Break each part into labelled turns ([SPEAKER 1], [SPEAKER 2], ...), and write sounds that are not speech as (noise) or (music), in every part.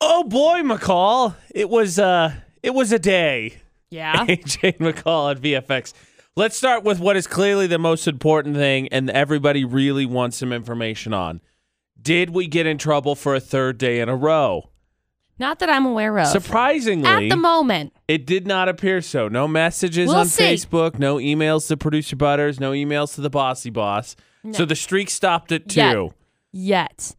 [SPEAKER 1] Oh boy, McCall. It was uh it was a day. (laughs)
[SPEAKER 2] Yeah.
[SPEAKER 1] AJ McCall at VFX. Let's start with what is clearly the most important thing and everybody really wants some information on. Did we get in trouble for a third day in a row?
[SPEAKER 2] Not that I'm aware of.
[SPEAKER 1] Surprisingly,
[SPEAKER 2] At the moment.
[SPEAKER 1] it did not appear so. No messages
[SPEAKER 2] We'll
[SPEAKER 1] on
[SPEAKER 2] see.
[SPEAKER 1] Facebook, no emails to producer Butters, no emails to the bossy boss. So the streak stopped at two.
[SPEAKER 2] Yet. Yet.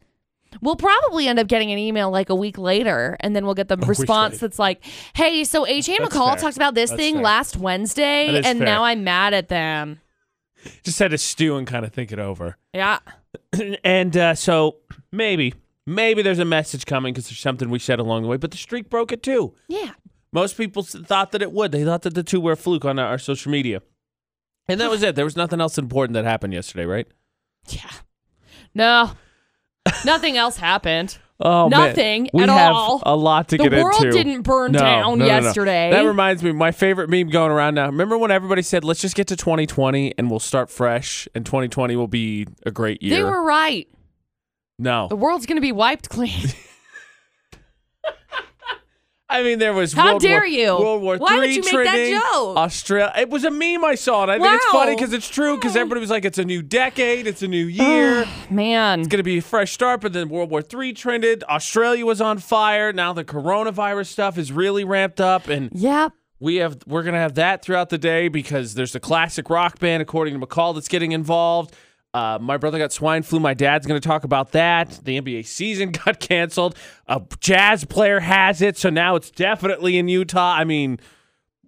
[SPEAKER 2] We'll probably end up getting an email like a week later, and then
[SPEAKER 1] (laughs)
[SPEAKER 2] we'll get the response
[SPEAKER 1] later.
[SPEAKER 2] that's like, hey, so H.A.
[SPEAKER 1] That's
[SPEAKER 2] McCall
[SPEAKER 1] fair.
[SPEAKER 2] talked about this
[SPEAKER 1] That's
[SPEAKER 2] thing
[SPEAKER 1] fair.
[SPEAKER 2] last Wednesday,
[SPEAKER 1] That is
[SPEAKER 2] and
[SPEAKER 1] fair.
[SPEAKER 2] now I'm mad at them.
[SPEAKER 1] Just had to stew and kind of think it over.
[SPEAKER 2] Yeah.
[SPEAKER 1] (clears throat) and uh, so maybe, maybe there's a message coming because there's something we said along the way. But the streak broke it too.
[SPEAKER 2] Yeah.
[SPEAKER 1] Most people s- thought that it would. They thought that the two were a fluke on our, our social media, and that was it. There was nothing else important that happened yesterday, right?
[SPEAKER 2] Yeah. No. Nothing
[SPEAKER 1] (laughs)
[SPEAKER 2] else happened.
[SPEAKER 1] Oh, man.
[SPEAKER 2] Nothing
[SPEAKER 1] We
[SPEAKER 2] at
[SPEAKER 1] have
[SPEAKER 2] all.
[SPEAKER 1] a lot to
[SPEAKER 2] The
[SPEAKER 1] get into.
[SPEAKER 2] world didn't burn
[SPEAKER 1] No,
[SPEAKER 2] down
[SPEAKER 1] no, no, no.
[SPEAKER 2] yesterday.
[SPEAKER 1] That reminds me, my favorite meme going around now. Remember when everybody said, "Let's just get to 2020 and we'll start fresh, and 2020 will be a great year."
[SPEAKER 2] They were right.
[SPEAKER 1] no,
[SPEAKER 2] The world's going to be wiped clean.
[SPEAKER 1] (laughs) I mean, there was.
[SPEAKER 2] How
[SPEAKER 1] World
[SPEAKER 2] dare
[SPEAKER 1] War,
[SPEAKER 2] you?
[SPEAKER 1] World War
[SPEAKER 2] Why
[SPEAKER 1] III
[SPEAKER 2] would you make that
[SPEAKER 1] trending,
[SPEAKER 2] joke?
[SPEAKER 1] Australia. It was a meme I saw, and I think it's
[SPEAKER 2] Wow.
[SPEAKER 1] funny because it's true. Because everybody was like, "It's a new decade. It's a new year. it's
[SPEAKER 2] Man.
[SPEAKER 1] gonna be a fresh start." But then World War III trended. Australia was on fire. Now the coronavirus stuff is really ramped up, and
[SPEAKER 2] Yep.
[SPEAKER 1] we have we're gonna have that throughout the day because there's the classic rock band, according to McCall, that's getting involved. Uh, my brother got swine flu. My dad's going to talk about that. The NBA season (laughs) got canceled. A jazz player has it, so now it's definitely in Utah. I mean,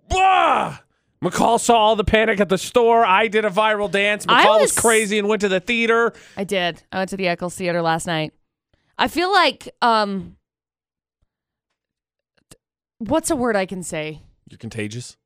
[SPEAKER 1] blah! McCall saw all the panic at the store. I did a viral dance.
[SPEAKER 2] I
[SPEAKER 1] McCall was
[SPEAKER 2] was-
[SPEAKER 1] crazy and went to the theater.
[SPEAKER 2] I did. I went to the Eccles Theater last night. I feel like um what's a word I can say?
[SPEAKER 1] You're contagious.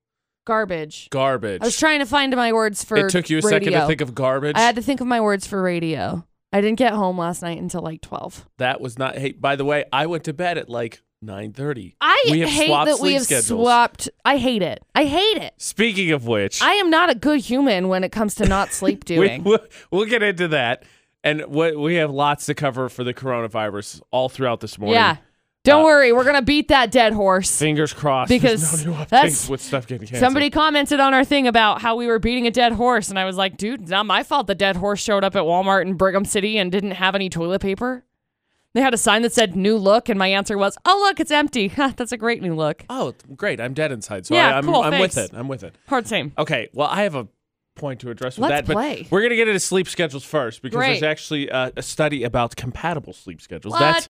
[SPEAKER 2] Garbage.
[SPEAKER 1] Garbage.
[SPEAKER 2] I was trying to find my words for
[SPEAKER 1] it took you a second to
[SPEAKER 2] radio.
[SPEAKER 1] think of garbage.
[SPEAKER 2] I had to think of my words for radio. I didn't get home last night until like 12.
[SPEAKER 1] That was not. Hey, by the way, I went to bed at like nine thirty.
[SPEAKER 2] I
[SPEAKER 1] we have
[SPEAKER 2] hate
[SPEAKER 1] swapped
[SPEAKER 2] that
[SPEAKER 1] sleep
[SPEAKER 2] we have
[SPEAKER 1] schedules.
[SPEAKER 2] swapped. I hate it. I hate it.
[SPEAKER 1] Speaking of which,
[SPEAKER 2] I am not a good human when it comes to
[SPEAKER 1] (laughs)
[SPEAKER 2] not sleep
[SPEAKER 1] we,
[SPEAKER 2] doing.
[SPEAKER 1] we'll, we'll get into that, and what we have lots to cover for the coronavirus all throughout this morning.
[SPEAKER 2] yeah. Don't
[SPEAKER 1] Uh,
[SPEAKER 2] worry. We're going to beat that dead horse.
[SPEAKER 1] Fingers crossed.
[SPEAKER 2] Because
[SPEAKER 1] there's no new
[SPEAKER 2] that's-
[SPEAKER 1] updates with stuff getting canceled.
[SPEAKER 2] Somebody commented on our thing about how we were beating a dead horse, and I was like, dude, it's not my fault the dead horse showed up at Walmart in Brigham City and didn't have any toilet paper. They had a sign that said new look, and my answer was, oh, look, it's empty. (laughs) Ha, That's a great new look.
[SPEAKER 1] Oh, great! I'm dead inside, so
[SPEAKER 2] Yeah,
[SPEAKER 1] I, I'm,
[SPEAKER 2] cool,
[SPEAKER 1] I'm with it.
[SPEAKER 2] thanks.
[SPEAKER 1] I'm with it.
[SPEAKER 2] Hard same.
[SPEAKER 1] Okay. Well, I have a point to address with
[SPEAKER 2] Let's
[SPEAKER 1] that, but
[SPEAKER 2] play.
[SPEAKER 1] we're gonna get into sleep schedules first because
[SPEAKER 2] Great.
[SPEAKER 1] there's actually uh, a study about compatible sleep schedules.
[SPEAKER 2] What?
[SPEAKER 1] That's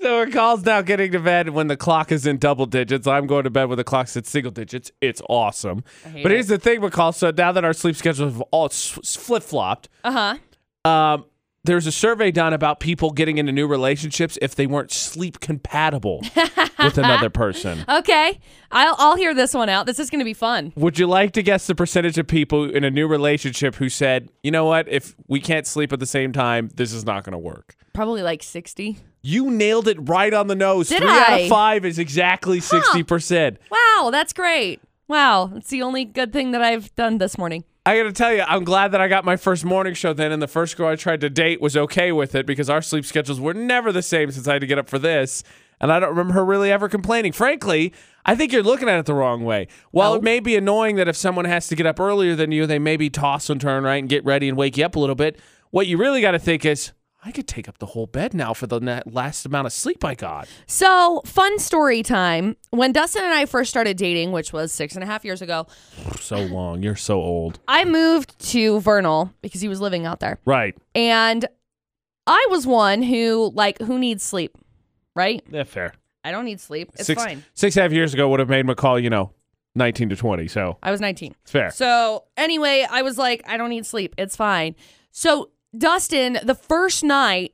[SPEAKER 1] so McCall's now getting to bed when the clock is in double digits. I'm going to bed when the clock's at single digits. It's awesome.
[SPEAKER 2] hate
[SPEAKER 1] But
[SPEAKER 2] it.
[SPEAKER 1] here's the thing, McCall. So now that our sleep schedules have all flip flopped,
[SPEAKER 2] Uh huh.
[SPEAKER 1] um, there's a survey done about people getting into new relationships if they weren't sleep
[SPEAKER 2] (laughs)
[SPEAKER 1] compatible with another person.
[SPEAKER 2] Okay. I'll, I'll hear this one out. This is going to be fun.
[SPEAKER 1] Would you like to guess the percentage of people in a new relationship who said, you know what, if we can't sleep at the same time, this is not going to work?
[SPEAKER 2] Probably like 60.
[SPEAKER 1] You nailed it right on the nose.
[SPEAKER 2] Did
[SPEAKER 1] Three out of
[SPEAKER 2] I?
[SPEAKER 1] five is exactly 60%.
[SPEAKER 2] Wow, that's great. Wow, it's the only good thing that I've done this morning.
[SPEAKER 1] I got to tell you, I'm glad that I got my first morning show then, and the first girl I tried to date was okay with it because our sleep schedules were never the same since I had to get up for this. And I don't remember her really ever complaining. Frankly, I think you're looking at it the wrong way. While it may be annoying that if someone has to get up earlier than you, they maybe toss and turn right and get ready and wake you up a little bit, what you really got to think is, I could take up the whole bed now for the na- last amount of sleep I got.
[SPEAKER 2] So, fun story time. When Dustin and I first started dating, which was six and a half years ago,
[SPEAKER 1] (sighs) So long. You're so old.
[SPEAKER 2] I moved to Vernal because he was living out there.
[SPEAKER 1] Right.
[SPEAKER 2] And I was one who, like, who needs sleep, right?
[SPEAKER 1] Yeah, fair.
[SPEAKER 2] I don't need sleep. It's
[SPEAKER 1] six,
[SPEAKER 2] fine.
[SPEAKER 1] Six and a half years ago would have made McCall, you know, 19 to 20. So
[SPEAKER 2] I was 19.
[SPEAKER 1] it's (laughs) fair.
[SPEAKER 2] So, anyway, I was like, I don't need sleep. It's fine. So, Dustin, the first night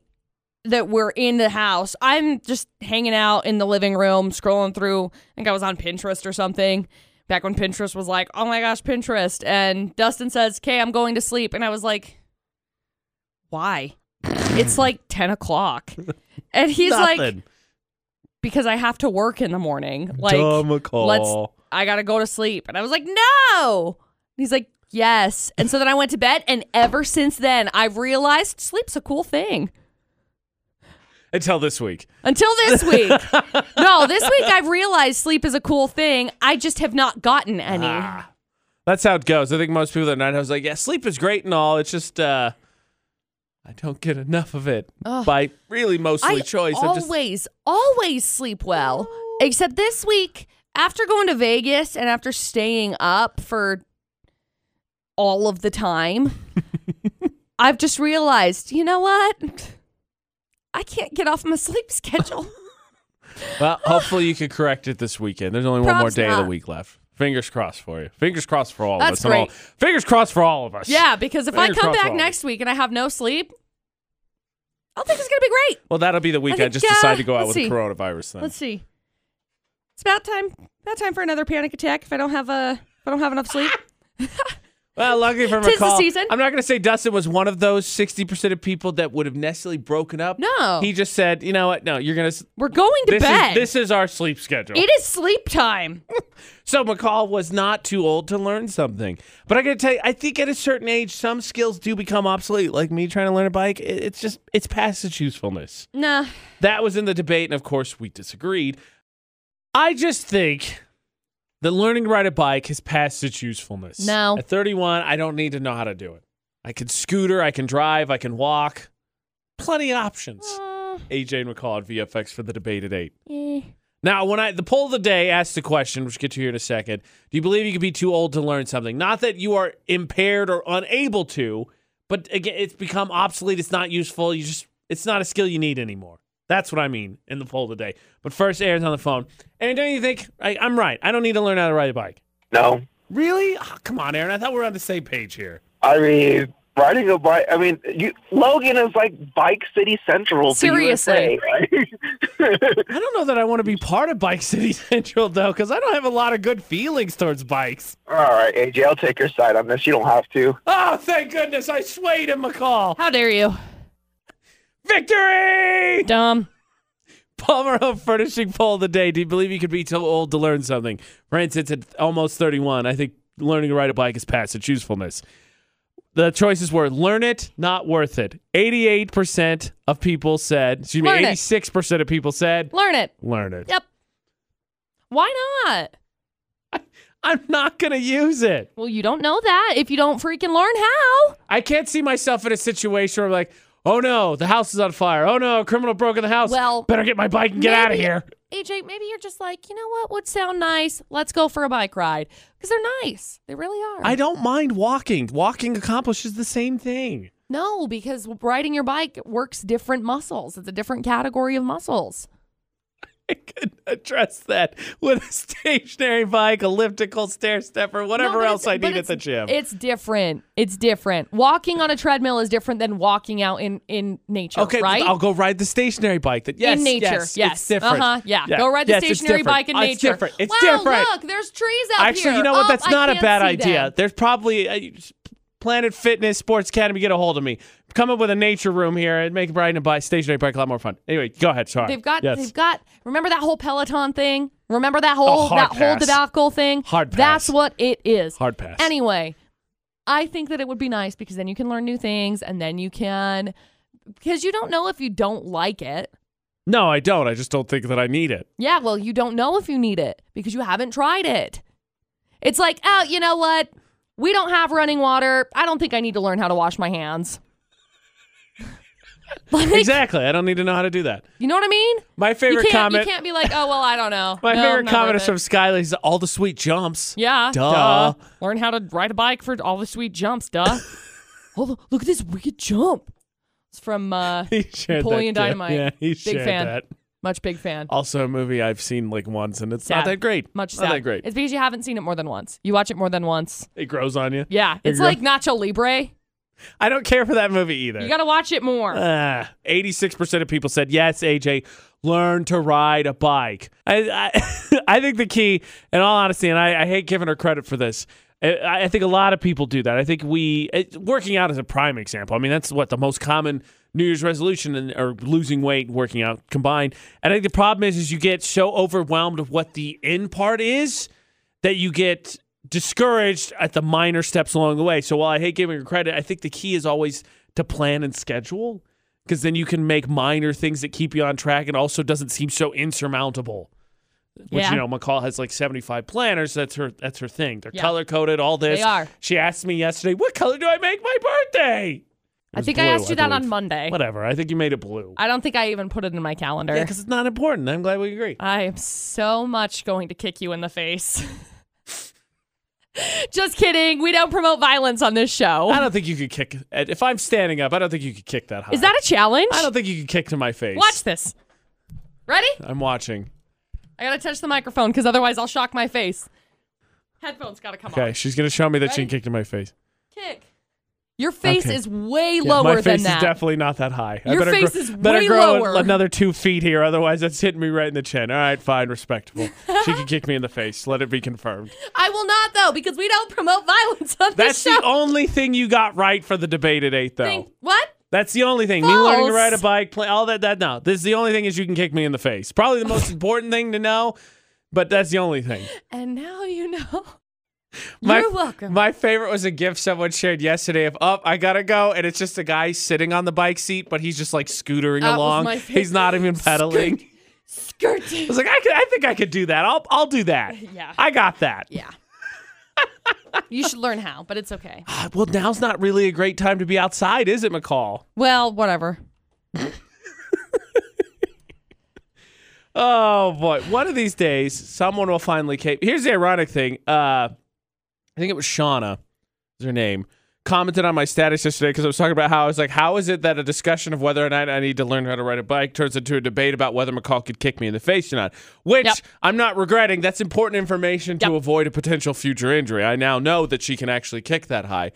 [SPEAKER 2] that we're in the house, I'm just hanging out in the living room, scrolling through. I think I was on Pinterest or something back when Pinterest was like, oh my gosh, Pinterest. And Dustin says, Okay, I'm going to sleep. And I was like, Why? It's like 10 o'clock. And he's like, Because I have to work in the morning. Like, let's I gotta go to sleep. And I was like, no. And he's like, yes. And so then I went to bed, and ever since then I've realized sleep's a cool thing.
[SPEAKER 1] until this week.
[SPEAKER 2] Until this week. no, this week I've realized sleep is a cool thing. I just have not gotten any.
[SPEAKER 1] Ah, that's how it goes. I think most people that are night owls are like, yeah, sleep is great and all. It's just uh, I don't get enough of it
[SPEAKER 2] Ugh.
[SPEAKER 1] by really mostly
[SPEAKER 2] I
[SPEAKER 1] choice. I just
[SPEAKER 2] always, always sleep well. Except this week, after going to Vegas and after staying up for all of the (laughs) time, I've just realized, you know what? I can't get off my sleep schedule.
[SPEAKER 1] well, hopefully you can correct it this weekend. There's only one more
[SPEAKER 2] Props
[SPEAKER 1] day of
[SPEAKER 2] not.
[SPEAKER 1] the week left. Fingers crossed for you. Fingers crossed for all
[SPEAKER 2] That's
[SPEAKER 1] of us. and all-
[SPEAKER 2] great.
[SPEAKER 1] Fingers crossed for all of us.
[SPEAKER 2] (laughs) yeah, because if I
[SPEAKER 1] Fingers
[SPEAKER 2] come
[SPEAKER 1] crossed
[SPEAKER 2] back
[SPEAKER 1] all.
[SPEAKER 2] next week and I have no sleep, I think it's going to be great.
[SPEAKER 1] Well, that'll be the week I,
[SPEAKER 2] think,
[SPEAKER 1] just
[SPEAKER 2] uh,
[SPEAKER 1] decide to go out
[SPEAKER 2] let's
[SPEAKER 1] with
[SPEAKER 2] see.
[SPEAKER 1] the coronavirus then.
[SPEAKER 2] Let's see. It's about time. About time for another panic attack. If I don't have a, if I don't have enough (laughs) sleep.
[SPEAKER 1] Well, luckily for
[SPEAKER 2] Tis the
[SPEAKER 1] McCall,
[SPEAKER 2] season.
[SPEAKER 1] I'm not going to say Dustin was one of those 60% of people that would have necessarily broken up.
[SPEAKER 2] No.
[SPEAKER 1] He just said, you know what? No, you're going to.
[SPEAKER 2] We're going to
[SPEAKER 1] This
[SPEAKER 2] bed.
[SPEAKER 1] is, this is our sleep schedule.
[SPEAKER 2] it is sleep time.
[SPEAKER 1] so McCall was not too old to learn something. But I got to tell you, I think at a certain age, some skills do become obsolete. Like me trying to learn a bike, it- it's just, it's past its usefulness.
[SPEAKER 2] nah.
[SPEAKER 1] That was in the debate, and of course, we disagreed. I just think that learning to ride a bike has passed its usefulness.
[SPEAKER 2] No.
[SPEAKER 1] At 31, I don't need to know how to do it. I can scooter, I can drive, I can walk. Plenty of options.
[SPEAKER 2] Uh,
[SPEAKER 1] AJ and McCall at VFX for the debate at 8.
[SPEAKER 2] eh.
[SPEAKER 1] Now, when I the poll of the day asked the question, which we'll get to here in a second, do you believe you could be too old to learn something? Not that you are impaired or unable to, but again, it's become obsolete. It's not useful. You just it's not a skill you need anymore. That's what I mean in the poll today. But first, Aaron's on the phone. Aaron, don't you think I, I'm right? I don't need to learn how to ride a bike.
[SPEAKER 3] No,
[SPEAKER 1] Really? Oh, come on, Aaron. I thought we were on the same page here.
[SPEAKER 3] I mean riding a bike. I mean, you, Logan is like Bike City Central. to
[SPEAKER 2] Seriously.
[SPEAKER 3] USA, right? (laughs)
[SPEAKER 1] I don't know that I want to be part of Bike City (laughs) Central though, because I don't have a lot of good feelings towards bikes.
[SPEAKER 3] All right, AJ, I'll take your side on this. You don't have to.
[SPEAKER 1] Oh, thank goodness I swayed him, McCall.
[SPEAKER 2] How dare you?
[SPEAKER 1] Victory!
[SPEAKER 2] Dumb.
[SPEAKER 1] Palmer Home Furnishing poll of the day. Do you believe you could be too old to learn something? For instance, at almost 31, I think learning to ride a bike is past its usefulness. The choices were learn it, not worth it. 88% of people said, excuse me,
[SPEAKER 2] Learn it.
[SPEAKER 1] 86% of people said,
[SPEAKER 2] Learn it.
[SPEAKER 1] learn it.
[SPEAKER 2] Yep. Why not?
[SPEAKER 1] I'm not going to use it.
[SPEAKER 2] Well, you don't know that if you don't freaking learn how.
[SPEAKER 1] I can't see myself in a situation where I'm like, oh no, the house is on fire. Oh no, a criminal broke in the house.
[SPEAKER 2] Well,
[SPEAKER 1] better get my bike and get out of
[SPEAKER 2] maybe-
[SPEAKER 1] here.
[SPEAKER 2] AJ, maybe you're just like, you know what would sound nice? Let's go for a bike ride because they're nice. They really are.
[SPEAKER 1] I don't mind walking. Walking accomplishes the same thing.
[SPEAKER 2] no, because riding your bike works different muscles. It's a different category of muscles.
[SPEAKER 1] I could address that with a stationary bike, elliptical, stair stepper,
[SPEAKER 2] No,
[SPEAKER 1] whatever
[SPEAKER 2] but
[SPEAKER 1] else
[SPEAKER 2] it's-
[SPEAKER 1] I
[SPEAKER 2] but
[SPEAKER 1] need at
[SPEAKER 2] it's-
[SPEAKER 1] the gym.
[SPEAKER 2] It's different. It's different. Walking on a treadmill is different than walking out in in nature.
[SPEAKER 1] okay,
[SPEAKER 2] right?
[SPEAKER 1] I'll go ride the stationary bike. That yes,
[SPEAKER 2] in nature,
[SPEAKER 1] yes, it's different.
[SPEAKER 2] Uh-huh. Yeah.
[SPEAKER 1] Yeah.
[SPEAKER 2] Go ride the
[SPEAKER 1] Yes, it's
[SPEAKER 2] stationary
[SPEAKER 1] different.
[SPEAKER 2] bike in
[SPEAKER 1] Uh,
[SPEAKER 2] nature.
[SPEAKER 1] It's different. It's
[SPEAKER 2] wow,
[SPEAKER 1] different.
[SPEAKER 2] Look, there's trees out
[SPEAKER 1] Actually,
[SPEAKER 2] here.
[SPEAKER 1] you know what?
[SPEAKER 2] Oh,
[SPEAKER 1] That's
[SPEAKER 2] I
[SPEAKER 1] not a
[SPEAKER 2] can't
[SPEAKER 1] bad
[SPEAKER 2] see
[SPEAKER 1] idea.
[SPEAKER 2] them.
[SPEAKER 1] There's probably uh, Planet Fitness, Sports Academy. Get a hold of me. Come up with a nature room here and make riding a bike, stationary bike a lot more fun. Anyway, go ahead. Sorry.
[SPEAKER 2] They've got.
[SPEAKER 1] Yes.
[SPEAKER 2] They've got. Remember that whole Peloton thing? Remember that whole
[SPEAKER 1] hard
[SPEAKER 2] that whole
[SPEAKER 1] pass.
[SPEAKER 2] debacle thing?
[SPEAKER 1] Hard pass.
[SPEAKER 2] That's what it is.
[SPEAKER 1] hard pass.
[SPEAKER 2] Anyway, I think that it would be nice because then you can learn new things and then you can because you don't know if you don't like it.
[SPEAKER 1] no, I don't. I just don't think that I need it.
[SPEAKER 2] Yeah, well, you don't know if you need it because you haven't tried it. It's like, oh, you know what? We don't have running water. I don't think I need to learn how to wash my hands. (laughs) like,
[SPEAKER 1] Exactly. I don't need to know how to do that.
[SPEAKER 2] you know what I mean?
[SPEAKER 1] My
[SPEAKER 2] You
[SPEAKER 1] favorite
[SPEAKER 2] can't,
[SPEAKER 1] comment.
[SPEAKER 2] you can't be like, oh, well, I don't know.
[SPEAKER 1] (laughs) My
[SPEAKER 2] No,
[SPEAKER 1] favorite
[SPEAKER 2] not
[SPEAKER 1] comment
[SPEAKER 2] worth
[SPEAKER 1] is
[SPEAKER 2] it.
[SPEAKER 1] from Skylar. He's all the sweet jumps.
[SPEAKER 2] Yeah.
[SPEAKER 1] Duh.
[SPEAKER 2] Learn how to ride a bike for all the sweet
[SPEAKER 1] (laughs)
[SPEAKER 2] jumps, duh. oh, look at this wicked jump. It's
[SPEAKER 1] (laughs)
[SPEAKER 2] from uh,
[SPEAKER 1] He shared
[SPEAKER 2] Napoleon
[SPEAKER 1] that too.
[SPEAKER 2] Dynamite.
[SPEAKER 1] Yeah, he
[SPEAKER 2] Big
[SPEAKER 1] shared
[SPEAKER 2] fan.
[SPEAKER 1] that.
[SPEAKER 2] Much big fan.
[SPEAKER 1] Also, a movie I've seen like once, and it's not
[SPEAKER 2] Sad.
[SPEAKER 1] that great.
[SPEAKER 2] Much
[SPEAKER 1] not
[SPEAKER 2] sad.
[SPEAKER 1] that great.
[SPEAKER 2] It's because you haven't seen it more than once. You watch it more than once.
[SPEAKER 1] It grows on you.
[SPEAKER 2] Yeah. It's
[SPEAKER 1] you go.
[SPEAKER 2] like Nacho Libre.
[SPEAKER 1] I don't care for that movie either.
[SPEAKER 2] You got to watch it more.
[SPEAKER 1] Ah, 86% of people said yes, AJ, learn to ride a bike. I I, (laughs) I think the key, in all honesty, and I, I hate giving her credit for this. I, I think a lot of people do that. I think we it, working out is a prime example. I mean, that's what the most common New Year's resolution and or losing weight, and working out combined. And I think the problem is, is you get so overwhelmed of what the end part is that you get discouraged at the minor steps along the way. So while I hate giving her credit, I think the key is always to plan and schedule. because then you can make minor things that keep you on track and also doesn't seem so insurmountable. Which
[SPEAKER 2] Yeah.
[SPEAKER 1] you know, McCall has like seventy five planners. That's her. That's her thing. They're
[SPEAKER 2] Yeah.
[SPEAKER 1] color coded. All this.
[SPEAKER 2] They are.
[SPEAKER 1] She asked me yesterday, "What color do I make my birthday?" It
[SPEAKER 2] I
[SPEAKER 1] was
[SPEAKER 2] think I
[SPEAKER 1] blue,
[SPEAKER 2] asked you that on
[SPEAKER 1] believe.
[SPEAKER 2] Monday.
[SPEAKER 1] Whatever. I think you made it blue.
[SPEAKER 2] I don't think I even put it in my calendar.
[SPEAKER 1] yeah, because it's not important. I'm glad we agree.
[SPEAKER 2] I am so much going to kick you in the face. (laughs) Just kidding. We don't promote violence on this
[SPEAKER 1] I
[SPEAKER 2] show.
[SPEAKER 1] don't think you could kick. If I'm standing up, I don't think you could kick that high.
[SPEAKER 2] Is that a challenge?
[SPEAKER 1] I don't think you could kick to my face.
[SPEAKER 2] Watch this. Ready?
[SPEAKER 1] I'm watching.
[SPEAKER 2] I gotta touch the microphone because otherwise I'll shock my face. Headphones gotta come
[SPEAKER 1] Okay,
[SPEAKER 2] on.
[SPEAKER 1] she's gonna show me that she can
[SPEAKER 2] Ready?
[SPEAKER 1] kick to my face.
[SPEAKER 2] Kick. Your face
[SPEAKER 1] Okay.
[SPEAKER 2] is way lower
[SPEAKER 1] my face
[SPEAKER 2] than
[SPEAKER 1] is
[SPEAKER 2] that.
[SPEAKER 1] definitely not that high. I
[SPEAKER 2] Your
[SPEAKER 1] better
[SPEAKER 2] face
[SPEAKER 1] grow,
[SPEAKER 2] is
[SPEAKER 1] better
[SPEAKER 2] way
[SPEAKER 1] grow
[SPEAKER 2] lower.
[SPEAKER 1] another two feet here, otherwise that's hitting me right in the chin. All right, fine, respectable. she can kick me in the face. Let it be confirmed.
[SPEAKER 2] I will not though because we don't promote violence on
[SPEAKER 1] That's
[SPEAKER 2] this show.
[SPEAKER 1] the only thing you got right for the debate at eight, though.
[SPEAKER 2] Think- what?
[SPEAKER 1] That's the only thing. Me learning to
[SPEAKER 2] False.
[SPEAKER 1] ride a bike, play, all that. That no. This is the only thing is you can kick me in the face. Probably the
[SPEAKER 2] (laughs)
[SPEAKER 1] most important thing to know, but that's the only thing.
[SPEAKER 2] And now you know.
[SPEAKER 1] My-
[SPEAKER 2] You're welcome.
[SPEAKER 1] My favorite was a gift someone shared yesterday of up, I gotta go, and it's just a guy sitting on the bike seat, but he's just like scootering
[SPEAKER 2] That was
[SPEAKER 1] along.
[SPEAKER 2] my favorite.
[SPEAKER 1] He's not even pedaling. I
[SPEAKER 2] Skirt.
[SPEAKER 1] was like, I could, I think I could do that. I'll, I'll do that.
[SPEAKER 2] (laughs) Yeah.
[SPEAKER 1] I got that.
[SPEAKER 2] (laughs) yeah. you should learn how, but it's okay.
[SPEAKER 1] Ah, Well, now's not really a great time to be outside, is it, McCall?
[SPEAKER 2] Well, whatever.
[SPEAKER 1] Oh boy! One of these days, someone will finally cape. Here's the ironic thing. Uh, I think it was Shauna, is her name, commented on my status yesterday because I was talking about how I was like, how is it that a discussion of whether or not I need to learn how to ride a bike turns into a debate about whether McCall could kick me in the face or not? Which
[SPEAKER 2] Yep.
[SPEAKER 1] I'm not regretting. That's important information to
[SPEAKER 2] Yep.
[SPEAKER 1] avoid a potential future injury. I now know that she can actually kick that high,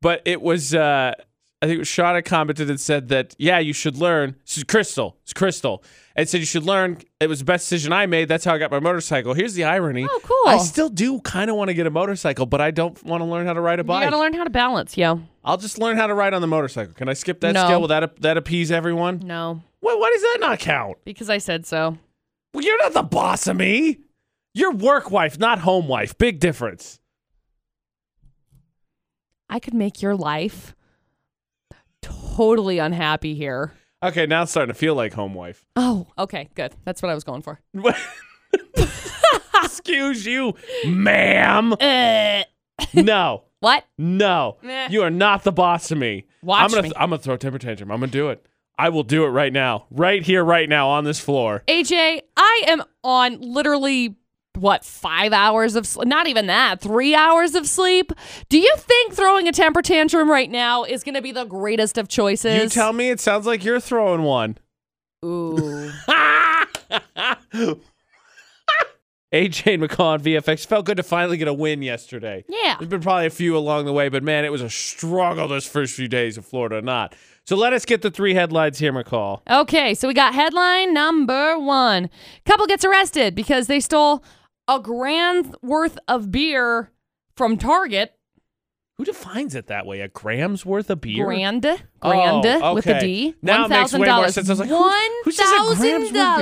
[SPEAKER 1] but it was. Uh, I think it was Shauna commented and said that, yeah, you should learn. This is Crystal. It's Crystal. And said you should learn. It was the best decision I made. That's how I got my motorcycle. Here's the irony.
[SPEAKER 2] Oh, cool.
[SPEAKER 1] I still do kind of want to get a motorcycle, but I don't want to learn how to ride a
[SPEAKER 2] You
[SPEAKER 1] bike.
[SPEAKER 2] gotta learn how to balance, yo.
[SPEAKER 1] I'll just learn how to ride on the motorcycle. Can I skip that
[SPEAKER 2] No.
[SPEAKER 1] skill? Will that, ap- that appease everyone?
[SPEAKER 2] No,
[SPEAKER 1] Why, why does that not count?
[SPEAKER 2] because I said so.
[SPEAKER 1] Well, you're not the boss of me. You're work wife, not home wife. Big difference.
[SPEAKER 2] I could make your life totally unhappy here.
[SPEAKER 1] Okay, now it's starting to feel like home wife.
[SPEAKER 2] Oh, okay, good. That's what I was going for.
[SPEAKER 1] Excuse you, ma'am.
[SPEAKER 2] Uh,
[SPEAKER 1] No.
[SPEAKER 2] what?
[SPEAKER 1] No,
[SPEAKER 2] Meh.
[SPEAKER 1] you are not the boss of me.
[SPEAKER 2] Watch
[SPEAKER 1] I'm gonna,
[SPEAKER 2] me.
[SPEAKER 1] I'm gonna throw a temper tantrum. I'm gonna do it. I will do it right now, right here, right now, on this floor.
[SPEAKER 2] AJ, I am on literally what five hours of sleep? Not even that, three hours of sleep. Do you think throwing a temper tantrum right now is going to be the greatest of choices?
[SPEAKER 1] You tell me. It sounds like you're throwing one.
[SPEAKER 2] (laughs) Ooh.
[SPEAKER 1] AJ McCall on VFX felt good to finally get a win yesterday.
[SPEAKER 2] Yeah.
[SPEAKER 1] There's been probably a few along the way, but man, it was a struggle those first few days of Florida or not. So let us get the three headlines here, McCall.
[SPEAKER 2] Okay, so we got headline number one: couple gets arrested because they stole a grand worth of beer from Target.
[SPEAKER 1] Who defines it that way? A gram's worth of beer?
[SPEAKER 2] Grand, grand
[SPEAKER 1] Oh,
[SPEAKER 2] with a
[SPEAKER 1] okay.
[SPEAKER 2] D.
[SPEAKER 1] Now it makes way more
[SPEAKER 2] $1,000.
[SPEAKER 1] sense. I was like, who- who
[SPEAKER 2] one
[SPEAKER 1] says a gram's
[SPEAKER 2] thousand
[SPEAKER 1] worth of beer? Got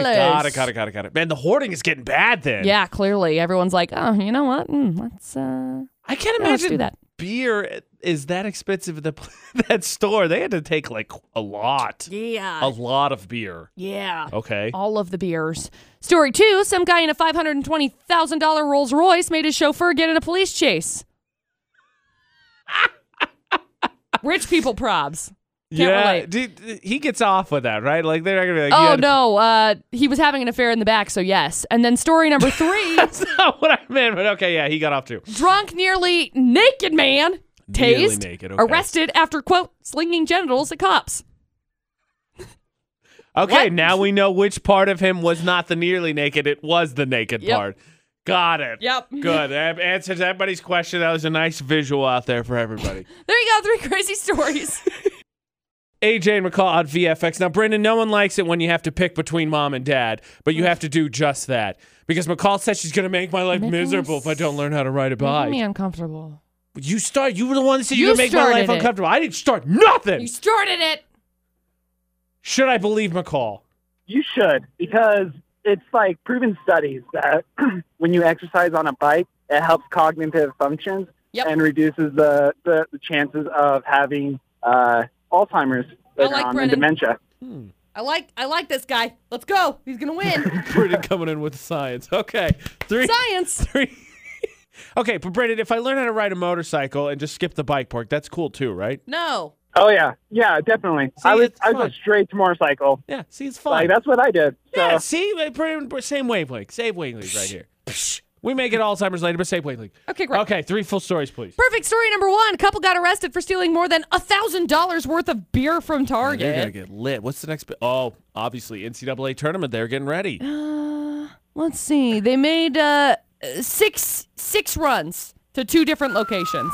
[SPEAKER 2] dollars.
[SPEAKER 1] it, got it, got it, got it. Man, the hoarding is getting bad then.
[SPEAKER 2] Yeah, clearly everyone's like, oh, you know what? Mm, let's uh,
[SPEAKER 1] I can't
[SPEAKER 2] Yeah,
[SPEAKER 1] imagine
[SPEAKER 2] let's do that.
[SPEAKER 1] beer is that expensive at the, (laughs) that store. They had to take like a lot, a
[SPEAKER 2] yeah, Oh,
[SPEAKER 1] lot of beer.
[SPEAKER 2] yeah.
[SPEAKER 1] Okay.
[SPEAKER 2] All of the beers. Story two: Some guy in a five hundred and twenty thousand dollar Rolls Royce made his chauffeur get in a
[SPEAKER 1] (laughs)
[SPEAKER 2] police chase. Rich people probs. Can't
[SPEAKER 1] yeah,
[SPEAKER 2] relate.
[SPEAKER 1] dude, d- he gets off with that, right? Like they're not gonna be like,
[SPEAKER 2] Oh
[SPEAKER 1] yeah,
[SPEAKER 2] no, uh, he was having an affair in the back, so yes. And then story
[SPEAKER 1] (laughs)
[SPEAKER 2] number three:
[SPEAKER 1] that's (laughs) not what I meant. But okay, yeah, he got off too.
[SPEAKER 2] drunk, nearly naked man
[SPEAKER 1] Nearly
[SPEAKER 2] tased,
[SPEAKER 1] naked, okay.
[SPEAKER 2] arrested after quote slinging genitals at cops.
[SPEAKER 1] Okay,
[SPEAKER 2] What?
[SPEAKER 1] now we know which part of him was not the nearly naked; it was the naked
[SPEAKER 2] Yep.
[SPEAKER 1] part. Got it.
[SPEAKER 2] Yep. (laughs)
[SPEAKER 1] Good. That answers everybody's question. That was a nice visual out there for everybody.
[SPEAKER 2] There you go, three
[SPEAKER 1] (laughs)
[SPEAKER 2] crazy stories.
[SPEAKER 1] AJ and McCall on VFX. Now, Brendan, no one likes it when you have to pick between mom and dad, but you have to do just that because McCall said she's going to make my life
[SPEAKER 2] Make
[SPEAKER 1] miserable
[SPEAKER 2] us-
[SPEAKER 1] if I don't learn how to ride a
[SPEAKER 2] Making me
[SPEAKER 1] bike.
[SPEAKER 2] uncomfortable.
[SPEAKER 1] You start. You were the one that said
[SPEAKER 2] You
[SPEAKER 1] you would make my
[SPEAKER 2] started
[SPEAKER 1] life
[SPEAKER 2] it.
[SPEAKER 1] uncomfortable. I didn't start nothing.
[SPEAKER 2] You started it.
[SPEAKER 1] Should I believe McCall?
[SPEAKER 3] You should because it's like proven studies that (clears throat) when you exercise on a bike, it helps cognitive functions
[SPEAKER 2] Yep.
[SPEAKER 3] and reduces the, the, the chances of having uh, Alzheimer's
[SPEAKER 2] I like
[SPEAKER 3] later on and
[SPEAKER 2] Brennan.
[SPEAKER 3] dementia.
[SPEAKER 2] I like I like this guy. Let's go. He's
[SPEAKER 1] (laughs)
[SPEAKER 2] gonna win.
[SPEAKER 1] Brendan coming in with the science. Okay, three,
[SPEAKER 2] Science.
[SPEAKER 1] three. (laughs) okay, but Brendan, if I learn how to ride a motorcycle and just skip the bike part, that's cool too, right?
[SPEAKER 2] No.
[SPEAKER 3] Oh yeah, yeah, definitely.
[SPEAKER 1] See,
[SPEAKER 3] I was
[SPEAKER 1] it's
[SPEAKER 3] I was
[SPEAKER 1] fun.
[SPEAKER 3] a straight motorcycle.
[SPEAKER 1] Yeah. See, it's
[SPEAKER 3] Like
[SPEAKER 1] fun.
[SPEAKER 3] that's uh, what I did. So
[SPEAKER 1] yeah. See, we're pretty we're same wavelength. Same wavelength right
[SPEAKER 3] (laughs)
[SPEAKER 1] here. We may get Alzheimer's later, but same wavelength.
[SPEAKER 2] Okay, great.
[SPEAKER 1] Okay, three full stories, please.
[SPEAKER 2] Perfect story number one. Couple got arrested for stealing more than a thousand dollars worth of beer from
[SPEAKER 1] They're gonna
[SPEAKER 2] Target.
[SPEAKER 1] get lit. What's the next? bi- Oh, obviously NCAA tournament. They're getting (gasps) ready.
[SPEAKER 2] Uh, Let's see. They made uh, six six runs to two different locations.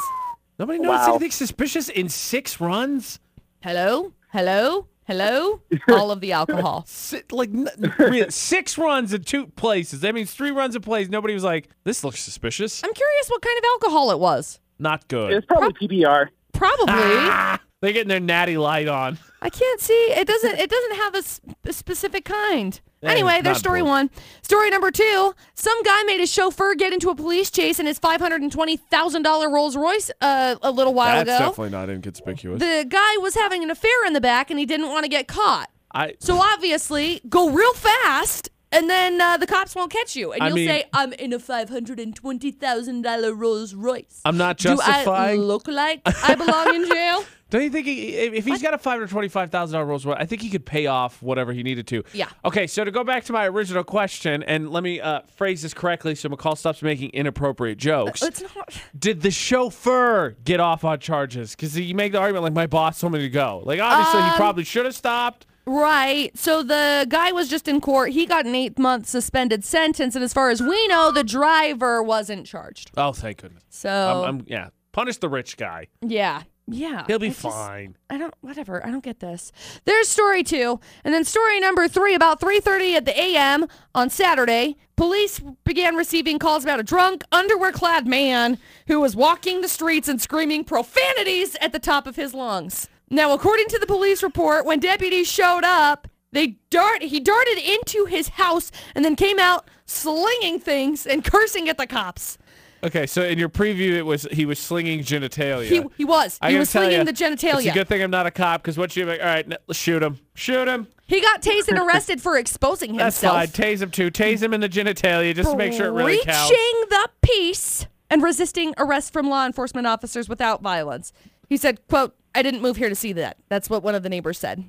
[SPEAKER 1] Nobody noticed
[SPEAKER 3] Wow.
[SPEAKER 1] anything suspicious in six runs.
[SPEAKER 2] Hello, hello, hello.
[SPEAKER 1] (laughs)
[SPEAKER 2] All of the alcohol.
[SPEAKER 1] Si- like n- (laughs) really, six runs in two places. That means three runs in plays. Nobody was like, "This looks suspicious."
[SPEAKER 2] I'm curious what kind of alcohol it was.
[SPEAKER 1] Not good.
[SPEAKER 3] it's probably PBR.
[SPEAKER 2] Probably.
[SPEAKER 1] Ah, they're getting their natty light on.
[SPEAKER 2] I can't see. It doesn't. It doesn't have a, s- a specific kind.
[SPEAKER 1] That
[SPEAKER 2] anyway,
[SPEAKER 1] is
[SPEAKER 2] there's
[SPEAKER 1] Eh, not
[SPEAKER 2] story one.
[SPEAKER 1] important.
[SPEAKER 2] Story number two: Some guy made his chauffeur get into a police chase in his five hundred and twenty thousand dollar Rolls Royce uh, a little while ago.
[SPEAKER 1] not inconspicuous.
[SPEAKER 2] the guy was having an affair in the back, and he didn't want to get caught.
[SPEAKER 1] I
[SPEAKER 2] So obviously, go real fast, and then uh, the cops won't catch you, and
[SPEAKER 1] I
[SPEAKER 2] you'll
[SPEAKER 1] mean-
[SPEAKER 2] say, "I'm in a five hundred and twenty thousand dollar Rolls Royce."
[SPEAKER 1] I'm not
[SPEAKER 2] Do I
[SPEAKER 1] justifying.
[SPEAKER 2] look like I belong
[SPEAKER 1] (laughs)
[SPEAKER 2] in jail?
[SPEAKER 1] Don't you think he, if if he's got a five hundred twenty-five thousand dollars Rolls Royce, I think he could pay off whatever he needed to.
[SPEAKER 2] Yeah.
[SPEAKER 1] Okay, so to go back to my original question, and let me uh, phrase this correctly, so McCall stops making inappropriate jokes.
[SPEAKER 2] It's not.
[SPEAKER 1] Did the chauffeur get off on charges? Because you make the argument like my boss told me to go. Like obviously
[SPEAKER 2] Um,
[SPEAKER 1] he probably should have stopped.
[SPEAKER 2] Right. So the guy was just in court. He got an eight month suspended sentence. And as far as we know, the driver wasn't charged.
[SPEAKER 1] Oh, thank goodness.
[SPEAKER 2] So,
[SPEAKER 1] I'm, I'm yeah. Punish the rich guy.
[SPEAKER 2] yeah. Yeah.
[SPEAKER 1] He'll be
[SPEAKER 2] I just-
[SPEAKER 1] fine.
[SPEAKER 2] I don't, whatever. I don't get this. There's story two. And then story number three about 3.30 at the a.m. on Saturday, police began receiving calls about a drunk, underwear clad man who was walking the streets and screaming profanities at the top of his lungs. Now, according to the police report, when deputies showed up, they dart he darted into his house and then came out slinging things and cursing at the cops.
[SPEAKER 1] Okay, so in your preview, it was he was slinging genitalia.
[SPEAKER 2] He, he was.
[SPEAKER 1] I
[SPEAKER 2] he
[SPEAKER 1] gotta
[SPEAKER 2] was
[SPEAKER 1] tell
[SPEAKER 2] slinging
[SPEAKER 1] ya,
[SPEAKER 2] the genitalia.
[SPEAKER 1] It's a good thing I'm not a cop because once you like, all right, n- shoot him, shoot him.
[SPEAKER 2] He got
[SPEAKER 1] (laughs)
[SPEAKER 2] tased and arrested for exposing
[SPEAKER 1] That's
[SPEAKER 2] himself.
[SPEAKER 1] fine. Tase him too. Tase him in the genitalia just to make sure it really
[SPEAKER 2] breaching
[SPEAKER 1] counts.
[SPEAKER 2] the peace and resisting arrest from law enforcement officers without violence. He said, "quote I didn't move here to see that." That's what one of the neighbors said.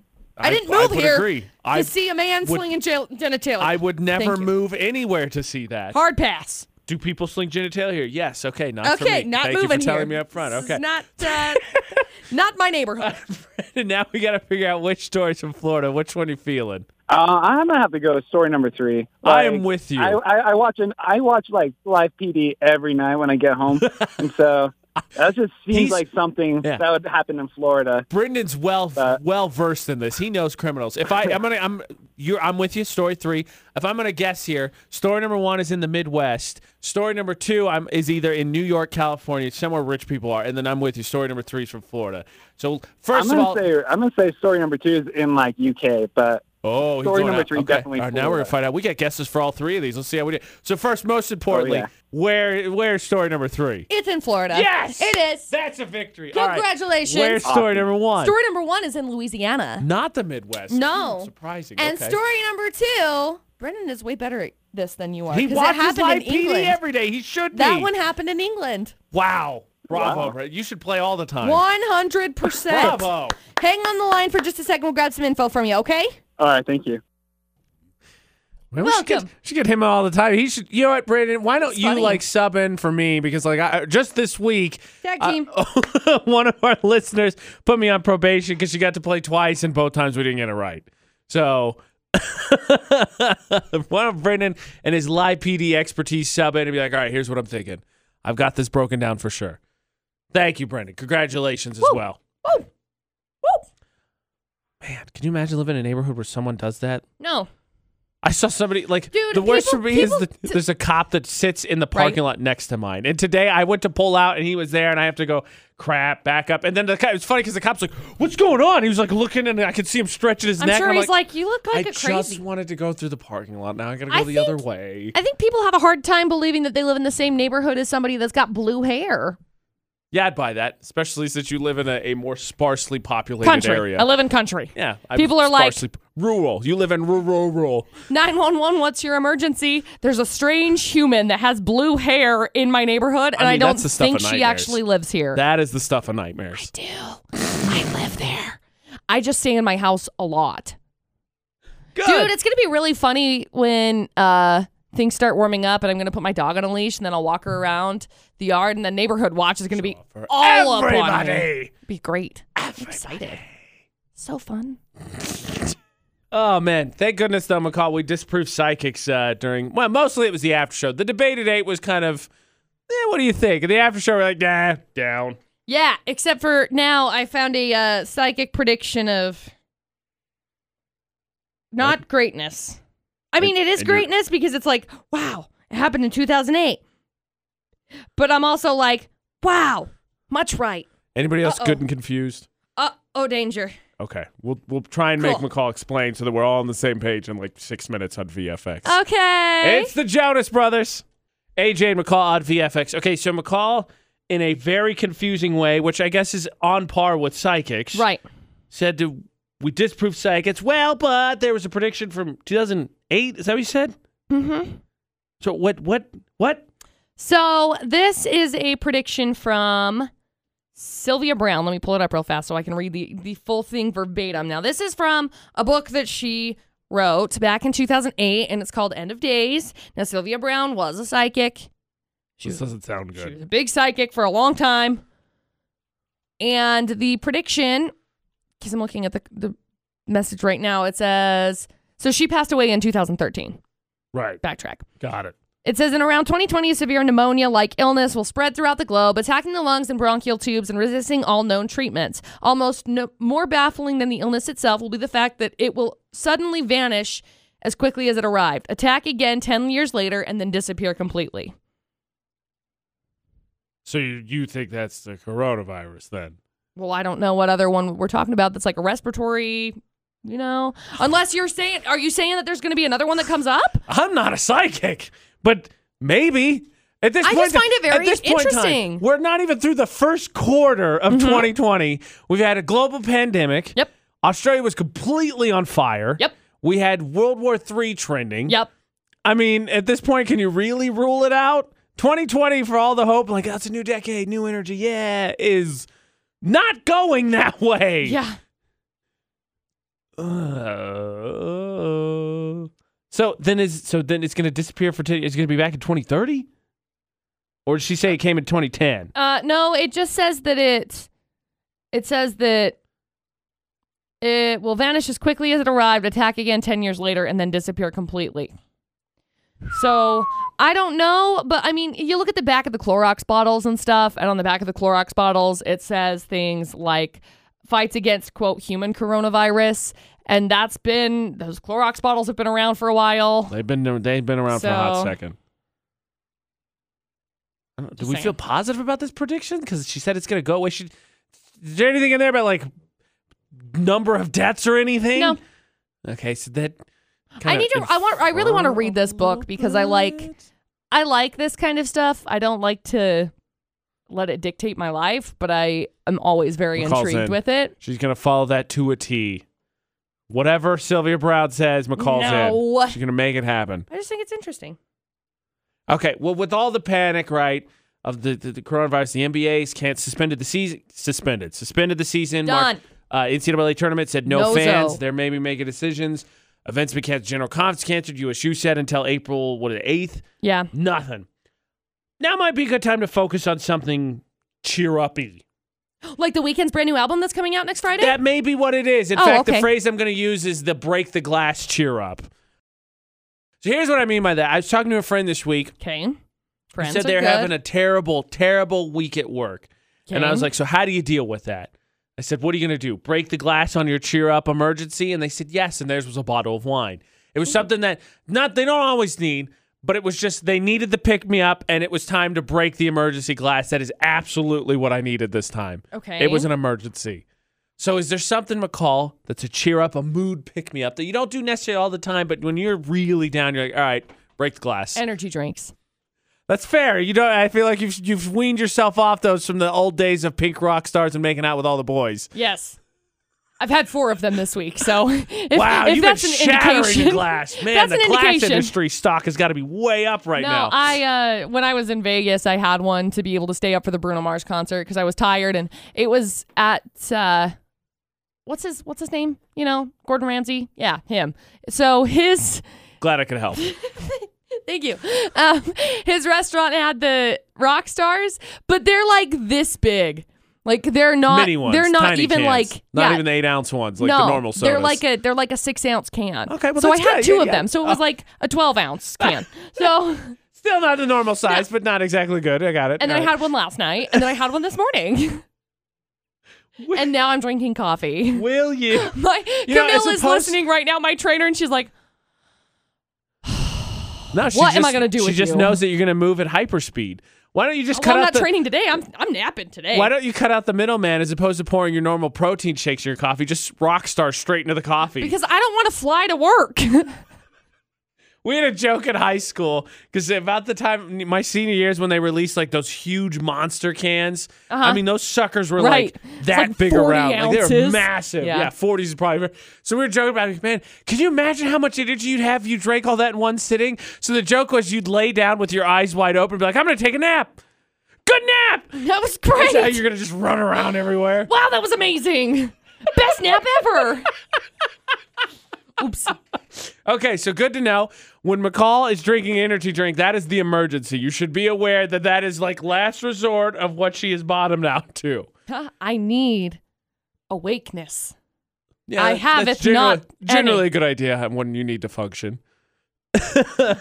[SPEAKER 1] I-
[SPEAKER 2] I, didn't
[SPEAKER 1] I
[SPEAKER 2] move
[SPEAKER 1] would
[SPEAKER 2] here
[SPEAKER 1] agree.
[SPEAKER 2] to
[SPEAKER 1] I
[SPEAKER 2] see a man
[SPEAKER 1] would-
[SPEAKER 2] slinging jail- genitalia.
[SPEAKER 1] I would never
[SPEAKER 2] Thank you.
[SPEAKER 1] move anywhere to see that.
[SPEAKER 2] Hard pass.
[SPEAKER 1] Do people sling genitalia here? Yes. Okay. Not for
[SPEAKER 2] Okay,
[SPEAKER 1] me.
[SPEAKER 2] not
[SPEAKER 1] Thank
[SPEAKER 2] moving
[SPEAKER 1] you for
[SPEAKER 2] here.
[SPEAKER 1] telling me up front.
[SPEAKER 2] This is
[SPEAKER 1] Okay.
[SPEAKER 2] not uh, not my neighborhood.
[SPEAKER 1] and (laughs) now we got to figure out which stories from Florida. Which one you feeling?
[SPEAKER 3] Uh, I'm gonna have to go with story number three.
[SPEAKER 1] I am with you.
[SPEAKER 3] I, I, I watch an I watch like live PD every night when I
[SPEAKER 1] (laughs)
[SPEAKER 3] get home, and so that just seems
[SPEAKER 1] He's-
[SPEAKER 3] like something
[SPEAKER 1] Yeah.
[SPEAKER 3] that would happen in Florida.
[SPEAKER 1] Brendan's well
[SPEAKER 3] Uh,
[SPEAKER 1] well versed in this. He knows criminals. If I I'm gonna I'm you I'm with you. Story three. If I'm gonna guess here, story number one is in the Midwest. Story number two I'm is either in New York, California, somewhere rich people are, and then I'm with you. Story number three is from Florida. So
[SPEAKER 3] I'm
[SPEAKER 1] first of
[SPEAKER 3] gonna
[SPEAKER 1] all,
[SPEAKER 3] say I'm gonna say story number two is in like UK, but
[SPEAKER 1] oh, he's
[SPEAKER 3] story
[SPEAKER 1] going
[SPEAKER 3] number
[SPEAKER 1] out.
[SPEAKER 3] three
[SPEAKER 1] Okay.
[SPEAKER 3] definitely
[SPEAKER 1] All right, now we're gonna
[SPEAKER 3] Florida. Oh,
[SPEAKER 1] find out. We got guesses for all three of these. Let's see how we do. So first, most importantly,
[SPEAKER 3] yeah.
[SPEAKER 1] where where's story number three?
[SPEAKER 2] It's in Florida.
[SPEAKER 1] Yes!
[SPEAKER 2] it is.
[SPEAKER 1] That's a victory. All right.
[SPEAKER 2] Congratulations.
[SPEAKER 1] Where's story number one?
[SPEAKER 2] Story number one is in Louisiana.
[SPEAKER 1] Not the Midwest.
[SPEAKER 2] No.
[SPEAKER 1] Hmm, surprising.
[SPEAKER 2] And
[SPEAKER 1] okay.
[SPEAKER 2] story number two, Brendan is way better at this than you are.
[SPEAKER 1] He
[SPEAKER 2] 'cause it
[SPEAKER 1] watches
[SPEAKER 2] happened
[SPEAKER 1] live
[SPEAKER 2] in
[SPEAKER 1] PD
[SPEAKER 2] England.
[SPEAKER 1] every day. He should
[SPEAKER 2] that
[SPEAKER 1] be.
[SPEAKER 2] one happened in England.
[SPEAKER 1] wow. Bravo.
[SPEAKER 3] Wow.
[SPEAKER 1] Brett. You should play all the time.
[SPEAKER 2] One hundred percent.
[SPEAKER 1] Bravo.
[SPEAKER 2] Hang on the line for just a second. We'll grab some info from you, okay?
[SPEAKER 3] all right, thank you.
[SPEAKER 1] Man, we should get-
[SPEAKER 2] Welcome.
[SPEAKER 1] should get him all the time. He should. You know what, Brandon? Why don't
[SPEAKER 2] It's
[SPEAKER 1] you
[SPEAKER 2] funny.
[SPEAKER 1] like sub in for me? Because like I, just this week,
[SPEAKER 2] Tag
[SPEAKER 1] uh,
[SPEAKER 2] team.
[SPEAKER 1] (laughs) one of our listeners put me on probation because she got to play twice, and both times we didn't get it right. So. (laughs) one of Brendan and his live PD expertise sub in and be like, all right, here's what I'm thinking. I've got this broken down for sure. Thank you, Brendan. Congratulations as
[SPEAKER 2] Woo.
[SPEAKER 1] well.
[SPEAKER 2] Woo. Woo.
[SPEAKER 1] Man, can you imagine living in a neighborhood where someone does that?
[SPEAKER 2] No.
[SPEAKER 1] I saw somebody like
[SPEAKER 2] Dude,
[SPEAKER 1] the worst
[SPEAKER 2] people-
[SPEAKER 1] for me is
[SPEAKER 2] people
[SPEAKER 1] the,
[SPEAKER 2] t-
[SPEAKER 1] there's a cop that sits in the parking lot next to mine. And today I went to pull out and he was there and I have to go crap back up. And then the cop, it's funny because the cop's like, "What's going on?" He was like looking and I could see him stretching his
[SPEAKER 2] I'm
[SPEAKER 1] neck.
[SPEAKER 2] sure
[SPEAKER 1] and
[SPEAKER 2] he's like, you look
[SPEAKER 1] I
[SPEAKER 2] like a
[SPEAKER 1] just
[SPEAKER 2] crazy.
[SPEAKER 1] wanted to go through the parking lot. Now I gotta go
[SPEAKER 2] I
[SPEAKER 1] the
[SPEAKER 2] think-
[SPEAKER 1] other way.
[SPEAKER 2] I think people have a hard time believing that they live in the same neighborhood as somebody that's got blue hair.
[SPEAKER 1] Yeah, I'd buy that, especially since you live in a, a more sparsely populated
[SPEAKER 2] Country.
[SPEAKER 1] area.
[SPEAKER 2] I live in country.
[SPEAKER 1] yeah, I-
[SPEAKER 2] People are like-
[SPEAKER 1] sparsely- rural. You live in rural, rural.
[SPEAKER 2] 911, what's your emergency? There's a strange human that has blue hair in my neighborhood, and I,
[SPEAKER 1] mean,
[SPEAKER 2] don't
[SPEAKER 1] that's the stuff
[SPEAKER 2] think
[SPEAKER 1] of
[SPEAKER 2] she
[SPEAKER 1] nightmares.
[SPEAKER 2] actually lives here.
[SPEAKER 1] That is the stuff of nightmares.
[SPEAKER 2] do. I live there. I just stay in my house a lot.
[SPEAKER 1] Good.
[SPEAKER 2] Dude, it's gonna be really funny when uh things start warming up and I'm gonna put my dog on a leash and then I'll walk her around the yard and the neighborhood watch is gonna be
[SPEAKER 1] for
[SPEAKER 2] all up on me.
[SPEAKER 1] everybody.
[SPEAKER 2] Be great. I'm excited. So fun.
[SPEAKER 1] Oh man! Thank goodness, though, McCall, we disproved psychics uh, during. Well, mostly it was the after show. The debate at eight was kind of, eh, what do you think? And the after show, we're like, nah, down.
[SPEAKER 2] Yeah, except for now I found a uh, psychic prediction of not greatness. I mean, it is
[SPEAKER 1] and you're-
[SPEAKER 2] greatness because it's like, wow, it happened in 2008. But I'm also like, wow, much right.
[SPEAKER 1] Anybody else
[SPEAKER 2] Uh-oh.
[SPEAKER 1] good and confused?
[SPEAKER 2] Uh, oh, danger.
[SPEAKER 1] Okay, we'll we'll try and
[SPEAKER 2] Cool.
[SPEAKER 1] make McCall explain so that we're all on the same page in like six minutes on VFX.
[SPEAKER 2] Okay.
[SPEAKER 1] It's the Jonas Brothers. AJ and McCall on VFX. Okay, so McCall, in a very confusing way, which I guess is on par with psychics,
[SPEAKER 2] right.
[SPEAKER 1] said to we disproved psychics. Well, but there was a prediction from 2008. Is that what you said?
[SPEAKER 2] Mm-hmm.
[SPEAKER 1] So what? What? What?
[SPEAKER 2] So this is a prediction from Sylvia Brown. Let me pull it up real fast so I can read the, the full thing verbatim. Now, this is from a book that she wrote back in 2008, and it's called End of Days. Now, Sylvia Brown was a psychic. She was,
[SPEAKER 1] doesn't sound
[SPEAKER 2] she was a big psychic for a long time. And the prediction, because I'm looking at the, the message right now, it says, so she passed away in 2013.
[SPEAKER 1] Right.
[SPEAKER 2] Backtrack.
[SPEAKER 1] Got it.
[SPEAKER 2] It says in around 2020, a severe pneumonia like illness will spread throughout the globe, attacking the lungs and bronchial tubes and resisting all known treatments. Almost no, more baffling than the illness itself will be the fact that it will suddenly vanish as quickly as it arrived, attack again 10 years later, and then disappear completely.
[SPEAKER 1] So you, you think that's the coronavirus then?
[SPEAKER 2] Well, I don't know what other one we're talking about that's like a respiratory, you know? Unless you're saying, are you saying that there's going to be another one that comes up?
[SPEAKER 1] I'm not a psychic, but maybe. At this
[SPEAKER 2] I
[SPEAKER 1] point,
[SPEAKER 2] just find it
[SPEAKER 1] at
[SPEAKER 2] very
[SPEAKER 1] this point in time,
[SPEAKER 2] interesting. Mm-hmm.
[SPEAKER 1] we're not even through the first quarter of 2020. We've had a global pandemic.
[SPEAKER 2] Yep.
[SPEAKER 1] Australia was completely on fire.
[SPEAKER 2] Yep.
[SPEAKER 1] We had World War III trending.
[SPEAKER 2] Yep.
[SPEAKER 1] I mean, at this point, can you really rule it out? 2020 for all the hope, like that's a new decade, new energy, yeah, is not going that way.
[SPEAKER 2] Yeah.
[SPEAKER 1] Uh, so then is so then it's gonna disappear for ten. It's gonna be back in 2030, or did she say it came in 2010?
[SPEAKER 2] Uh, no, it just says that it. It says that it will vanish as quickly as it arrived, attack again ten years later, and then disappear completely. So I don't know, but I mean, you look at the back of the Clorox bottles and stuff, and on the back of the Clorox bottles, it says things like fights against quote human coronavirus, and that's been those Clorox bottles have been around for a while.
[SPEAKER 1] They've been they've been around for a hot
[SPEAKER 2] So-
[SPEAKER 1] second. I don't- Do
[SPEAKER 2] Just
[SPEAKER 1] we
[SPEAKER 2] saying.
[SPEAKER 1] feel positive about this prediction? Because she said it's gonna go away. She, is there anything in there about like number of deaths or anything?
[SPEAKER 2] No.
[SPEAKER 1] Okay, so that.
[SPEAKER 2] I
[SPEAKER 1] kinda
[SPEAKER 2] need to. I want. I really want to
[SPEAKER 1] infer
[SPEAKER 2] read
[SPEAKER 1] a
[SPEAKER 2] this
[SPEAKER 1] little
[SPEAKER 2] book because I like.
[SPEAKER 1] bit.
[SPEAKER 2] I like this kind of stuff. I don't like to let it dictate my life, but I am always very
[SPEAKER 1] McCall's
[SPEAKER 2] intrigued
[SPEAKER 1] in.
[SPEAKER 2] with it.
[SPEAKER 1] She's gonna follow that to a T. Whatever Sylvia Brown says, McCall's
[SPEAKER 2] No.
[SPEAKER 1] in. She's gonna make it happen.
[SPEAKER 2] I just think it's interesting.
[SPEAKER 1] Okay. Well, with all the panic, right, of the the, the coronavirus, the NBA's can't suspended the season. Suspended, suspended the season. Mark-
[SPEAKER 2] Done.
[SPEAKER 1] uh, NCAA tournament said no
[SPEAKER 2] Nozo.
[SPEAKER 1] fans. They're maybe making decisions. Events been canceled. General Conference canceled. USU said until April what eighth.
[SPEAKER 2] Yeah.
[SPEAKER 1] Nothing. Now might be a good time to focus on something cheer uppy.
[SPEAKER 2] Like the weekend's brand new album that's coming out next Friday?
[SPEAKER 1] That may be what it is. In
[SPEAKER 2] Oh,
[SPEAKER 1] fact, the
[SPEAKER 2] okay.
[SPEAKER 1] phrase I'm going to use is the break the glass cheer up. So here's what I mean by that. I was talking to a friend this week
[SPEAKER 2] Okay.
[SPEAKER 1] who
[SPEAKER 2] Friends
[SPEAKER 1] said they're
[SPEAKER 2] are good.
[SPEAKER 1] having a terrible, terrible week at work. And I was
[SPEAKER 2] Okay.
[SPEAKER 1] like, so how do you deal with that? I said, what are you going to do? Break the glass on your cheer up emergency? And they said, yes. And theirs was a bottle of wine. It
[SPEAKER 2] Hmm.
[SPEAKER 1] was something that not they don't always need, but it was just they needed the pick me up and it was time to break the emergency glass. That is absolutely what I needed this time.
[SPEAKER 2] Okay.
[SPEAKER 1] It was an emergency. So is there something, McCall, that's a cheer up, a mood pick me up that you don't do necessarily all the time, but when you're really down, you're like, all right, break the glass.
[SPEAKER 2] energy drinks.
[SPEAKER 1] That's fair. You don't. I feel like you've you've weaned yourself off those from the old days of pink rock stars and making out with all the boys.
[SPEAKER 2] Yes. I've had four of them this week, so (laughs) if,
[SPEAKER 1] Wow,
[SPEAKER 2] if
[SPEAKER 1] you've
[SPEAKER 2] that's
[SPEAKER 1] been
[SPEAKER 2] an
[SPEAKER 1] shattering
[SPEAKER 2] indication,
[SPEAKER 1] glass.
[SPEAKER 2] (laughs)
[SPEAKER 1] Man,
[SPEAKER 2] that's
[SPEAKER 1] the
[SPEAKER 2] an
[SPEAKER 1] glass
[SPEAKER 2] indication.
[SPEAKER 1] industry stock has got to be way up right
[SPEAKER 2] No,
[SPEAKER 1] now.
[SPEAKER 2] I uh, when I was in Vegas, I had one to be able to stay up for the Bruno Mars concert because I was tired, and it was at uh, what's his what's his name? You know, Gordon Ramsay. Yeah, him. So his (laughs)
[SPEAKER 1] Glad I could help.
[SPEAKER 2] thank you. Um, his restaurant had the rock stars, but they're like this big. Like they're not.
[SPEAKER 1] Mini ones.
[SPEAKER 2] they're not
[SPEAKER 1] tiny
[SPEAKER 2] even
[SPEAKER 1] cans.
[SPEAKER 2] like
[SPEAKER 1] not
[SPEAKER 2] yeah,
[SPEAKER 1] even the eight ounce ones, like
[SPEAKER 2] no,
[SPEAKER 1] the normal sodas.
[SPEAKER 2] They're like a they're like a six ounce can.
[SPEAKER 1] Okay, well,
[SPEAKER 2] so
[SPEAKER 1] that's
[SPEAKER 2] I had
[SPEAKER 1] good.
[SPEAKER 2] two
[SPEAKER 1] Yeah,
[SPEAKER 2] of
[SPEAKER 1] yeah. Uh,
[SPEAKER 2] them, so it was like a twelve
[SPEAKER 1] (laughs)
[SPEAKER 2] ounce can. so
[SPEAKER 1] Still not the normal size, but not exactly good. I got it.
[SPEAKER 2] and then I
[SPEAKER 1] Got
[SPEAKER 2] had one last night, and then I had one
[SPEAKER 1] (laughs)
[SPEAKER 2] this morning,
[SPEAKER 1] Wh-
[SPEAKER 2] and now I'm drinking
[SPEAKER 1] it.
[SPEAKER 2] coffee.
[SPEAKER 1] (laughs) Will you?
[SPEAKER 2] (gasps) My
[SPEAKER 1] You know,
[SPEAKER 2] Camille
[SPEAKER 1] as
[SPEAKER 2] is
[SPEAKER 1] opposed-
[SPEAKER 2] listening right now, my trainer, and she's like,
[SPEAKER 1] No, she
[SPEAKER 2] What am
[SPEAKER 1] just-
[SPEAKER 2] I gonna do
[SPEAKER 1] She
[SPEAKER 2] with
[SPEAKER 1] just
[SPEAKER 2] you?
[SPEAKER 1] knows that you're gonna move at hyperspeed. Why don't you just
[SPEAKER 2] "Oh, well,
[SPEAKER 1] cut
[SPEAKER 2] "I'm
[SPEAKER 1] out
[SPEAKER 2] not
[SPEAKER 1] the?
[SPEAKER 2] training today. I'm I'm napping today."
[SPEAKER 1] Why don't you cut out the middleman as opposed to pouring your normal protein shakes in your coffee? Just rock star straight into the coffee.
[SPEAKER 2] because I don't want to fly to work. (laughs)
[SPEAKER 1] we had a joke in high school because about the time my senior years when they released like those huge monster cans. I mean, those suckers were
[SPEAKER 2] Uh-huh. Right.
[SPEAKER 1] like
[SPEAKER 2] It's
[SPEAKER 1] that
[SPEAKER 2] like
[SPEAKER 1] big
[SPEAKER 2] 40
[SPEAKER 1] around. Like, they were
[SPEAKER 2] ounces.
[SPEAKER 1] massive.
[SPEAKER 2] Yeah.
[SPEAKER 1] Yeah, forties is probably. So we were joking about it. Man, can you imagine how much energy you'd have if you drank all that in one sitting? So the joke was you'd lay down with your eyes wide open, and be like, "I'm gonna take a nap. Good nap."
[SPEAKER 2] that was
[SPEAKER 1] That's how
[SPEAKER 2] great.
[SPEAKER 1] you're gonna just run around everywhere.
[SPEAKER 2] Wow, that was amazing. Best nap ever. Oops.
[SPEAKER 1] Okay, so good to know. When McCall is drinking energy drink, that is the emergency. You should be aware that that is like last resort of what she is bottomed out to.
[SPEAKER 2] I need
[SPEAKER 1] (laughs)
[SPEAKER 2] awakeness.
[SPEAKER 1] Yeah,
[SPEAKER 2] I
[SPEAKER 1] that's-
[SPEAKER 2] have,
[SPEAKER 1] that's
[SPEAKER 2] if not
[SPEAKER 1] generally
[SPEAKER 2] any.
[SPEAKER 1] a good idea when you need to function.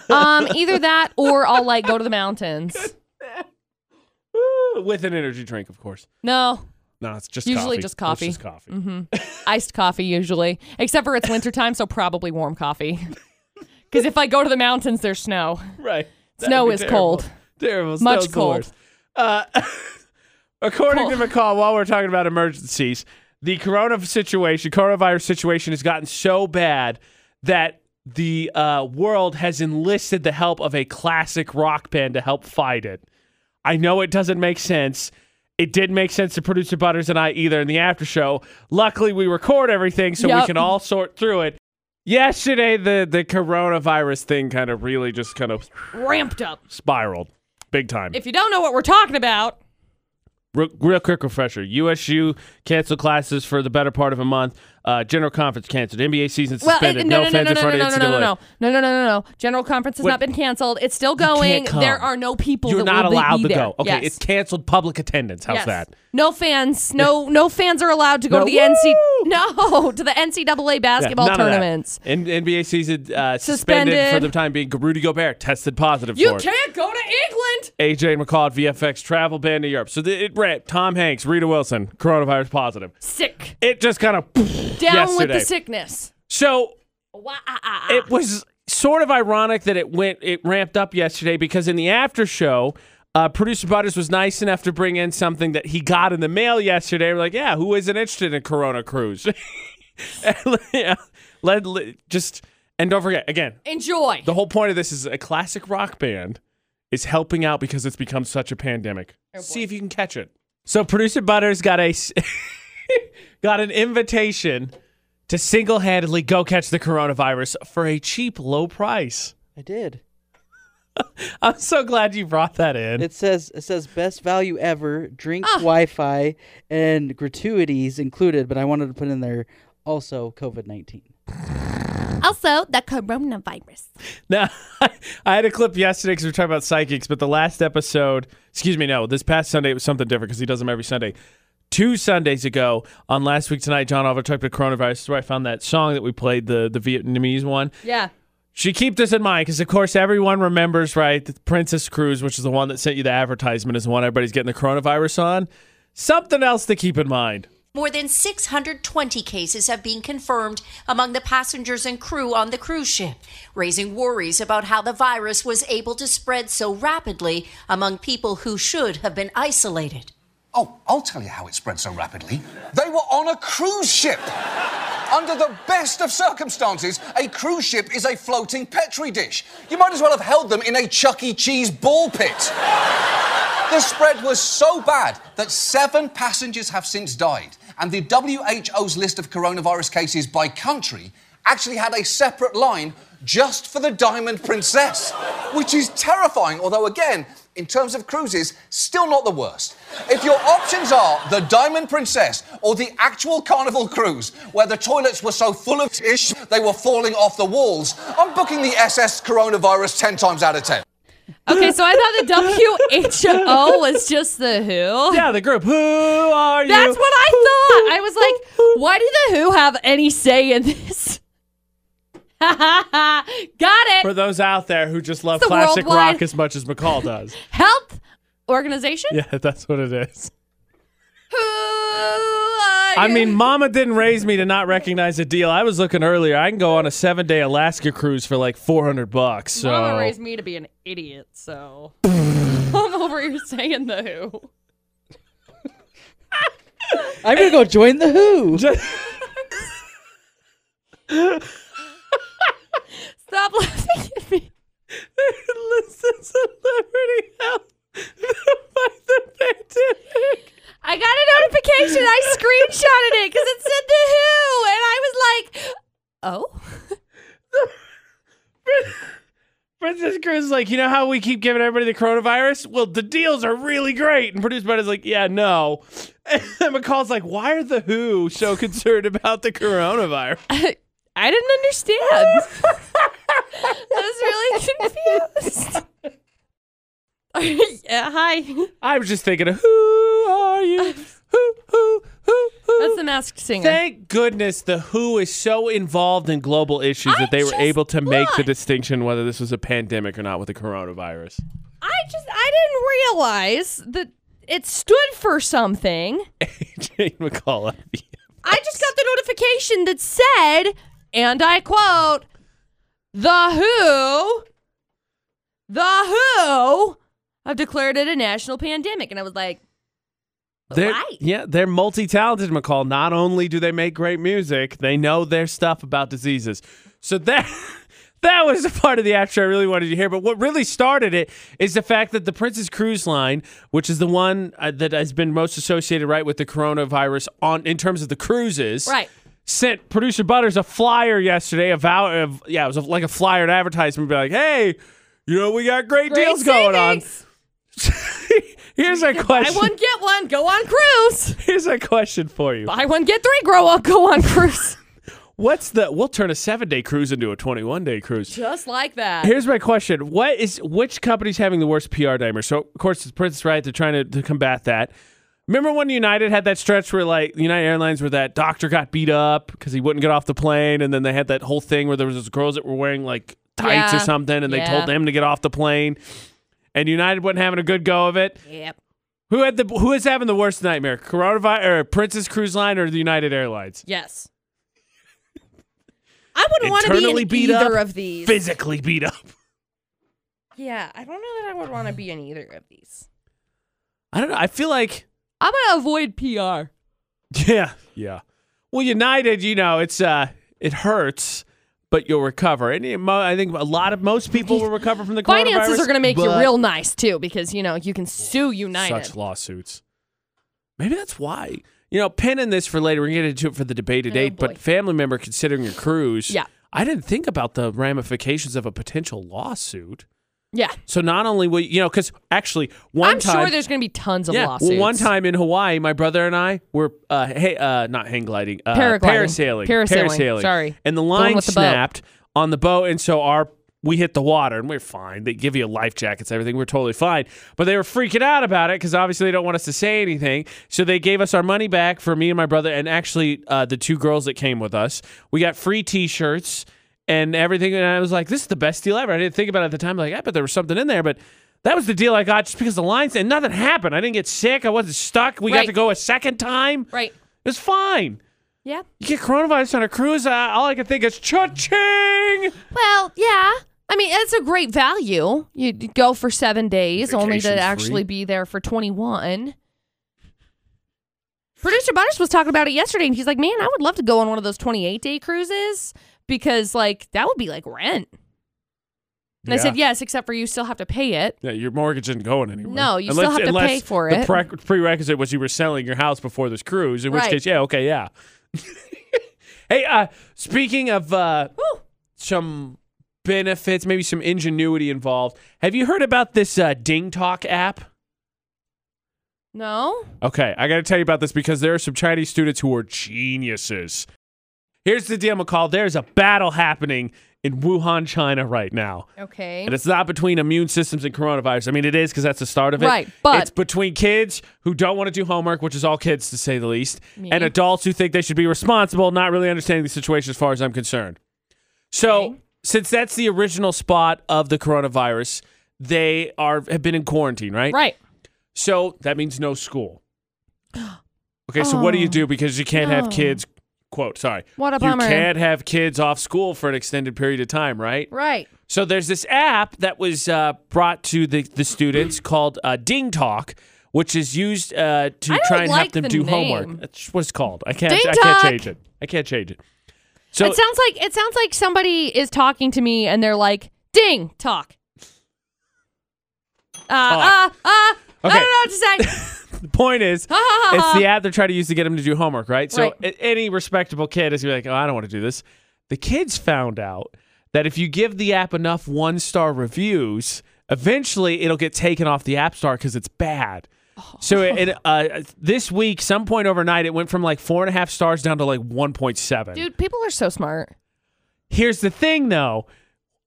[SPEAKER 2] Um, either that or I'll like go to the mountains.
[SPEAKER 1] Woo, With an energy drink, of course.
[SPEAKER 2] No,
[SPEAKER 1] No, it's just
[SPEAKER 2] Usually
[SPEAKER 1] coffee.
[SPEAKER 2] just
[SPEAKER 1] It's
[SPEAKER 2] coffee. Mm-hmm.
[SPEAKER 1] just coffee.
[SPEAKER 2] iced coffee usually, except for it's wintertime, so probably warm coffee. (laughs) Because if I go to the mountains, there's snow.
[SPEAKER 1] (laughs) Right. That
[SPEAKER 2] Snow
[SPEAKER 1] would be
[SPEAKER 2] is
[SPEAKER 1] terrible.
[SPEAKER 2] cold.
[SPEAKER 1] Terrible.
[SPEAKER 2] Much
[SPEAKER 1] Snow's the
[SPEAKER 2] cold.
[SPEAKER 1] worst. Uh, (laughs) according to McCall, while we're talking about emergencies, the corona situation, coronavirus situation, has gotten so bad that the uh, world has enlisted the help of a classic rock band to help fight it. I know it doesn't make sense. It didn't make sense to producer Butters and I either in the after show. Luckily, we record everything so we
[SPEAKER 2] Yep.
[SPEAKER 1] can all sort through it. Yesterday, the, the coronavirus thing kind of really just kind of
[SPEAKER 2] Ramped up.
[SPEAKER 1] spiraled big time.
[SPEAKER 2] If you don't know what we're talking about,
[SPEAKER 1] real, real quick refresher USU canceled classes for the better part of a month. Uh, General conference canceled. NBA season
[SPEAKER 2] well, it,
[SPEAKER 1] suspended.
[SPEAKER 2] no, no, no,
[SPEAKER 1] fans
[SPEAKER 2] no,
[SPEAKER 1] in
[SPEAKER 2] no, no,
[SPEAKER 1] front
[SPEAKER 2] no,
[SPEAKER 1] of
[SPEAKER 2] no, no, no, no,
[SPEAKER 1] NCAA.
[SPEAKER 2] no, no, no, no, no. General conference has
[SPEAKER 1] What-
[SPEAKER 2] not been canceled. It's still going.
[SPEAKER 1] come.
[SPEAKER 2] There are no people.
[SPEAKER 1] You're
[SPEAKER 2] that
[SPEAKER 1] not
[SPEAKER 2] will be
[SPEAKER 1] allowed to
[SPEAKER 2] there.
[SPEAKER 1] go. Okay,
[SPEAKER 2] yes.
[SPEAKER 1] it's canceled public attendance. How's
[SPEAKER 2] yes.
[SPEAKER 1] that?
[SPEAKER 2] No fans. No, no fans are allowed to go
[SPEAKER 1] No,
[SPEAKER 2] to the NC.
[SPEAKER 1] woo!
[SPEAKER 2] No, to the NCAA
[SPEAKER 1] Yeah,
[SPEAKER 2] basketball
[SPEAKER 1] none of that.
[SPEAKER 2] tournaments.
[SPEAKER 1] N- NBA season uh, suspended, for
[SPEAKER 2] Suspended.
[SPEAKER 1] the time being. Rudy Gobert tested positive
[SPEAKER 2] You
[SPEAKER 1] for it.
[SPEAKER 2] can't go to England.
[SPEAKER 1] AJ McCall at VFX travel ban to Europe. So th- it ran. Tom Hanks, Rita Wilson, coronavirus positive.
[SPEAKER 2] Sick.
[SPEAKER 1] It just kind of.
[SPEAKER 2] Down with
[SPEAKER 1] Yesterday.
[SPEAKER 2] the sickness.
[SPEAKER 1] So
[SPEAKER 2] Wah. ah,
[SPEAKER 1] it was sort of ironic that it went it ramped up yesterday because in the after show uh, producer butters was nice enough to bring in something that he got in the mail yesterday we're like yeah who isn't interested in corona cruise (laughs) And, yeah, let, let- just and don't forget again
[SPEAKER 2] Enjoy.
[SPEAKER 1] the whole point of this is a classic rock band is helping out because it's become such a pandemic see if you can catch it so producer butters got a s- (laughs) got an invitation to single-handedly go catch the coronavirus for a cheap low price
[SPEAKER 4] I did.
[SPEAKER 1] I'm so glad you brought that in.
[SPEAKER 4] It says it says best value ever, drinks, Wi-Fi, and gratuities included. But I wanted to put in there also COVID nineteen.
[SPEAKER 2] Also, the coronavirus.
[SPEAKER 1] (laughs) Now, I had a clip yesterday because we were talking about psychics, but the last episode, excuse me, no, this past Sunday it was something different because he does them every Sunday. Two Sundays ago on last week tonight, John Oliver talked about coronavirus. This is where I found that song that we played, the the Vietnamese one.
[SPEAKER 2] Yeah.
[SPEAKER 1] Should keep this in mind because, of course, everyone remembers, right? The Princess Cruise, which is the one that sent you the advertisement, is the one everybody's getting the coronavirus on. Something else to keep in mind.
[SPEAKER 5] More than 620 cases have been confirmed among the passengers and crew on the cruise ship, raising worries about how the virus was able to spread so rapidly among people who should have been isolated.
[SPEAKER 6] Oh, I'll tell you how it spread so rapidly. They were on a cruise ship. Under the best of circumstances, a cruise ship is a floating Petri dish. You might as well have held them in a Chuck E. Cheese ball pit. The spread was so bad that seven passengers have since died, and the WHO's list of coronavirus cases by country actually had a separate line just for the Diamond Princess, which is terrifying, although, again, in terms of cruises, still not the worst. If your options are the Diamond Princess or the actual Carnival cruise, where the toilets were so full of ish they were falling off the walls, I'm booking the SS coronavirus 10 times out of 10.
[SPEAKER 2] Okay, so I thought the WHO was just the Who.
[SPEAKER 1] Yeah, the group. Who are you?
[SPEAKER 2] That's what I thought. I was like, why do the Who have any say in this? (laughs) Got
[SPEAKER 1] For
[SPEAKER 2] it.
[SPEAKER 1] those out there who just love
[SPEAKER 2] It's the
[SPEAKER 1] classic
[SPEAKER 2] worldwide-
[SPEAKER 1] rock as much as McCall does. (laughs)
[SPEAKER 2] Health organization?
[SPEAKER 1] yeah, that's what it is.
[SPEAKER 2] Who are
[SPEAKER 1] I
[SPEAKER 2] you?
[SPEAKER 1] mean, Mama didn't raise me to not recognize a deal. I was looking earlier. I can go on a seven-day Alaska cruise for like four hundred bucks. So
[SPEAKER 2] Mama
[SPEAKER 1] (laughs)
[SPEAKER 2] raised me to be an idiot, so (laughs) I'm over here saying the Who.
[SPEAKER 4] I'm gonna go join the Who.
[SPEAKER 2] Stop (laughs) laughing at me.
[SPEAKER 1] listens to Liberty Health by the pandemic.
[SPEAKER 2] I got a notification. I screenshotted it because it said the Who, and I was like, oh.
[SPEAKER 1] Princess Cruise is like, you know how we keep giving everybody the coronavirus? Well, the deals are really great. And produced by is like, yeah, no. (laughs) And McCall's like, why are the Who so concerned about the coronavirus?
[SPEAKER 2] (laughs) I didn't understand. (laughs) I was really confused. (laughs) yeah, hi.
[SPEAKER 1] I was just thinking, of, who are
[SPEAKER 2] (laughs)
[SPEAKER 1] you? Who, who, who, who?
[SPEAKER 2] That's the masked singer.
[SPEAKER 1] Thank goodness the WHO is so involved in global issues that they were
[SPEAKER 2] just
[SPEAKER 1] able to make the
[SPEAKER 2] looked.
[SPEAKER 1] distinction whether this was a pandemic or not with the coronavirus. (laughs)
[SPEAKER 2] I just I didn't realize that it stood for something.
[SPEAKER 1] Jane
[SPEAKER 2] (laughs)
[SPEAKER 1] McCall.
[SPEAKER 2] I just got the notification that said, and I quote, the WHO, the WHO have declared it a national pandemic. And I was like, but
[SPEAKER 1] They're,
[SPEAKER 2] why?
[SPEAKER 1] Yeah, they're multi-talented, McCall. Not only do they make great music, they know their stuff about diseases. So that (laughs) that was the part of the after I really wanted to hear. But what really started it is the fact that the Princess Cruise Line, which is the one uh, that has been most associated right with the coronavirus on in terms of the cruises,
[SPEAKER 2] Right.
[SPEAKER 1] sent producer Butters a flyer yesterday. A vow, of, yeah, it was a, like a flyer, an advertisement, be like, hey, you know, we got great,
[SPEAKER 2] Great
[SPEAKER 1] deals going on.
[SPEAKER 2] savings.
[SPEAKER 1] (laughs) Here's a
[SPEAKER 2] Buy
[SPEAKER 1] question.
[SPEAKER 2] one, get one, go on cruise.
[SPEAKER 1] Here's a question for you.
[SPEAKER 2] Buy one, get three, grow up, go on cruise. (laughs)
[SPEAKER 1] What's the? We'll turn a seven-day cruise into a twenty-one-day cruise.
[SPEAKER 2] Just like that.
[SPEAKER 1] Here's my question: What is which company's having the worst PR dimer? So of course it's Princess Right. They're trying to, to combat that. Remember when United had that stretch where like United Airlines, where that doctor got beat up because he wouldn't get off the plane, and then they had that whole thing where there was those girls that were wearing like tights
[SPEAKER 2] Yeah.
[SPEAKER 1] or something, and they
[SPEAKER 2] Yeah.
[SPEAKER 1] told them to get off the plane, and United wasn't having a good go of it.
[SPEAKER 2] yep.
[SPEAKER 1] Who had the who is having the worst nightmare? Coronavirus or Princess Cruise Line or the United Airlines?
[SPEAKER 2] Yes. I wouldn't want to be
[SPEAKER 1] Internally
[SPEAKER 2] in
[SPEAKER 1] beat
[SPEAKER 2] either
[SPEAKER 1] up,
[SPEAKER 2] of these.
[SPEAKER 1] Physically beat up.
[SPEAKER 2] yeah, I don't know that I would want to be in either of these.
[SPEAKER 1] I don't know. I feel like
[SPEAKER 2] I'm gonna avoid PR.
[SPEAKER 1] yeah, yeah. Well, United, you know, it's uh, it hurts, but you'll recover. And it, mo- I think a lot of most people will recover from the
[SPEAKER 2] Finances
[SPEAKER 1] coronavirus,
[SPEAKER 2] are going to make you
[SPEAKER 1] but-
[SPEAKER 2] real nice too, because you know you can sue United.
[SPEAKER 1] Such lawsuits. Maybe that's why. You know, pinning this for later. We're going to get into it for the debate at
[SPEAKER 2] Oh,
[SPEAKER 1] eight.
[SPEAKER 2] boy.
[SPEAKER 1] But family member considering a cruise.
[SPEAKER 2] Yeah.
[SPEAKER 1] I didn't think about the ramifications of a potential lawsuit.
[SPEAKER 2] yeah,
[SPEAKER 1] So not only will you know, because actually one
[SPEAKER 2] I'm
[SPEAKER 1] time
[SPEAKER 2] sure there's going to be tons of
[SPEAKER 1] yeah,
[SPEAKER 2] lawsuits.
[SPEAKER 1] well, one time in Hawaii, my brother and I were uh, hey, uh, not hang gliding, uh,
[SPEAKER 2] Paragliding.
[SPEAKER 1] parasailing,
[SPEAKER 2] Parasailing, sorry.
[SPEAKER 1] and the
[SPEAKER 2] one
[SPEAKER 1] line
[SPEAKER 2] with the boat.
[SPEAKER 1] snapped on the boat, and so our we hit the water, and we're fine. They give you life jackets, everything. We're totally fine, but they were freaking out about it because obviously they don't want us to say anything. So they gave us our money back for me and my brother, and actually uh, the two girls that came with us. We got free T-shirts and everything. And I was like, this is the best deal ever. I didn't think about it at the time. Like, I bet there was something in there, but that was the deal I got just because the lines and nothing happened. I didn't get sick. I wasn't stuck. We got
[SPEAKER 2] Right.
[SPEAKER 1] to go a second time.
[SPEAKER 2] right?
[SPEAKER 1] It was fine.
[SPEAKER 2] Yeah.
[SPEAKER 1] You get coronavirus on a cruise. Uh, all I can think is cha-ching.
[SPEAKER 2] Well, yeah. I mean, it's a great value. You go for seven days, only to
[SPEAKER 1] Vacation's
[SPEAKER 2] actually
[SPEAKER 1] free.
[SPEAKER 2] be there for 21. Producer Butters was talking about it yesterday, and he's like, "Man, I would love to go on one of those 28 day cruises because, like, that would be like rent." And I said, "Yes, except for you still have to pay it."
[SPEAKER 1] Yeah, your mortgage isn't going anywhere.
[SPEAKER 2] No, you still have to pay for
[SPEAKER 1] the
[SPEAKER 2] it.
[SPEAKER 1] pre- prerequisite was you were selling your house before this cruise, in which
[SPEAKER 2] Right.
[SPEAKER 1] case, yeah, okay, yeah. (laughs) hey, uh, speaking of uh,
[SPEAKER 2] Woo.
[SPEAKER 1] some benefits, maybe some ingenuity involved, have you heard about this uh, Ding Talk app?
[SPEAKER 2] No.
[SPEAKER 1] Okay, I got to tell you about this because there are some Chinese students who are geniuses. Here's the deal, McCall. There's a battle happening in Wuhan, China right now.
[SPEAKER 2] Okay.
[SPEAKER 1] And it's not between immune systems and coronavirus. I mean, it is because that's the start of it.
[SPEAKER 2] Right, but-
[SPEAKER 1] it's between kids who don't want to do homework, which is all kids to say the least, and adults who think they should be responsible, not really understanding the situation as far as I'm concerned. So, since that's the original spot of the coronavirus, they are have been in quarantine, right?
[SPEAKER 2] Right.
[SPEAKER 1] So that means no
[SPEAKER 2] (gasps)
[SPEAKER 1] school. Okay, so what do you do because you can't have
[SPEAKER 2] Oh. no.
[SPEAKER 1] kids? Quote, sorry.
[SPEAKER 2] What a
[SPEAKER 1] You
[SPEAKER 2] bummer.
[SPEAKER 1] can't have kids off school for an extended period of time, right?
[SPEAKER 2] Right.
[SPEAKER 1] So there's this app that was uh, brought to the, the
[SPEAKER 2] (clears throat)
[SPEAKER 1] students called uh, Ding Talk, which is used uh, to
[SPEAKER 2] I don't
[SPEAKER 1] try and
[SPEAKER 2] like
[SPEAKER 1] help them
[SPEAKER 2] the
[SPEAKER 1] do
[SPEAKER 2] name.
[SPEAKER 1] homework. That's what it's called. I can't.
[SPEAKER 2] Ding
[SPEAKER 1] I can't
[SPEAKER 2] Talk!
[SPEAKER 1] change it. I can't change it. So
[SPEAKER 2] it sounds like it sounds like somebody is talking to me and they're like, "Ding, talk." Uh, uh,
[SPEAKER 1] Talk.
[SPEAKER 2] uh,
[SPEAKER 1] Okay.
[SPEAKER 2] I don't
[SPEAKER 1] (laughs)
[SPEAKER 2] know what to say.
[SPEAKER 1] the point is,
[SPEAKER 2] (laughs) Ha, ha, ha,
[SPEAKER 1] it's
[SPEAKER 2] ha.
[SPEAKER 1] the app they're trying to use to get them to do homework, right? So
[SPEAKER 2] Right.
[SPEAKER 1] a- any respectable kid is gonna be like, "Oh, I don't want to do this." The kids found out that if you give the app enough one star reviews, eventually it'll get taken off the app store because it's bad.
[SPEAKER 2] Oh.
[SPEAKER 1] So it,
[SPEAKER 2] (laughs)
[SPEAKER 1] it, uh, this week, some point overnight, it went from like four and a half stars down to like one point seven.
[SPEAKER 2] Dude, people are so smart.
[SPEAKER 1] Here's the thing, though.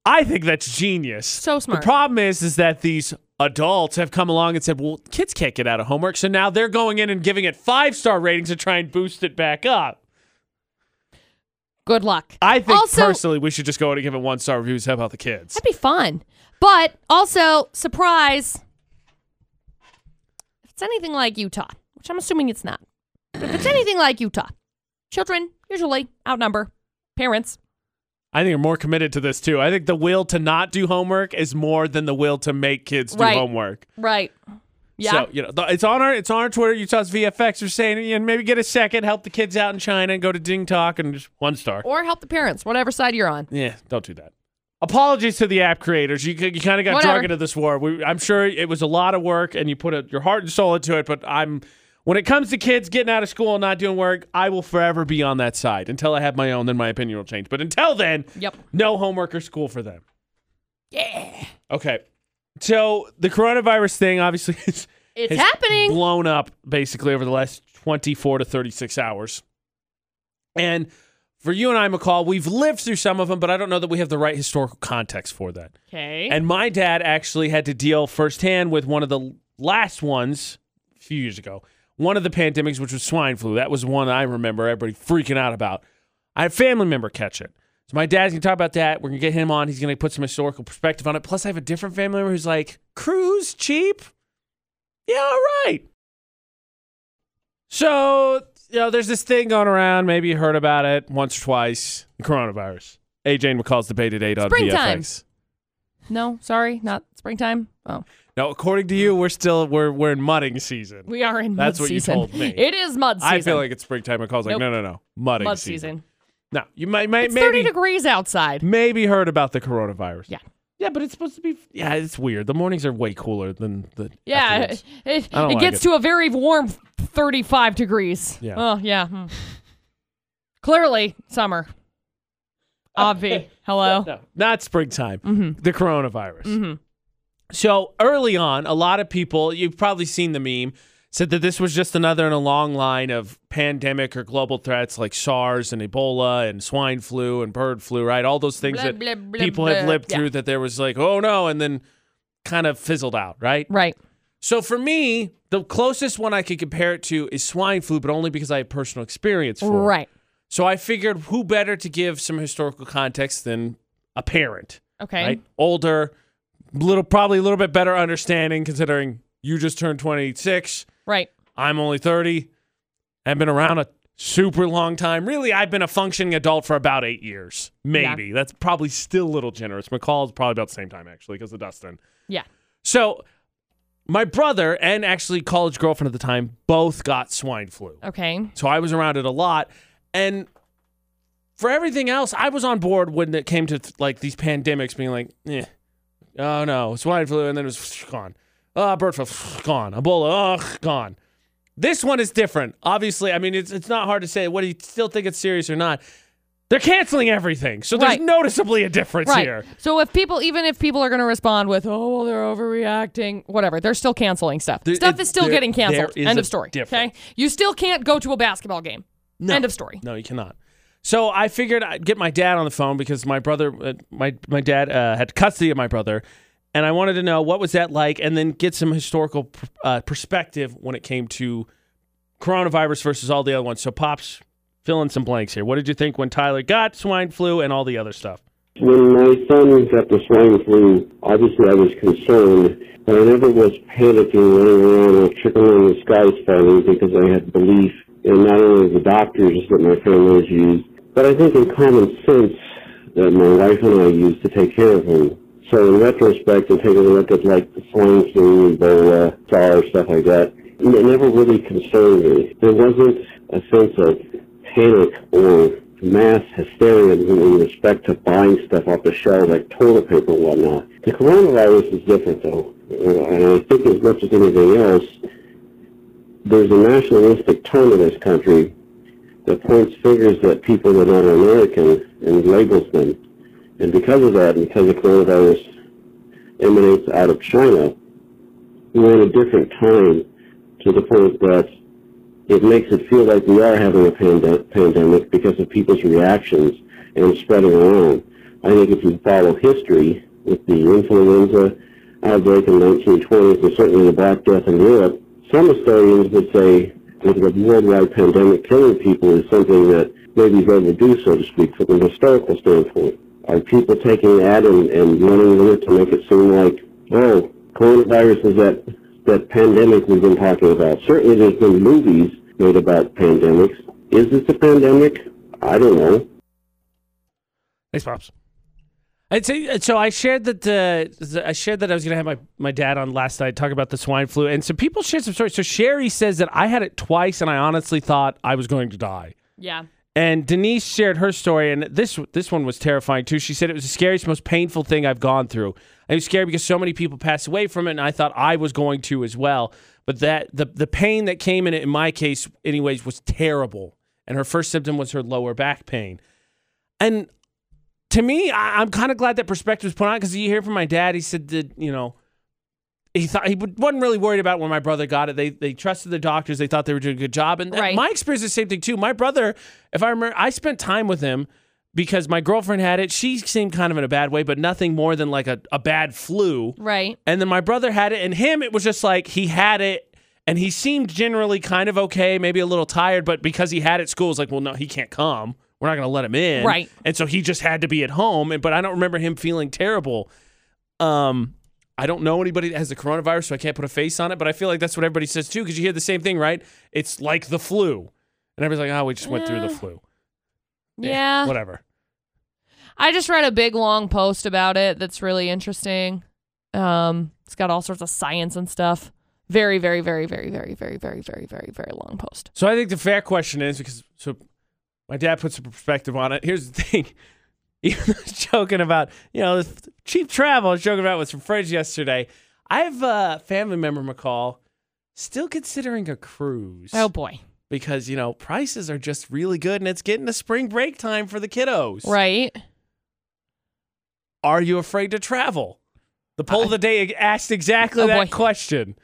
[SPEAKER 1] I think that's genius.
[SPEAKER 2] So smart.
[SPEAKER 1] The problem is, is that these adults have come along and said, "Well, kids can't get out of homework," so now they're going in and giving it five star ratings to try and boost it back up.
[SPEAKER 2] Good luck.
[SPEAKER 1] I think
[SPEAKER 2] also,
[SPEAKER 1] personally, we should just go in and give it one star reviews. How about the kids?
[SPEAKER 2] that'd be fun. But also, surprise. If it's anything like Utah, which I'm assuming it's not, but if it's anything like Utah, children usually outnumber parents.
[SPEAKER 1] I think you're more committed to this too. I think the will to not do homework is more than the will to make kids do
[SPEAKER 2] Right.
[SPEAKER 1] homework.
[SPEAKER 2] Right. Yeah.
[SPEAKER 1] So you know, th- it's on our it's on our Twitter. Utah's VFX are saying, you know, maybe get a second, help the kids out in China, and go to Ding Talk and just one star.
[SPEAKER 2] or help the parents, whatever side you're on.
[SPEAKER 1] Yeah, don't do that. Apologies to the app creators. You, you kind of got
[SPEAKER 2] Whatever.
[SPEAKER 1] drug into this war. We, I'm sure it was a lot of work, and you put a, your heart and soul into it. But I'm, when it comes to kids getting out of school and not doing work, I will forever be on that side until I have my own. Then my opinion will change. But until then,
[SPEAKER 2] Yep.
[SPEAKER 1] no homework or school for them. Yeah. Okay. So the coronavirus thing, obviously, (laughs) is,
[SPEAKER 2] It's
[SPEAKER 1] has
[SPEAKER 2] happening.
[SPEAKER 1] Blown up basically over the last 24 to 36 hours, and for you and I, McCall, we've lived through some of them, but I don't know that we have the right historical context for that.
[SPEAKER 2] Okay.
[SPEAKER 1] And my dad actually had to deal firsthand with one of the last ones a few years ago, one of the pandemics, which was swine flu. That was one I remember everybody freaking out about. I had a family member catch it. So my dad's gonna talk about that. We're gonna get him on. He's gonna put some historical perspective on it. Plus, I have a different family member who's like, cruise cheap? Yeah, all right. So, you know, there's this thing going around. Maybe you heard about it once or twice. The coronavirus. AJ and McCall's debated eight on
[SPEAKER 2] Springtime.
[SPEAKER 1] VFX.
[SPEAKER 2] no, sorry, not springtime. Oh,
[SPEAKER 1] Now, according to you, we're still we're we're in mudding season.
[SPEAKER 2] we are in
[SPEAKER 1] That's
[SPEAKER 2] mud
[SPEAKER 1] what you
[SPEAKER 2] season.
[SPEAKER 1] told me.
[SPEAKER 2] It is mud season.
[SPEAKER 1] I feel like it's springtime. McCall's like,
[SPEAKER 2] Nope.
[SPEAKER 1] no, no, no, mudding
[SPEAKER 2] mud
[SPEAKER 1] season.
[SPEAKER 2] season.
[SPEAKER 1] No, you might, might
[SPEAKER 2] It's 30
[SPEAKER 1] maybe (laughs)
[SPEAKER 2] degrees outside.
[SPEAKER 1] maybe heard about the coronavirus.
[SPEAKER 2] Yeah.
[SPEAKER 1] yeah, but it's supposed to be. Yeah, it's weird. The mornings are way cooler than the.
[SPEAKER 2] Yeah,
[SPEAKER 1] afternoons.
[SPEAKER 2] it, it,
[SPEAKER 1] I don't like
[SPEAKER 2] gets
[SPEAKER 1] it.
[SPEAKER 2] to a very warm 35 degrees.
[SPEAKER 1] Yeah.
[SPEAKER 2] Oh, yeah. hmm. Clearly, summer.
[SPEAKER 1] (laughs)
[SPEAKER 2] Obvi. Hello.
[SPEAKER 1] No, not springtime.
[SPEAKER 2] Mm-hmm.
[SPEAKER 1] The coronavirus. So early on, a lot of people, you've probably seen the meme, said that this was just another in a long line of pandemic or global threats like SARS and Ebola and swine flu and bird flu, right? All those things
[SPEAKER 2] Blah,
[SPEAKER 1] that
[SPEAKER 2] blah, blah,
[SPEAKER 1] people have
[SPEAKER 2] blah.
[SPEAKER 1] lived
[SPEAKER 2] Yeah.
[SPEAKER 1] through that there was like, oh no, and then kind of fizzled out, right?
[SPEAKER 2] Right.
[SPEAKER 1] So for me, the closest one I could compare it to is swine flu, but only because I have personal experience for it.
[SPEAKER 2] Right.
[SPEAKER 1] So I figured who better to give some historical context than a parent,
[SPEAKER 2] Okay.
[SPEAKER 1] right? Older, little probably a little bit better understanding considering you just turned 26,
[SPEAKER 2] Right.
[SPEAKER 1] I'm only 30. I've been around a super long time. Really, I've been a functioning adult for about 8 years. Maybe. That's probably still a little generous. McCall's probably about the same time actually because of Dustin.
[SPEAKER 2] Yeah.
[SPEAKER 1] So my brother and actually college girlfriend at the time both got swine flu.
[SPEAKER 2] Okay.
[SPEAKER 1] So I was around it a lot. And for everything else, I was on board when it came to like these pandemics being like, eh, oh no, swine flu, and then it was gone. Ah, bird flu, gone. Ebola, ugh, gone. This one is different. Obviously, I mean, it's, it's not hard to say. What do you still think it's serious or not? They're canceling everything. So there's
[SPEAKER 2] Right.
[SPEAKER 1] noticeably a difference
[SPEAKER 2] Right.
[SPEAKER 1] here.
[SPEAKER 2] So if people, even if people are going to respond with, "Oh, well, they're overreacting," whatever, they're still canceling stuff.
[SPEAKER 1] There-
[SPEAKER 2] stuff
[SPEAKER 1] it-
[SPEAKER 2] is still
[SPEAKER 1] there-
[SPEAKER 2] getting canceled.
[SPEAKER 1] there is a
[SPEAKER 2] End of story.
[SPEAKER 1] difference.
[SPEAKER 2] Okay. You still can't go to a basketball game. End of story.
[SPEAKER 1] No, you cannot. So I figured I'd get my dad on the phone because my brother, uh, my my dad uh, had custody of my brother, and I wanted to know what was that like, and then get some historical pr- uh, perspective when it came to coronavirus versus all the other ones. So, pops, fill in some blanks here. What did you think when Tyler got swine flu and all the other stuff?
[SPEAKER 7] When my son got the swine flu, obviously I was concerned, but I never was panicking, running around like chicken in the sky fighting because I had belief in not only the doctors that my family has used, but I think in common sense that my wife and I used to take care of him. So in retrospect, and taking a look at like the swine flu, Ebola, SARS, stuff like that, it never really concerned me. There wasn't a sense of panic or mass hysteria in respect to buying stuff off the shelf like toilet paper and whatnot. The coronavirus is different though. Uh, And I think as much as anything else, there's a nationalistic tone in this country that points fingers at people that are not American and labels them. And because of that, because the coronavirus emanates out of China, we're in a different time to the point that it makes it feel like we are having a pande- pandemic because of people's reactions and spreading around. I think if you follow history with the influenza outbreak in the 1920s and certainly the Black Death in Europe, some historians would say that the worldwide pandemic killing people is something that maybe is overdue, so to speak, from a historical standpoint. Are people taking that and, and running with it to make it seem like, oh, coronavirus is that that pandemic we've been talking about. Certainly there's been movies made about pandemics. Is this a pandemic? I don't know.
[SPEAKER 1] Thanks, pops. I'd say so. I shared that uh, I shared that I was going to have my, my dad on last night talk about the swine flu, and so people shared some stories. So Sherry says that I had it twice, and I honestly thought I was going to die.
[SPEAKER 2] Yeah.
[SPEAKER 1] And Denise shared her story, and this this one was terrifying too. She said it was the scariest, most painful thing I've gone through. I was scared because so many people passed away from it, and I thought I was going to as well. But that the the pain that came in it in my case, anyways, was terrible. And her first symptom was her lower back pain. And to me, I, I'm kind of glad that perspective was put on because you hear from my dad. He said that you know he thought he would- wasn't really worried about when my brother got it. They they trusted the doctors. They thought they were doing a good job. And
[SPEAKER 2] Right.
[SPEAKER 1] my experience is the same thing too. My brother, if I remember, I spent time with him because my girlfriend had it. She seemed kind of in a bad way, but nothing more than like a, a bad flu.
[SPEAKER 2] Right.
[SPEAKER 1] And then my brother had it, and him, it was just like he had it, and he seemed generally kind of okay, maybe a little tired, but because he had it, school was like, well, no, he can't come. We're not going to let him in.
[SPEAKER 2] Right.
[SPEAKER 1] And so he just had to be at home. And but I don't remember him feeling terrible. Um, I don't know anybody that has the coronavirus, so I can't put a face on it. But I feel like that's what everybody says too, because you hear the same thing, right? It's like the flu, and everybody's like, oh, we just went through the
[SPEAKER 2] Yeah.
[SPEAKER 1] flu. Eh,
[SPEAKER 2] Yeah.
[SPEAKER 1] Whatever.
[SPEAKER 2] I just read a big long post about it that's really interesting. Um, it's got all sorts of science and stuff. Very, very, very, very, very, very, very, very, very, very long post.
[SPEAKER 1] So I think the fair question is because so my dad puts a perspective on it. Here's the (laughs) thing. Even though I was joking about, you know, this cheap travel, I was joking about with some friends yesterday. I have a family member, McCall, still considering a cruise
[SPEAKER 2] Oh boy.
[SPEAKER 1] because, you know, prices are just really good and it's getting to spring break time for the kiddos.
[SPEAKER 2] Right.
[SPEAKER 1] Are you afraid to travel? The poll of the day asked exactly
[SPEAKER 2] Oh,
[SPEAKER 1] that
[SPEAKER 2] boy.
[SPEAKER 1] question.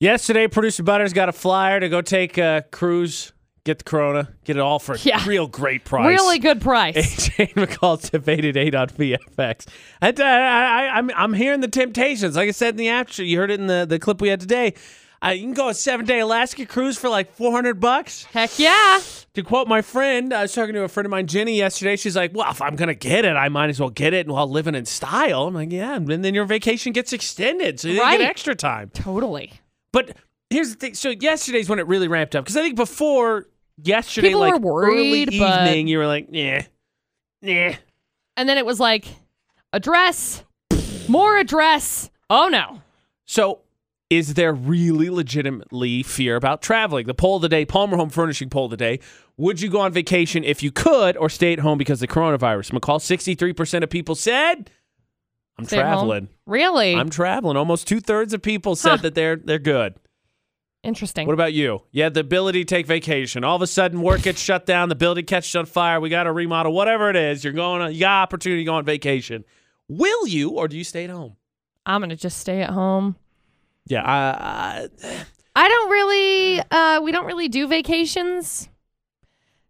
[SPEAKER 1] Yesterday, producer Butters got a flyer to go take a cruise, get the Corona, get it all for a
[SPEAKER 2] Yeah.
[SPEAKER 1] real great price. (laughs)
[SPEAKER 2] Really good price.
[SPEAKER 1] AJ McCall debated eight on VFX. I, I, I, I'm, I'm hearing the Temptations. Like I said in the after, you heard it in the, the clip we had today. Uh, you can go a seven day Alaska cruise for like four hundred bucks.
[SPEAKER 2] Heck yeah.
[SPEAKER 1] To quote my friend, I was talking to a friend of mine, Jenny, yesterday. She's like, "Well, if I'm gonna get it, I might as well get it while living in style." I'm like, "Yeah," and then your vacation gets extended, so you
[SPEAKER 2] Right.
[SPEAKER 1] get extra time.
[SPEAKER 2] Totally.
[SPEAKER 1] But here's the thing: so yesterday's when it really ramped up because I think before yesterday,
[SPEAKER 2] People
[SPEAKER 1] like
[SPEAKER 2] were worried,
[SPEAKER 1] early
[SPEAKER 2] but-
[SPEAKER 1] evening, you were like, "Yeah, yeah."
[SPEAKER 2] And then it was like, address, more address. Oh no.
[SPEAKER 1] So, is there really legitimately fear about traveling? The poll of the day, Palmer Home Furnishing poll of the day. Would you go on vacation if you could or stay at home because of the coronavirus? McCall, 63% of people said, I'm
[SPEAKER 2] Stay at home.
[SPEAKER 1] traveling.
[SPEAKER 2] Really?
[SPEAKER 1] I'm traveling. Almost two thirds of people said
[SPEAKER 2] Huh.
[SPEAKER 1] that they're they're good.
[SPEAKER 2] Interesting.
[SPEAKER 1] What about you? You had the ability to take vacation. All of a sudden, work gets shut down. The building catches on fire. We got to remodel. Whatever it is, you're going. On, you got opportunity to go on vacation. Will you or do you stay at home?
[SPEAKER 2] I'm gonna just stay at home.
[SPEAKER 1] Yeah, I, I,
[SPEAKER 2] I don't really. Uh, we don't really do vacations.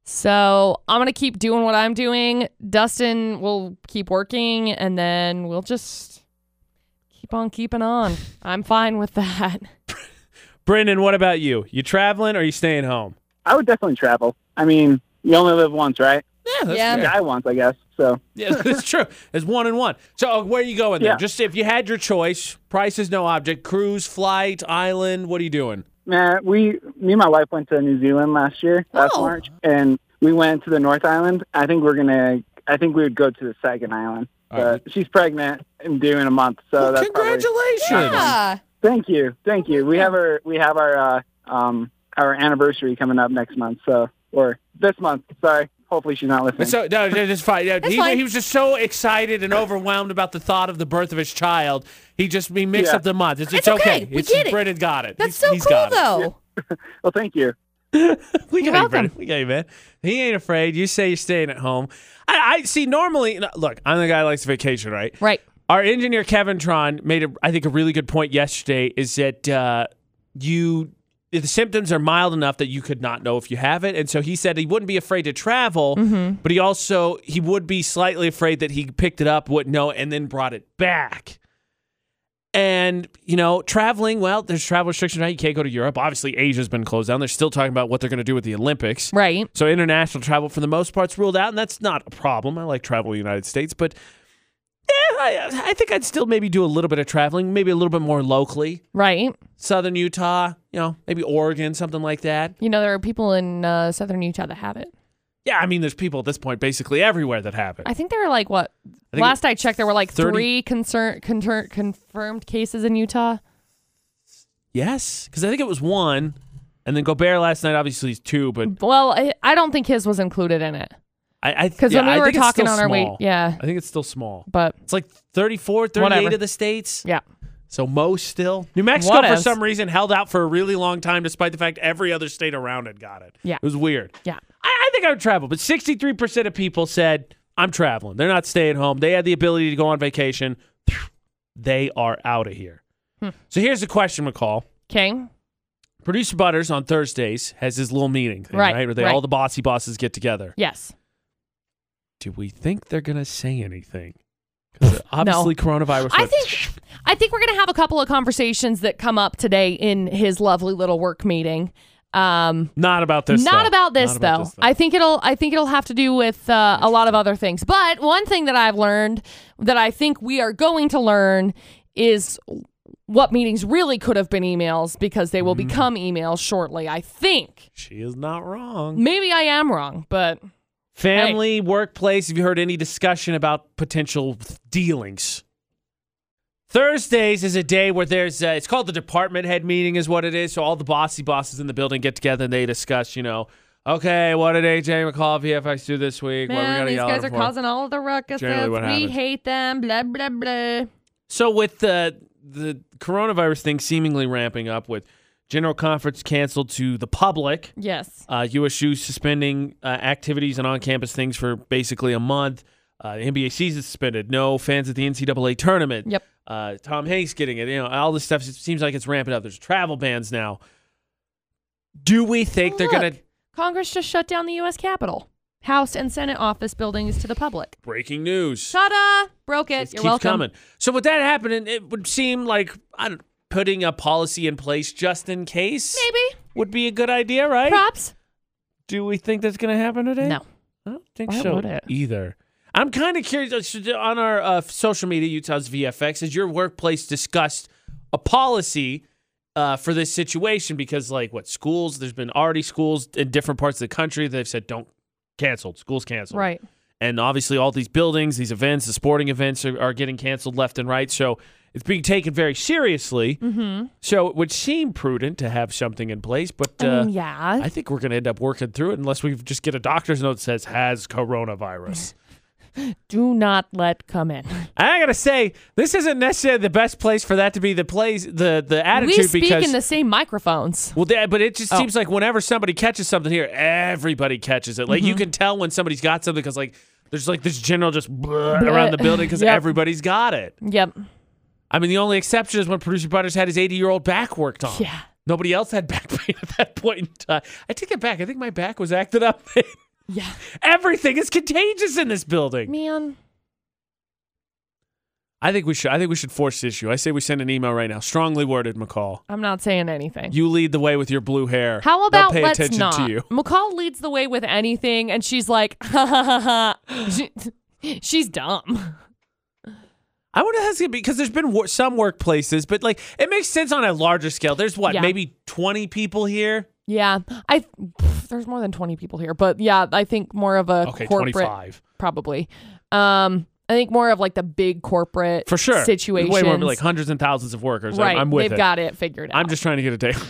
[SPEAKER 2] So I'm gonna keep doing what I'm doing. Dustin will keep working, and then we'll just keep on keeping on. I'm fine with that.
[SPEAKER 1] Brendan. What about you? You traveling or you staying home?
[SPEAKER 3] I would definitely travel. I mean, you only live once, right?
[SPEAKER 1] Yeah, that's
[SPEAKER 2] Yeah.
[SPEAKER 1] fair.
[SPEAKER 3] Die once, I guess. So
[SPEAKER 1] Yeah, (laughs) that's true. It's one and one. So uh, where are you going there?
[SPEAKER 3] Yeah.
[SPEAKER 1] Just if you had your choice, price is no object. Cruise, flight, island. What are you doing?
[SPEAKER 3] Man, we, me and my wife went to New Zealand last year, last
[SPEAKER 2] Oh.
[SPEAKER 3] March, and we went to the North Island. I think we're gonna, I think we would go to the second island.
[SPEAKER 1] All right.
[SPEAKER 3] But she's pregnant and due in a month, so
[SPEAKER 1] Well,
[SPEAKER 3] that's probably-
[SPEAKER 1] congratulations.
[SPEAKER 2] Yeah.
[SPEAKER 3] Thank you, thank you. We have our, we have our, uh, um, our anniversary coming up next month, so or this month. Sorry. Hopefully she's not listening.
[SPEAKER 1] So no, no, it's fine. No, he,
[SPEAKER 2] fine.
[SPEAKER 1] he was just so excited and overwhelmed about the thought of the birth of his child. He just he mixed
[SPEAKER 3] Yeah.
[SPEAKER 1] up the months. It's,
[SPEAKER 2] It's okay. We
[SPEAKER 1] It's,
[SPEAKER 2] get it.
[SPEAKER 1] Brennan got it.
[SPEAKER 2] That's
[SPEAKER 1] He's-
[SPEAKER 2] so
[SPEAKER 1] he's
[SPEAKER 2] cool,
[SPEAKER 1] got it.
[SPEAKER 2] though.
[SPEAKER 3] well, thank you.
[SPEAKER 1] We
[SPEAKER 2] You're
[SPEAKER 1] got you,
[SPEAKER 2] welcome.
[SPEAKER 1] Brennan. We got you, man. He ain't afraid. You say you're staying at home. I, I see. Normally, look, I'm the guy that likes to vacation, right?
[SPEAKER 2] Right.
[SPEAKER 1] Our engineer Kevin Tron made, a, I think, a really good point yesterday. Is that uh, you? The symptoms are mild enough that you could not know if you have it, and so he said he wouldn't be afraid to travel, but he also he would be slightly afraid that he picked it up, wouldn't know, and then brought it back. And you know, traveling. Well, there's travel restrictions. Right, you can't go to Europe. Obviously, Asia's been closed down. They're still talking about what they're going to do with the Olympics.
[SPEAKER 2] Right.
[SPEAKER 1] So international travel, for the most part, is ruled out, and that's not a problem. I like travel in the United States, but eh, I, I think I'd still maybe do a little bit of traveling, maybe a little bit more locally,
[SPEAKER 2] Right.
[SPEAKER 1] Southern Utah, you know, maybe Oregon, something like that.
[SPEAKER 2] You know, there are people in uh, southern Utah that have it.
[SPEAKER 1] Yeah, I mean, there's people at this point basically everywhere that have it.
[SPEAKER 2] I think there are like what?
[SPEAKER 1] I think
[SPEAKER 2] last I checked, there were like
[SPEAKER 1] 30
[SPEAKER 2] three concern, concern, confirmed cases in Utah.
[SPEAKER 1] yes, because I think it was one, and then Gobert last night obviously is two, but
[SPEAKER 2] Well, I, I don't think his was included in it.
[SPEAKER 1] I I-
[SPEAKER 2] 'Cause
[SPEAKER 1] yeah,
[SPEAKER 2] when we
[SPEAKER 1] I
[SPEAKER 2] were
[SPEAKER 1] think it's
[SPEAKER 2] talking
[SPEAKER 1] still
[SPEAKER 2] on our way-
[SPEAKER 1] small.
[SPEAKER 2] yeah.
[SPEAKER 1] I think it's still small.
[SPEAKER 2] But
[SPEAKER 1] It's like 34, 38
[SPEAKER 2] Whatever.
[SPEAKER 1] of the states.
[SPEAKER 2] yeah,
[SPEAKER 1] So most still. New Mexico
[SPEAKER 2] What
[SPEAKER 1] for
[SPEAKER 2] ifs?
[SPEAKER 1] some reason held out for a really long time despite the fact every other state around it got it.
[SPEAKER 2] Yeah.
[SPEAKER 1] It was weird.
[SPEAKER 2] yeah.
[SPEAKER 1] I, I think I would travel, but 63% of people said, I'm traveling. They're not staying home. They had the ability to go on vacation. (sniffs) They are out of here.
[SPEAKER 2] Hmm.
[SPEAKER 1] So here's the question, McCall.
[SPEAKER 2] Okay.
[SPEAKER 1] Producer Butters on Thursdays has his little meeting, thing,
[SPEAKER 2] Right,
[SPEAKER 1] right? Where they
[SPEAKER 2] right.
[SPEAKER 1] all the bossy bosses get together.
[SPEAKER 2] Yes.
[SPEAKER 1] Do we think they're going to say anything? Because obviously coronavirus.
[SPEAKER 2] I
[SPEAKER 1] went-
[SPEAKER 2] think I think we're gonna have a couple of conversations that come up today in his lovely little work meeting. Um,
[SPEAKER 1] not about this.
[SPEAKER 2] not
[SPEAKER 1] though.
[SPEAKER 2] about this
[SPEAKER 1] Not
[SPEAKER 2] though. I think it'll I think it'll have to do with uh, a lot of other things. But one thing that I've learned that I think we are going to learn is what meetings really could have been emails because they will
[SPEAKER 1] Mm-hmm.
[SPEAKER 2] become emails shortly. I think.
[SPEAKER 1] she is not wrong.
[SPEAKER 2] Maybe I am wrong, but
[SPEAKER 1] Family, workplace. Have you heard any discussion about potential dealings? Thursdays is a day where there's uh it's called the department head meeting is what it is. So all the bossy bosses in the building get together and they discuss, you know, okay, what did AJ McCall of VFX do this week? what are we
[SPEAKER 2] Man,
[SPEAKER 1] gonna
[SPEAKER 2] these
[SPEAKER 1] yell at
[SPEAKER 2] guys
[SPEAKER 1] him
[SPEAKER 2] are
[SPEAKER 1] for?
[SPEAKER 2] causing all the ruckus.
[SPEAKER 1] Generally what
[SPEAKER 2] We
[SPEAKER 1] happens.
[SPEAKER 2] hate them. Blah blah blah.
[SPEAKER 1] So with the the coronavirus thing seemingly ramping up, with general conference canceled to the public,
[SPEAKER 2] Yes.
[SPEAKER 1] Uh, USU suspending uh, activities and on-campus things for basically a month. Uh, the NBA season suspended. No fans at the NCAA tournament.
[SPEAKER 2] Yep.
[SPEAKER 1] Uh, Tom Hanks getting it. You know, all this stuff. It seems like it's ramping up. There's travel bans now. Do we think they're
[SPEAKER 2] Look,
[SPEAKER 1] going to?
[SPEAKER 2] Congress just shut down the U.S. Capitol, House and Senate office buildings to the public.
[SPEAKER 1] Breaking news.
[SPEAKER 2] Ta-da! Broke it.
[SPEAKER 1] It
[SPEAKER 2] You're
[SPEAKER 1] keeps
[SPEAKER 2] welcome.
[SPEAKER 1] coming. So with that happening, it would seem like I don't putting a policy in place just in case
[SPEAKER 2] Maybe
[SPEAKER 1] would be a good idea, right?
[SPEAKER 2] props.
[SPEAKER 1] Do we think that's going to happen today?
[SPEAKER 2] No.
[SPEAKER 1] I don't think
[SPEAKER 2] Why
[SPEAKER 1] so
[SPEAKER 2] would it?
[SPEAKER 1] either. I'm kind of curious. uh, should- On our uh, social media, Utah's VFX, has your workplace discussed a policy uh, for this situation? Because, like, what schools? There's been already schools in different parts of the country that have said don't canceled. Schools canceled,
[SPEAKER 2] Right.
[SPEAKER 1] And obviously, all these buildings, these events, the sporting events are, are getting canceled left and right. So, it's being taken very seriously. Mm-hmm. So it would seem prudent to have something in place, but
[SPEAKER 2] I
[SPEAKER 1] uh,
[SPEAKER 2] mean, yeah.
[SPEAKER 1] I think we're going to end up working through it unless we just get a doctor's note that says has
[SPEAKER 2] (laughs)
[SPEAKER 1] coronavirus.
[SPEAKER 2] Do not let come in.
[SPEAKER 1] I gotta say, this isn't necessarily the best place for that to be the place the the attitude
[SPEAKER 2] we speak
[SPEAKER 1] because
[SPEAKER 2] in the Oh. same microphones.
[SPEAKER 1] well, yeah, but it just seems like whenever somebody catches something here, everybody catches it. Like
[SPEAKER 2] Mm-hmm.
[SPEAKER 1] you can tell when somebody's got something because like there's like this general just bleh around the building because
[SPEAKER 2] (laughs) Yep.
[SPEAKER 1] everybody's got it.
[SPEAKER 2] Yep.
[SPEAKER 1] I mean, the only exception is when producer Butters had his 80 year old back worked on.
[SPEAKER 2] Yeah.
[SPEAKER 1] Nobody else had back pain (laughs) at that point in time. I take it back. I think my back was acted up. (laughs) then.
[SPEAKER 2] Yeah.
[SPEAKER 1] Everything is contagious in this building.
[SPEAKER 2] Man.
[SPEAKER 1] I think we should. I think we should force the issue. I say we send an email right now. Strongly worded, McCall.
[SPEAKER 2] I'm not saying anything.
[SPEAKER 1] You lead the way with your blue hair.
[SPEAKER 2] How about
[SPEAKER 1] They'll pay
[SPEAKER 2] let's
[SPEAKER 1] attention
[SPEAKER 2] not?
[SPEAKER 1] to you?
[SPEAKER 2] McCall leads the way with anything, and she's like, (laughs) ha ha ha ha. She- (laughs) She's dumb.
[SPEAKER 1] I wonder if that's gonna be because there's been wor- some workplaces, but like it makes sense on a larger scale. There's what
[SPEAKER 2] Yeah.
[SPEAKER 1] maybe 20 people here.
[SPEAKER 2] Yeah, I pff, there's more than 20 people here, but yeah, I think more of a
[SPEAKER 1] Okay,
[SPEAKER 2] corporate
[SPEAKER 1] 25
[SPEAKER 2] probably. Um, I think more of like the big corporate
[SPEAKER 1] for sure.
[SPEAKER 2] situations.
[SPEAKER 1] Way more like hundreds and thousands of workers. I'm-
[SPEAKER 2] right,
[SPEAKER 1] I'm, with
[SPEAKER 2] they've
[SPEAKER 1] it.
[SPEAKER 2] got it figured out.
[SPEAKER 1] I'm just trying to get a day. (laughs)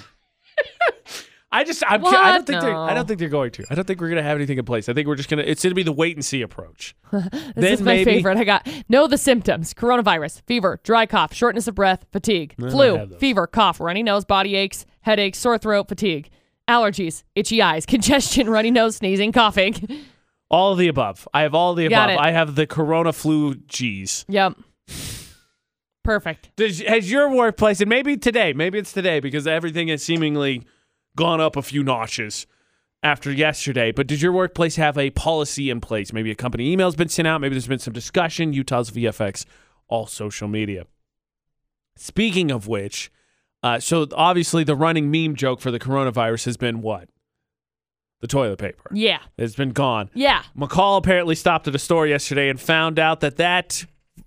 [SPEAKER 1] I just I'm, ki- I don't
[SPEAKER 2] What?
[SPEAKER 1] think they're, I
[SPEAKER 2] No.
[SPEAKER 1] don't think they're going to. I don't think we're gonna have anything in place. I think we're just gonna it's gonna be the wait and see approach.
[SPEAKER 2] (laughs) this is my favorite. I got know the symptoms: coronavirus, fever, dry cough, shortness of breath, fatigue,
[SPEAKER 1] I
[SPEAKER 2] flu,
[SPEAKER 1] have those.
[SPEAKER 2] fever, cough, runny nose, body aches, headache, sore throat, fatigue, allergies, itchy eyes, (laughs) congestion, runny nose, sneezing, coughing. (laughs)
[SPEAKER 1] All of the above. I have all of the
[SPEAKER 2] Got
[SPEAKER 1] above.
[SPEAKER 2] it.
[SPEAKER 1] I have the corona flu G's.
[SPEAKER 2] yep, perfect.
[SPEAKER 1] Does, has your workplace, and maybe today, maybe it's today because everything has seemingly gone up a few notches after yesterday. But did your workplace have a policy in place? Maybe a company email's been sent out. Maybe there's been some discussion. Utah's VFX, all social media. Speaking of which, uh, so obviously the running meme joke for the coronavirus has been what? The toilet paper.
[SPEAKER 2] Yeah,
[SPEAKER 1] It's been gone.
[SPEAKER 2] yeah.
[SPEAKER 1] McCall apparently stopped at a store yesterday and found out that that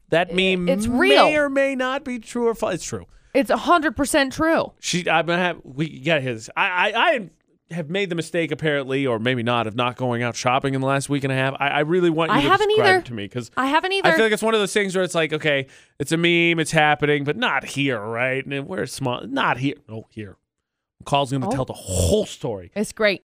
[SPEAKER 1] that meme
[SPEAKER 2] it's
[SPEAKER 1] may
[SPEAKER 2] real.
[SPEAKER 1] or may not be true or false. It's true.
[SPEAKER 2] It's hundred percent true.
[SPEAKER 1] She, I'm gonna have we got his. I, I, I have made the mistake apparently, or maybe not, of not going out shopping in the last week and a half. I, I really want you
[SPEAKER 2] I
[SPEAKER 1] to
[SPEAKER 2] haven't
[SPEAKER 1] describe
[SPEAKER 2] either.
[SPEAKER 1] it to me because
[SPEAKER 2] I haven't either.
[SPEAKER 1] I feel like it's one of those things where it's like, okay, it's a meme, it's happening, but not here, right? And we're small, not here. Oh, here. McCall's gonna
[SPEAKER 2] Oh.
[SPEAKER 1] tell the whole story.
[SPEAKER 2] it's great.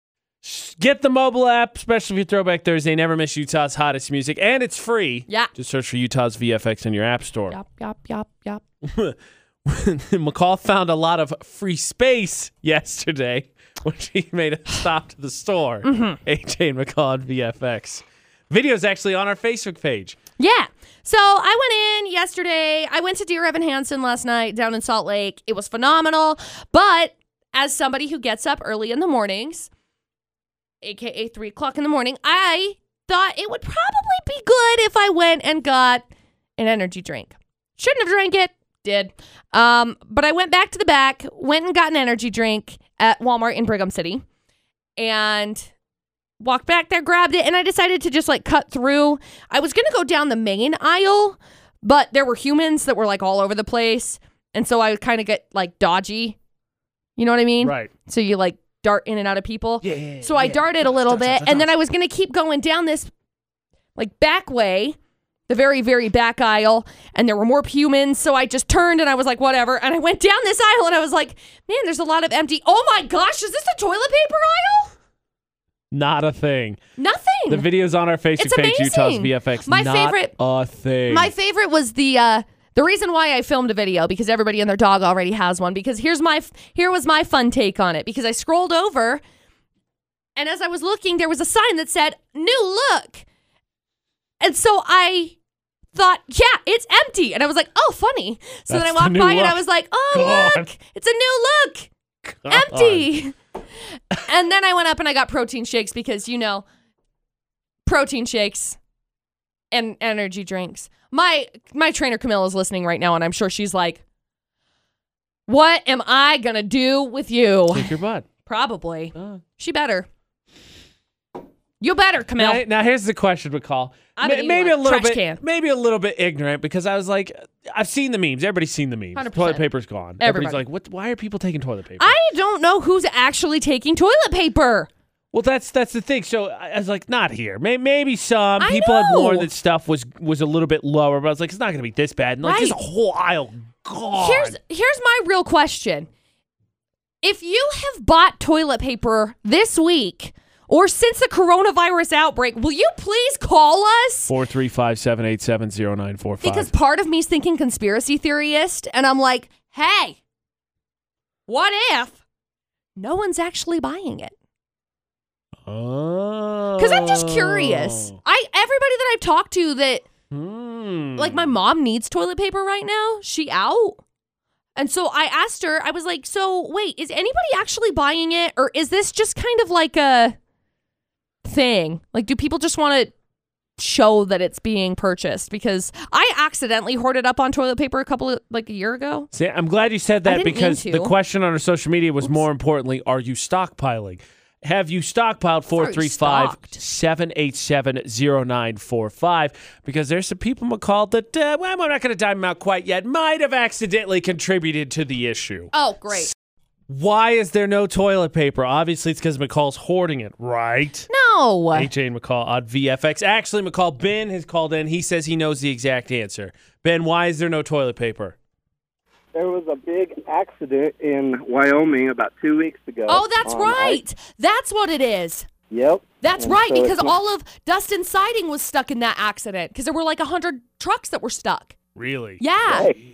[SPEAKER 1] Get the mobile app, especially if you Throwback Thursday. Never miss Utah's hottest music, and it's free.
[SPEAKER 2] Yeah.
[SPEAKER 1] Just search for Utah's VFX in your app store.
[SPEAKER 2] Yop yop yop yop.
[SPEAKER 1] (laughs) McCall found a lot of free space yesterday (laughs) when she made a stop to the store.
[SPEAKER 2] Mm-hmm.
[SPEAKER 1] AJ and McCall on VFX. Video's actually on our Facebook page.
[SPEAKER 2] Yeah. So I went in yesterday. I went to Dear Evan Hansen last night down in Salt Lake. It was phenomenal. But as somebody who gets up early in the mornings, aka three o'clock in the morning, I thought it would probably be good if I went and got an energy drink. Shouldn't have drank it, did. Um, but I went back to the back, went and got an energy drink at Walmart in Brigham City, and walked back there, grabbed it, and I decided to just like cut through. I was gonna go down the main aisle, but there were humans that were like all over the place, and so I kind of get like dodgy. You know what I mean?
[SPEAKER 1] Right.
[SPEAKER 2] So you like dart in and out of people. Yeah. So I darted a little bit, and then I was gonna keep going down this like back way, the very very back aisle, and there were more humans. So I just turned and I was like, whatever, and I went down this aisle, and I was like, man, there's a lot of empty. Oh my gosh, is this a toilet paper aisle?
[SPEAKER 1] Not a thing.
[SPEAKER 2] Nothing. (laughs)
[SPEAKER 1] The video's on our Facebook
[SPEAKER 2] It's
[SPEAKER 1] page, Utah's
[SPEAKER 2] amazing.
[SPEAKER 1] VFX.
[SPEAKER 2] My
[SPEAKER 1] Not
[SPEAKER 2] favorite-
[SPEAKER 1] A thing.
[SPEAKER 2] My favorite was the uh, the reason why I filmed a video because everybody and their dog already has one. Because here's my f- here was my fun take on it because I scrolled over, and as I was looking, there was a sign that said "New Look," and so I thought, "Yeah, it's empty," and I was like, "Oh, funny." So
[SPEAKER 1] That's
[SPEAKER 2] then I
[SPEAKER 1] the
[SPEAKER 2] walked
[SPEAKER 1] new
[SPEAKER 2] by and
[SPEAKER 1] look.
[SPEAKER 2] I was like, "Oh,
[SPEAKER 1] God.
[SPEAKER 2] look, it's a new look." empty. (laughs) and then I went up and I got protein shakes because you know, protein shakes and energy drinks. My my trainer Camille is listening right now, and I'm sure she's like, "What am I gonna do with you?"
[SPEAKER 1] Kick your butt.
[SPEAKER 2] Probably.
[SPEAKER 1] Uh.
[SPEAKER 2] She better. You better, Camille.
[SPEAKER 1] Now, now here's the question, McCall.
[SPEAKER 2] I'm
[SPEAKER 1] Ma-
[SPEAKER 2] gonna eat
[SPEAKER 1] maybe
[SPEAKER 2] one.
[SPEAKER 1] a little
[SPEAKER 2] Trash
[SPEAKER 1] bit,
[SPEAKER 2] can.
[SPEAKER 1] maybe a little bit ignorant because I was like, I've seen the memes. Everybody's seen the memes.
[SPEAKER 2] 100%.
[SPEAKER 1] Toilet paper's gone. Everybody's
[SPEAKER 2] Everybody.
[SPEAKER 1] like, what? Why are people taking toilet paper?
[SPEAKER 2] I don't know who's actually taking toilet paper.
[SPEAKER 1] well, that's that's the thing. So I I was like, not here. May- Maybe some
[SPEAKER 2] I
[SPEAKER 1] people had
[SPEAKER 2] know.
[SPEAKER 1] warned that stuff was was a little bit lower, but I was like, it's not going to be this bad. And like, there's a
[SPEAKER 2] Right.
[SPEAKER 1] whole aisle God.
[SPEAKER 2] Here's here's my real question. If you have bought toilet paper this week or since the coronavirus outbreak, will you please call us?
[SPEAKER 1] Four three five seven eight seven zero nine four five.
[SPEAKER 2] Because part of me's thinking conspiracy theorist, and I'm like, hey, what if no one's actually buying it?
[SPEAKER 1] oh.
[SPEAKER 2] Because I'm just curious. I everybody that I've talked to that
[SPEAKER 1] Hmm.
[SPEAKER 2] like my mom needs toilet paper right now. She out. And so I asked her, I was like, so wait, is anybody actually buying it? Or is this just kind of like a thing? Like, do people just want to show that it's being purchased? Because I accidentally hoarded up on toilet paper a couple of, like a year ago.
[SPEAKER 1] See, I'm glad you said
[SPEAKER 2] I
[SPEAKER 1] that
[SPEAKER 2] didn't mean
[SPEAKER 1] because
[SPEAKER 2] to.
[SPEAKER 1] the question on our social media was more importantly, are you stockpiling? Have you stockpiled
[SPEAKER 2] Sorry,
[SPEAKER 1] 435
[SPEAKER 2] stocked.
[SPEAKER 1] 787 0945? Because there's some people, McCall, that, uh, well, I'm not going to dime them out quite yet, might have accidentally contributed to the issue.
[SPEAKER 2] Oh, great.
[SPEAKER 1] Why is there no toilet paper? Obviously, it's because McCall's hoarding it, right?
[SPEAKER 2] No.
[SPEAKER 1] AJ and McCall on VFX. Actually, McCall, Ben has called in. He says he knows the exact answer. Ben, why is there no toilet paper?
[SPEAKER 8] There was a big accident in Wyoming about two weeks ago.
[SPEAKER 2] Oh, that's
[SPEAKER 8] Um, I-
[SPEAKER 2] right. That's what it is.
[SPEAKER 8] yep.
[SPEAKER 2] That's
[SPEAKER 8] And
[SPEAKER 2] right,
[SPEAKER 8] so
[SPEAKER 2] because
[SPEAKER 8] it's-
[SPEAKER 2] all of Dustin's siding was stuck in that accident because there were like 100 trucks that were stuck.
[SPEAKER 1] Really?
[SPEAKER 2] Yeah.
[SPEAKER 8] Hey,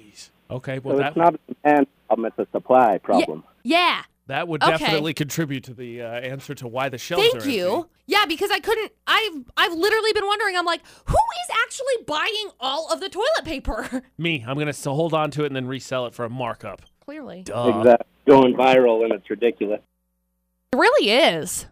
[SPEAKER 1] Okay, well,
[SPEAKER 8] so
[SPEAKER 1] that,
[SPEAKER 8] it's not a demand problem; it's a supply problem.
[SPEAKER 2] Yeah.
[SPEAKER 1] that would
[SPEAKER 2] Okay.
[SPEAKER 1] definitely contribute to the uh, answer to why the shelves are
[SPEAKER 2] Thank
[SPEAKER 1] empty.
[SPEAKER 2] you. Yeah, because I couldn't. I've I've literally been wondering. I'm like, who is actually buying all of the toilet paper? (laughs)
[SPEAKER 1] Me, I'm going to so hold on to it and then resell it for a markup.
[SPEAKER 2] Clearly,
[SPEAKER 1] Duh.
[SPEAKER 8] Exactly. Going viral and it's ridiculous.
[SPEAKER 2] it really is.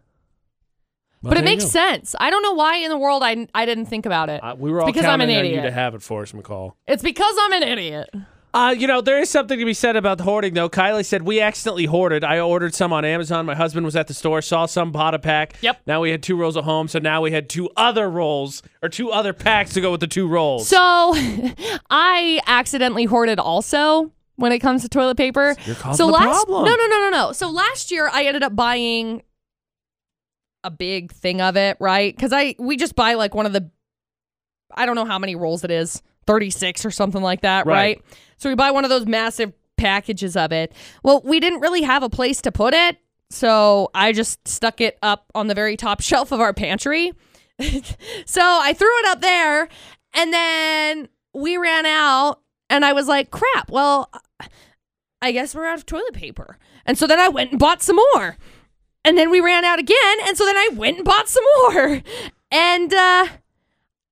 [SPEAKER 1] Well,
[SPEAKER 2] but
[SPEAKER 1] there
[SPEAKER 2] it
[SPEAKER 1] you
[SPEAKER 2] makes
[SPEAKER 1] go.
[SPEAKER 2] sense. I don't know why in the world I I didn't think about it.
[SPEAKER 1] Uh, we were all
[SPEAKER 2] because I'm
[SPEAKER 1] counting
[SPEAKER 2] an
[SPEAKER 1] on you
[SPEAKER 2] idiot.
[SPEAKER 1] to have it for us, McCall.
[SPEAKER 2] it's because I'm an idiot.
[SPEAKER 1] Uh, you know, there is something to be said about hoarding, though. Kylie said, We accidentally hoarded. I ordered some on Amazon. My husband was at the store, saw some, bought a pack.
[SPEAKER 2] Yep.
[SPEAKER 1] Now we had two rolls at home, so now we had two other rolls or two other packs to go with the two rolls.
[SPEAKER 2] So (laughs) I accidentally hoarded also when it comes to toilet paper.
[SPEAKER 1] You're causing
[SPEAKER 2] so
[SPEAKER 1] the
[SPEAKER 2] last
[SPEAKER 1] problem.
[SPEAKER 2] no no no no no. So last year I ended up buying a big thing of it, right? Because I we just buy like one of the I don't know how many rolls it is, thirty six or something like that,
[SPEAKER 1] Right.
[SPEAKER 2] right? So we buy one of those massive packages of it. Well, we didn't really have a place to put it, so I just stuck it up on the very top (laughs) shelf of our pantry. (laughs) so I threw it up there, and then we ran out, and I was like, "Crap! Well, I guess we're out of toilet paper." And so then I went and bought some more, and then we ran out again, and so then I went and bought some more, (laughs) and uh,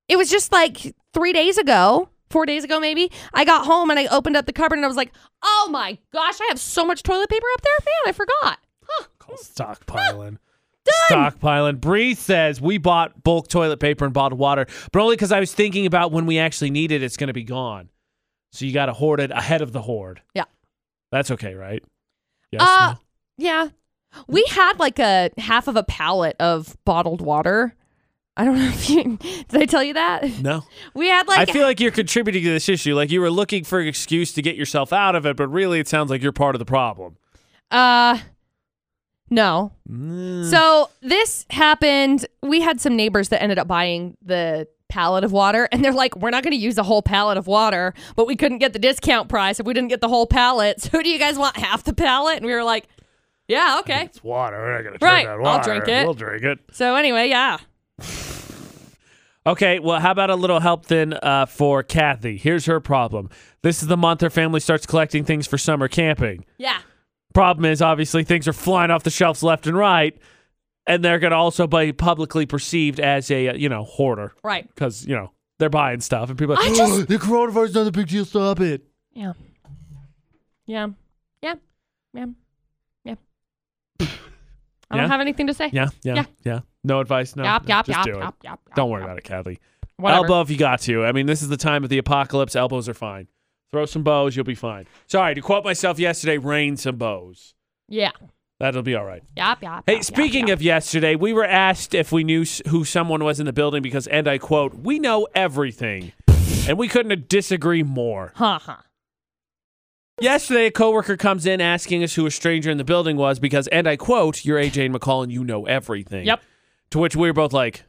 [SPEAKER 2] it was just like three days ago. Four days ago, maybe I got home and I opened up the cupboard and I was like, "Oh my gosh, I have so much toilet paper up there, man! I forgot." Uh, Huh.
[SPEAKER 1] Call (laughs) stockpiling. Stockpiling. Bree says we bought bulk toilet paper and bottled water, but only because I was thinking about when we actually need it, it's going to be gone. So you got to hoard it ahead of the hoard.
[SPEAKER 2] Yeah.
[SPEAKER 1] That's okay, right? Yes.
[SPEAKER 2] Uh,
[SPEAKER 1] no?
[SPEAKER 2] yeah. We had like a half of a pallet of bottled water. I don't know if you (laughs) did I tell you that?
[SPEAKER 1] No.
[SPEAKER 2] We had like
[SPEAKER 1] I feel like you're contributing to this issue. Like you were looking for an excuse to get yourself out of it, but really it sounds like you're part of the problem.
[SPEAKER 2] uh no.
[SPEAKER 1] Mm.
[SPEAKER 2] So this happened. We had some neighbors that ended up buying the pallet of water and they're like, "We're not going to use the whole pallet of water, but we couldn't get the discount price if we didn't get the whole pallet. (laughs) So do you guys want half the pallet?" And we were like, "Yeah, okay."
[SPEAKER 1] It's water. We're not going to
[SPEAKER 2] drink Right. that I'll water. drink it. We'll
[SPEAKER 1] drink it.
[SPEAKER 2] So anyway, yeah.
[SPEAKER 1] Okay, well, how about a little help then uh, for Kathy? Here's her problem. This is the month her family starts collecting things for summer camping.
[SPEAKER 2] Yeah.
[SPEAKER 1] Problem is, obviously, things are flying off the shelves left and right, and they're going to also be publicly perceived as a, uh, you know, hoarder
[SPEAKER 2] Right.
[SPEAKER 1] because, you know, they're buying stuff and people are like,
[SPEAKER 2] I just-
[SPEAKER 1] the coronavirus is not a big deal. Stop it.
[SPEAKER 2] Yeah. Yeah. Yeah. Yeah. Yeah. I don't
[SPEAKER 1] Yeah?
[SPEAKER 2] have anything to say.
[SPEAKER 1] Yeah, yeah, yeah.
[SPEAKER 2] Yeah.
[SPEAKER 1] No advice. No.
[SPEAKER 2] Yop,
[SPEAKER 1] no,
[SPEAKER 2] yop,
[SPEAKER 1] just
[SPEAKER 2] yop,
[SPEAKER 1] do it.
[SPEAKER 2] yop, yop,
[SPEAKER 1] Don't
[SPEAKER 2] yop,
[SPEAKER 1] worry
[SPEAKER 2] yop.
[SPEAKER 1] about it, Kathy.
[SPEAKER 2] Whatever.
[SPEAKER 1] Elbow if you got to. I mean, this is the time of the apocalypse. Elbows are fine. Throw some bows, you'll be fine. Sorry, to quote myself yesterday, rain some bows.
[SPEAKER 2] Yeah.
[SPEAKER 1] That'll be all right.
[SPEAKER 2] Yop, yop.
[SPEAKER 1] Hey,
[SPEAKER 2] yop,
[SPEAKER 1] speaking
[SPEAKER 2] yop,
[SPEAKER 1] of yesterday, we were asked if we knew s- who someone was in the building because, and I quote, we know everything. and we couldn't disagree more.
[SPEAKER 2] yop. Ha ha.
[SPEAKER 1] Yesterday, a coworker comes in asking us who a stranger in the building was because, and I quote, "You're AJ and McCall, and you know everything."
[SPEAKER 2] Yep.
[SPEAKER 1] To which we were both like,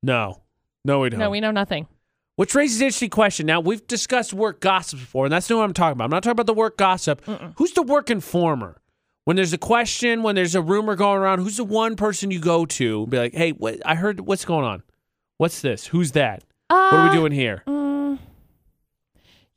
[SPEAKER 1] "No, no, we don't.
[SPEAKER 2] No, we know nothing.
[SPEAKER 1] Which raises an interesting question. Now, we've discussed work gossip before, and that's not what I'm talking about. I'm not talking about the work gossip. Who's the work informer? When there's a question, when there's a rumor going around, who's the one person you go to and be like, hey, what, I heard what's going on? What's this? Who's that? what
[SPEAKER 2] Uh,
[SPEAKER 1] are we doing here?
[SPEAKER 2] Mm,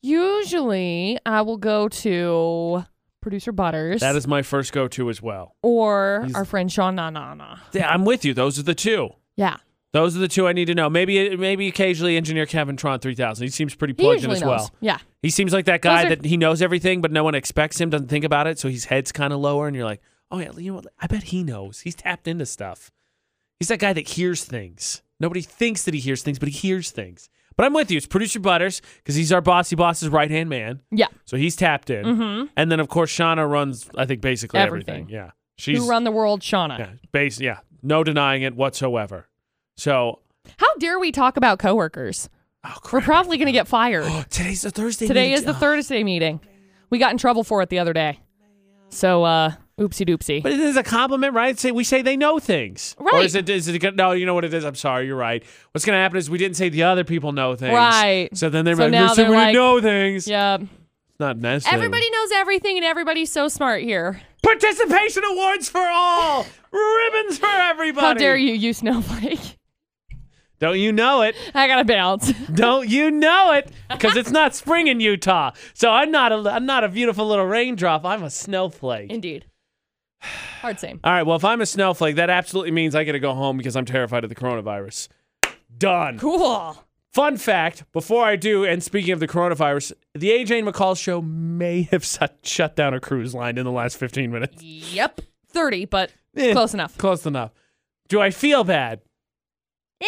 [SPEAKER 2] usually, I will go to producer Butters
[SPEAKER 1] That is my first go to as well.
[SPEAKER 2] or our friend Sean Na Na Na.
[SPEAKER 1] Yeah, I'm with you. Those are the two.
[SPEAKER 2] Yeah,
[SPEAKER 1] Those are the two I need to know. Maybe maybe occasionally engineer Kevin Tron 3000. He seems pretty
[SPEAKER 2] he
[SPEAKER 1] plugged in
[SPEAKER 2] usually
[SPEAKER 1] as
[SPEAKER 2] knows.
[SPEAKER 1] well.
[SPEAKER 2] Yeah,
[SPEAKER 1] He seems like that guy
[SPEAKER 2] Those are-
[SPEAKER 1] that he knows everything, but no one expects him, doesn't think about it, so his head's kind of lower, and you're like, oh yeah, you know what? I bet he knows. He's tapped into stuff. He's that guy that hears things. Nobody thinks that he hears things, but he hears things. But I'm with you. It's producer Butters because he's our bossy boss's right hand man,
[SPEAKER 2] yeah.
[SPEAKER 1] so he's tapped in.
[SPEAKER 2] Mm-hmm.
[SPEAKER 1] And then of course Shauna runs, I think basically everything.
[SPEAKER 2] Everything.
[SPEAKER 1] Yeah, she's
[SPEAKER 2] Who run the world, Shauna?
[SPEAKER 1] yeah, base yeah, no denying it whatsoever. So oh,
[SPEAKER 2] How dare we talk about coworkers? We're probably going to
[SPEAKER 1] (gasps)
[SPEAKER 2] get fired.
[SPEAKER 1] today's the Thursday.
[SPEAKER 2] Today
[SPEAKER 1] meeting.
[SPEAKER 2] is the
[SPEAKER 1] Oh.
[SPEAKER 2] Thursday meeting. We got in trouble for it the other day. So, uh, oopsie doopsie.
[SPEAKER 1] But it is a compliment, right? Say we say they know things, Or
[SPEAKER 2] Right.
[SPEAKER 1] is it? Is it? gonna- No, you know what it is. I'm sorry, you're right. What's going to happen is we didn't say the other people know things,
[SPEAKER 2] Right.
[SPEAKER 1] So then they're
[SPEAKER 2] So
[SPEAKER 1] like,
[SPEAKER 2] now
[SPEAKER 1] "Listen,
[SPEAKER 2] they're
[SPEAKER 1] we
[SPEAKER 2] like-
[SPEAKER 1] know things.
[SPEAKER 2] yeah.
[SPEAKER 1] It's not necessary.
[SPEAKER 2] Everybody knows everything and everybody's so smart here.
[SPEAKER 1] participation awards for all, ribbons for everybody.
[SPEAKER 2] How dare you, you snowflake? (laughs)
[SPEAKER 1] Don't you know it?
[SPEAKER 2] I got to bounce.
[SPEAKER 1] Don't you know it? Because it's not spring in Utah, so I'm not a I'm not a beautiful little raindrop. I'm a snowflake.
[SPEAKER 2] Indeed. Hard same.
[SPEAKER 1] All right. Well, if I'm a snowflake, that absolutely means I got to go home because I'm terrified of the coronavirus. Done.
[SPEAKER 2] Cool.
[SPEAKER 1] Fun fact before I do, and speaking of the coronavirus, the AJ and McCall show may have (laughs) shut, shut down a cruise line in the last 15 minutes. (laughs)
[SPEAKER 2] Yep. 30, but
[SPEAKER 1] Eh,
[SPEAKER 2] close enough.
[SPEAKER 1] Close enough. Do I feel bad? Eh.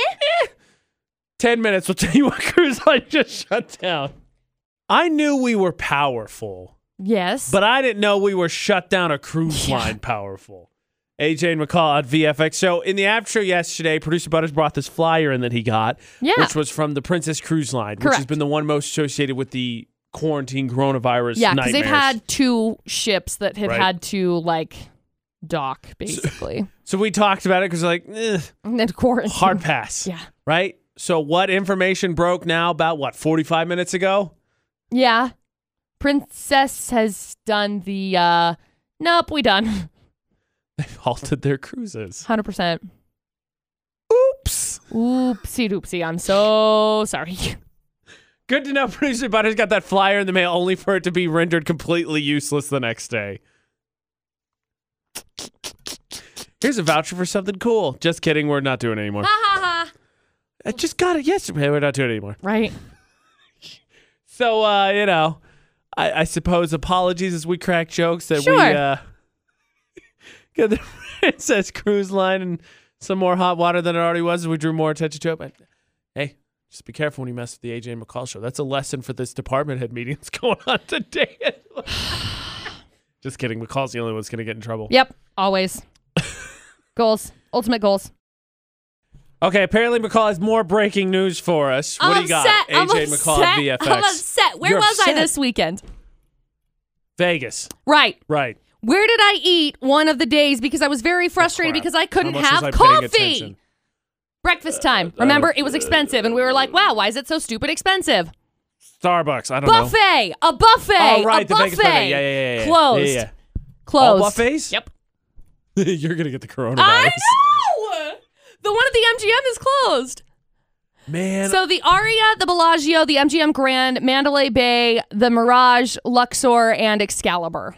[SPEAKER 1] 10 minutes will (laughs) tell you what cruise line just shut down. I knew we were powerful.
[SPEAKER 2] Yes.
[SPEAKER 1] But I didn't know we were shut down a cruise line powerful. AJ and McCall at VFX. So in the after show yesterday, producer Butters brought this flyer in that he got,
[SPEAKER 2] Yeah.
[SPEAKER 1] which was from the Princess Cruise Line, which has
[SPEAKER 2] Correct.
[SPEAKER 1] been the one most associated with the quarantine coronavirus.
[SPEAKER 2] yeah,
[SPEAKER 1] because
[SPEAKER 2] because they've had two ships that have
[SPEAKER 1] Right.
[SPEAKER 2] had to, like, dock, basically.
[SPEAKER 1] (laughs) So we talked about it because like eh,
[SPEAKER 2] and then quarantine. (laughs)
[SPEAKER 1] hard pass.
[SPEAKER 2] Yeah.
[SPEAKER 1] Right. So what information broke now? About what? Forty five minutes ago. (laughs)
[SPEAKER 2] Yeah. Princess has done the uh nope, we done.
[SPEAKER 1] They halted their cruises.
[SPEAKER 2] 100%.
[SPEAKER 1] Oops.
[SPEAKER 2] Oopsie doopsie. I'm so sorry.
[SPEAKER 1] Good to know (laughs) producer Butters got that flyer in the mail only for it to be rendered completely useless the next day. Here's a voucher for something cool. Just kidding, we're not doing it
[SPEAKER 2] Ah.
[SPEAKER 1] anymore. I just got it yesterday. We're not doing it anymore.
[SPEAKER 2] right.
[SPEAKER 1] So uh, you know, I, I suppose apologies as we crack jokes that we
[SPEAKER 2] Sure.
[SPEAKER 1] uh (laughs) get the Princess Cruise Line and some more hot water than it already was as we drew more attention to it. But hey, just be careful when you mess with the AJ and McCall show. That's a lesson for this department head meeting that's (laughs) going on
[SPEAKER 2] (sighs)
[SPEAKER 1] today. just kidding. McCall's the only one's gonna get in trouble.
[SPEAKER 2] Yep.
[SPEAKER 1] (laughs)
[SPEAKER 2] Always. goals. Ultimate goals.
[SPEAKER 1] Okay, apparently McCall has more breaking news for us. What
[SPEAKER 2] I'm
[SPEAKER 1] do you got?
[SPEAKER 2] upset.
[SPEAKER 1] AJ
[SPEAKER 2] I'm upset.
[SPEAKER 1] McCall at VFX.
[SPEAKER 2] I'm upset. Where
[SPEAKER 1] You're
[SPEAKER 2] was
[SPEAKER 1] upset.
[SPEAKER 2] I this weekend?
[SPEAKER 1] Vegas.
[SPEAKER 2] Right.
[SPEAKER 1] Right.
[SPEAKER 2] Where did I eat one of the days because I was very frustrated
[SPEAKER 1] crap.
[SPEAKER 2] because I couldn't
[SPEAKER 1] How much
[SPEAKER 2] have
[SPEAKER 1] was I paying
[SPEAKER 2] coffee?
[SPEAKER 1] attention? Uh,
[SPEAKER 2] Breakfast time. Remember, it was expensive, and we were like, wow, why is it so stupid expensive?
[SPEAKER 1] Starbucks. uh, I don't know.
[SPEAKER 2] buffet, a buffet,
[SPEAKER 1] Oh, right,
[SPEAKER 2] a
[SPEAKER 1] the
[SPEAKER 2] buffet.
[SPEAKER 1] Vegas buffet. Yeah, yeah, yeah, yeah, yeah.
[SPEAKER 2] Closed.
[SPEAKER 1] Yeah, yeah.
[SPEAKER 2] Closed.
[SPEAKER 1] All buffets?
[SPEAKER 2] Yep.
[SPEAKER 1] (laughs) You're gonna get the coronavirus.
[SPEAKER 2] I know. The one at the MGM is closed.
[SPEAKER 1] Man,
[SPEAKER 2] So the Aria, the Bellagio, the MGM Grand, Mandalay Bay, the Mirage, Luxor, and Excalibur.
[SPEAKER 1] well,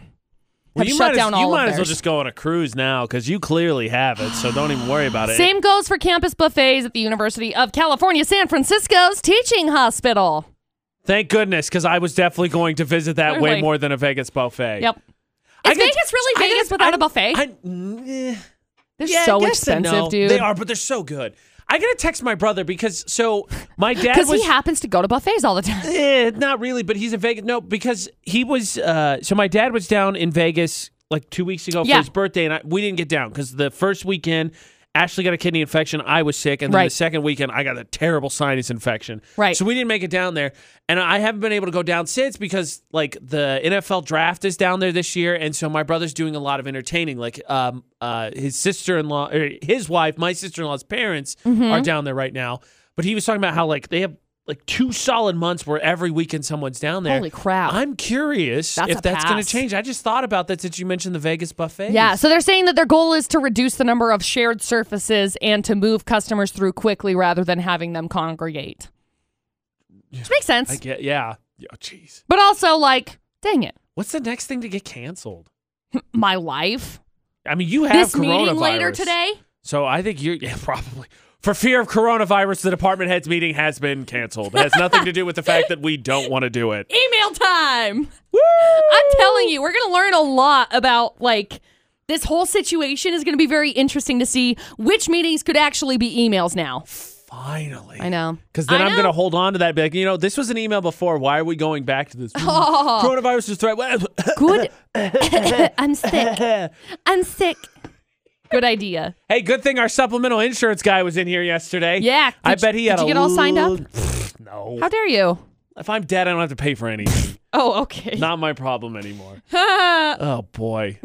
[SPEAKER 2] have
[SPEAKER 1] you
[SPEAKER 2] shut
[SPEAKER 1] might,
[SPEAKER 2] down
[SPEAKER 1] as, you
[SPEAKER 2] all of
[SPEAKER 1] might as well
[SPEAKER 2] theirs.
[SPEAKER 1] just go on a cruise now because you clearly have it, so don't even worry about it.
[SPEAKER 2] Same goes for campus buffets at the University of California, San Francisco's Teaching Hospital.
[SPEAKER 1] Thank goodness, because I was definitely going to visit that way
[SPEAKER 2] Clearly.
[SPEAKER 1] more than a Vegas buffet.
[SPEAKER 2] Yep.
[SPEAKER 1] I
[SPEAKER 2] Is
[SPEAKER 1] could-
[SPEAKER 2] Vegas really
[SPEAKER 1] I
[SPEAKER 2] Vegas
[SPEAKER 1] could- I-
[SPEAKER 2] without a buffet?
[SPEAKER 1] I- mm, eh.
[SPEAKER 2] They're
[SPEAKER 1] Yeah,
[SPEAKER 2] so
[SPEAKER 1] yes and
[SPEAKER 2] expensive,
[SPEAKER 1] no.
[SPEAKER 2] dude.
[SPEAKER 1] They are, but they're so good. I gotta text my brother because so
[SPEAKER 2] (laughs)
[SPEAKER 1] my dad
[SPEAKER 2] Because
[SPEAKER 1] was
[SPEAKER 2] he happens to go to buffets all the time.
[SPEAKER 1] Eh, not really, but he's in Vegas. No, because he was. Uh, so my dad was down in Vegas like two weeks ago for
[SPEAKER 2] Yeah.
[SPEAKER 1] his birthday, and I, we didn't get down because the first weekend Ashley got a kidney infection, I was sick, and then the
[SPEAKER 2] Right.
[SPEAKER 1] second weekend I got a terrible sinus infection.
[SPEAKER 2] Right.
[SPEAKER 1] So we didn't make it down there, and I haven't been able to go down since because like the NFL draft is down there this year, and so my brother's doing a lot of entertaining. Like um, uh, his sister in law,
[SPEAKER 2] Mm-hmm.
[SPEAKER 1] or his wife, my sister in law's parents are down there right now. But he was talking about how like they have like two solid months where every weekend someone's down (laughs) there.
[SPEAKER 2] Holy crap.
[SPEAKER 1] I'm curious
[SPEAKER 2] That's
[SPEAKER 1] if
[SPEAKER 2] a
[SPEAKER 1] that's going
[SPEAKER 2] pass.
[SPEAKER 1] to change. I just thought about that since you mentioned the Vegas buffet.
[SPEAKER 2] Yeah, so they're saying that their goal is to reduce the number of shared surfaces and to move customers through quickly rather than having them congregate. Which makes sense.
[SPEAKER 1] I get. Yeah. Yeah, Oh, jeez.
[SPEAKER 2] but also, like, dang it,
[SPEAKER 1] What's the next thing to get canceled?
[SPEAKER 2] my life.
[SPEAKER 1] I mean, you have
[SPEAKER 2] This
[SPEAKER 1] coronavirus.
[SPEAKER 2] meeting later today?
[SPEAKER 1] So I think you're yeah, (laughs) probably for fear of coronavirus, the department heads meeting has been canceled. It has nothing to do with the fact that we don't want to do
[SPEAKER 2] (laughs)
[SPEAKER 1] it.
[SPEAKER 2] Email time. I'm telling you, we're going to learn a lot about, like, this whole situation is going to be very interesting to see which meetings could actually be emails now.
[SPEAKER 1] Finally.
[SPEAKER 2] I know.
[SPEAKER 1] Because then
[SPEAKER 2] I
[SPEAKER 1] I'm
[SPEAKER 2] know.
[SPEAKER 1] going to hold on to that. Be like, you know, this was an email before. Why are we going back to
[SPEAKER 2] (laughs)
[SPEAKER 1] this?
[SPEAKER 2] Oh.
[SPEAKER 1] Coronavirus is threat. (laughs)
[SPEAKER 2] Good. (laughs) I'm sick. I'm sick. Good idea.
[SPEAKER 1] hey, good thing our supplemental insurance guy was in here yesterday.
[SPEAKER 2] Yeah.
[SPEAKER 1] I
[SPEAKER 2] Did-
[SPEAKER 1] bet he had
[SPEAKER 2] did
[SPEAKER 1] a
[SPEAKER 2] you get all signed up?
[SPEAKER 1] l- (laughs) no.
[SPEAKER 2] How dare you?
[SPEAKER 1] if I'm dead, I don't have to pay for anything.
[SPEAKER 2] Oh, okay. (laughs)
[SPEAKER 1] Not my problem anymore. Oh, boy.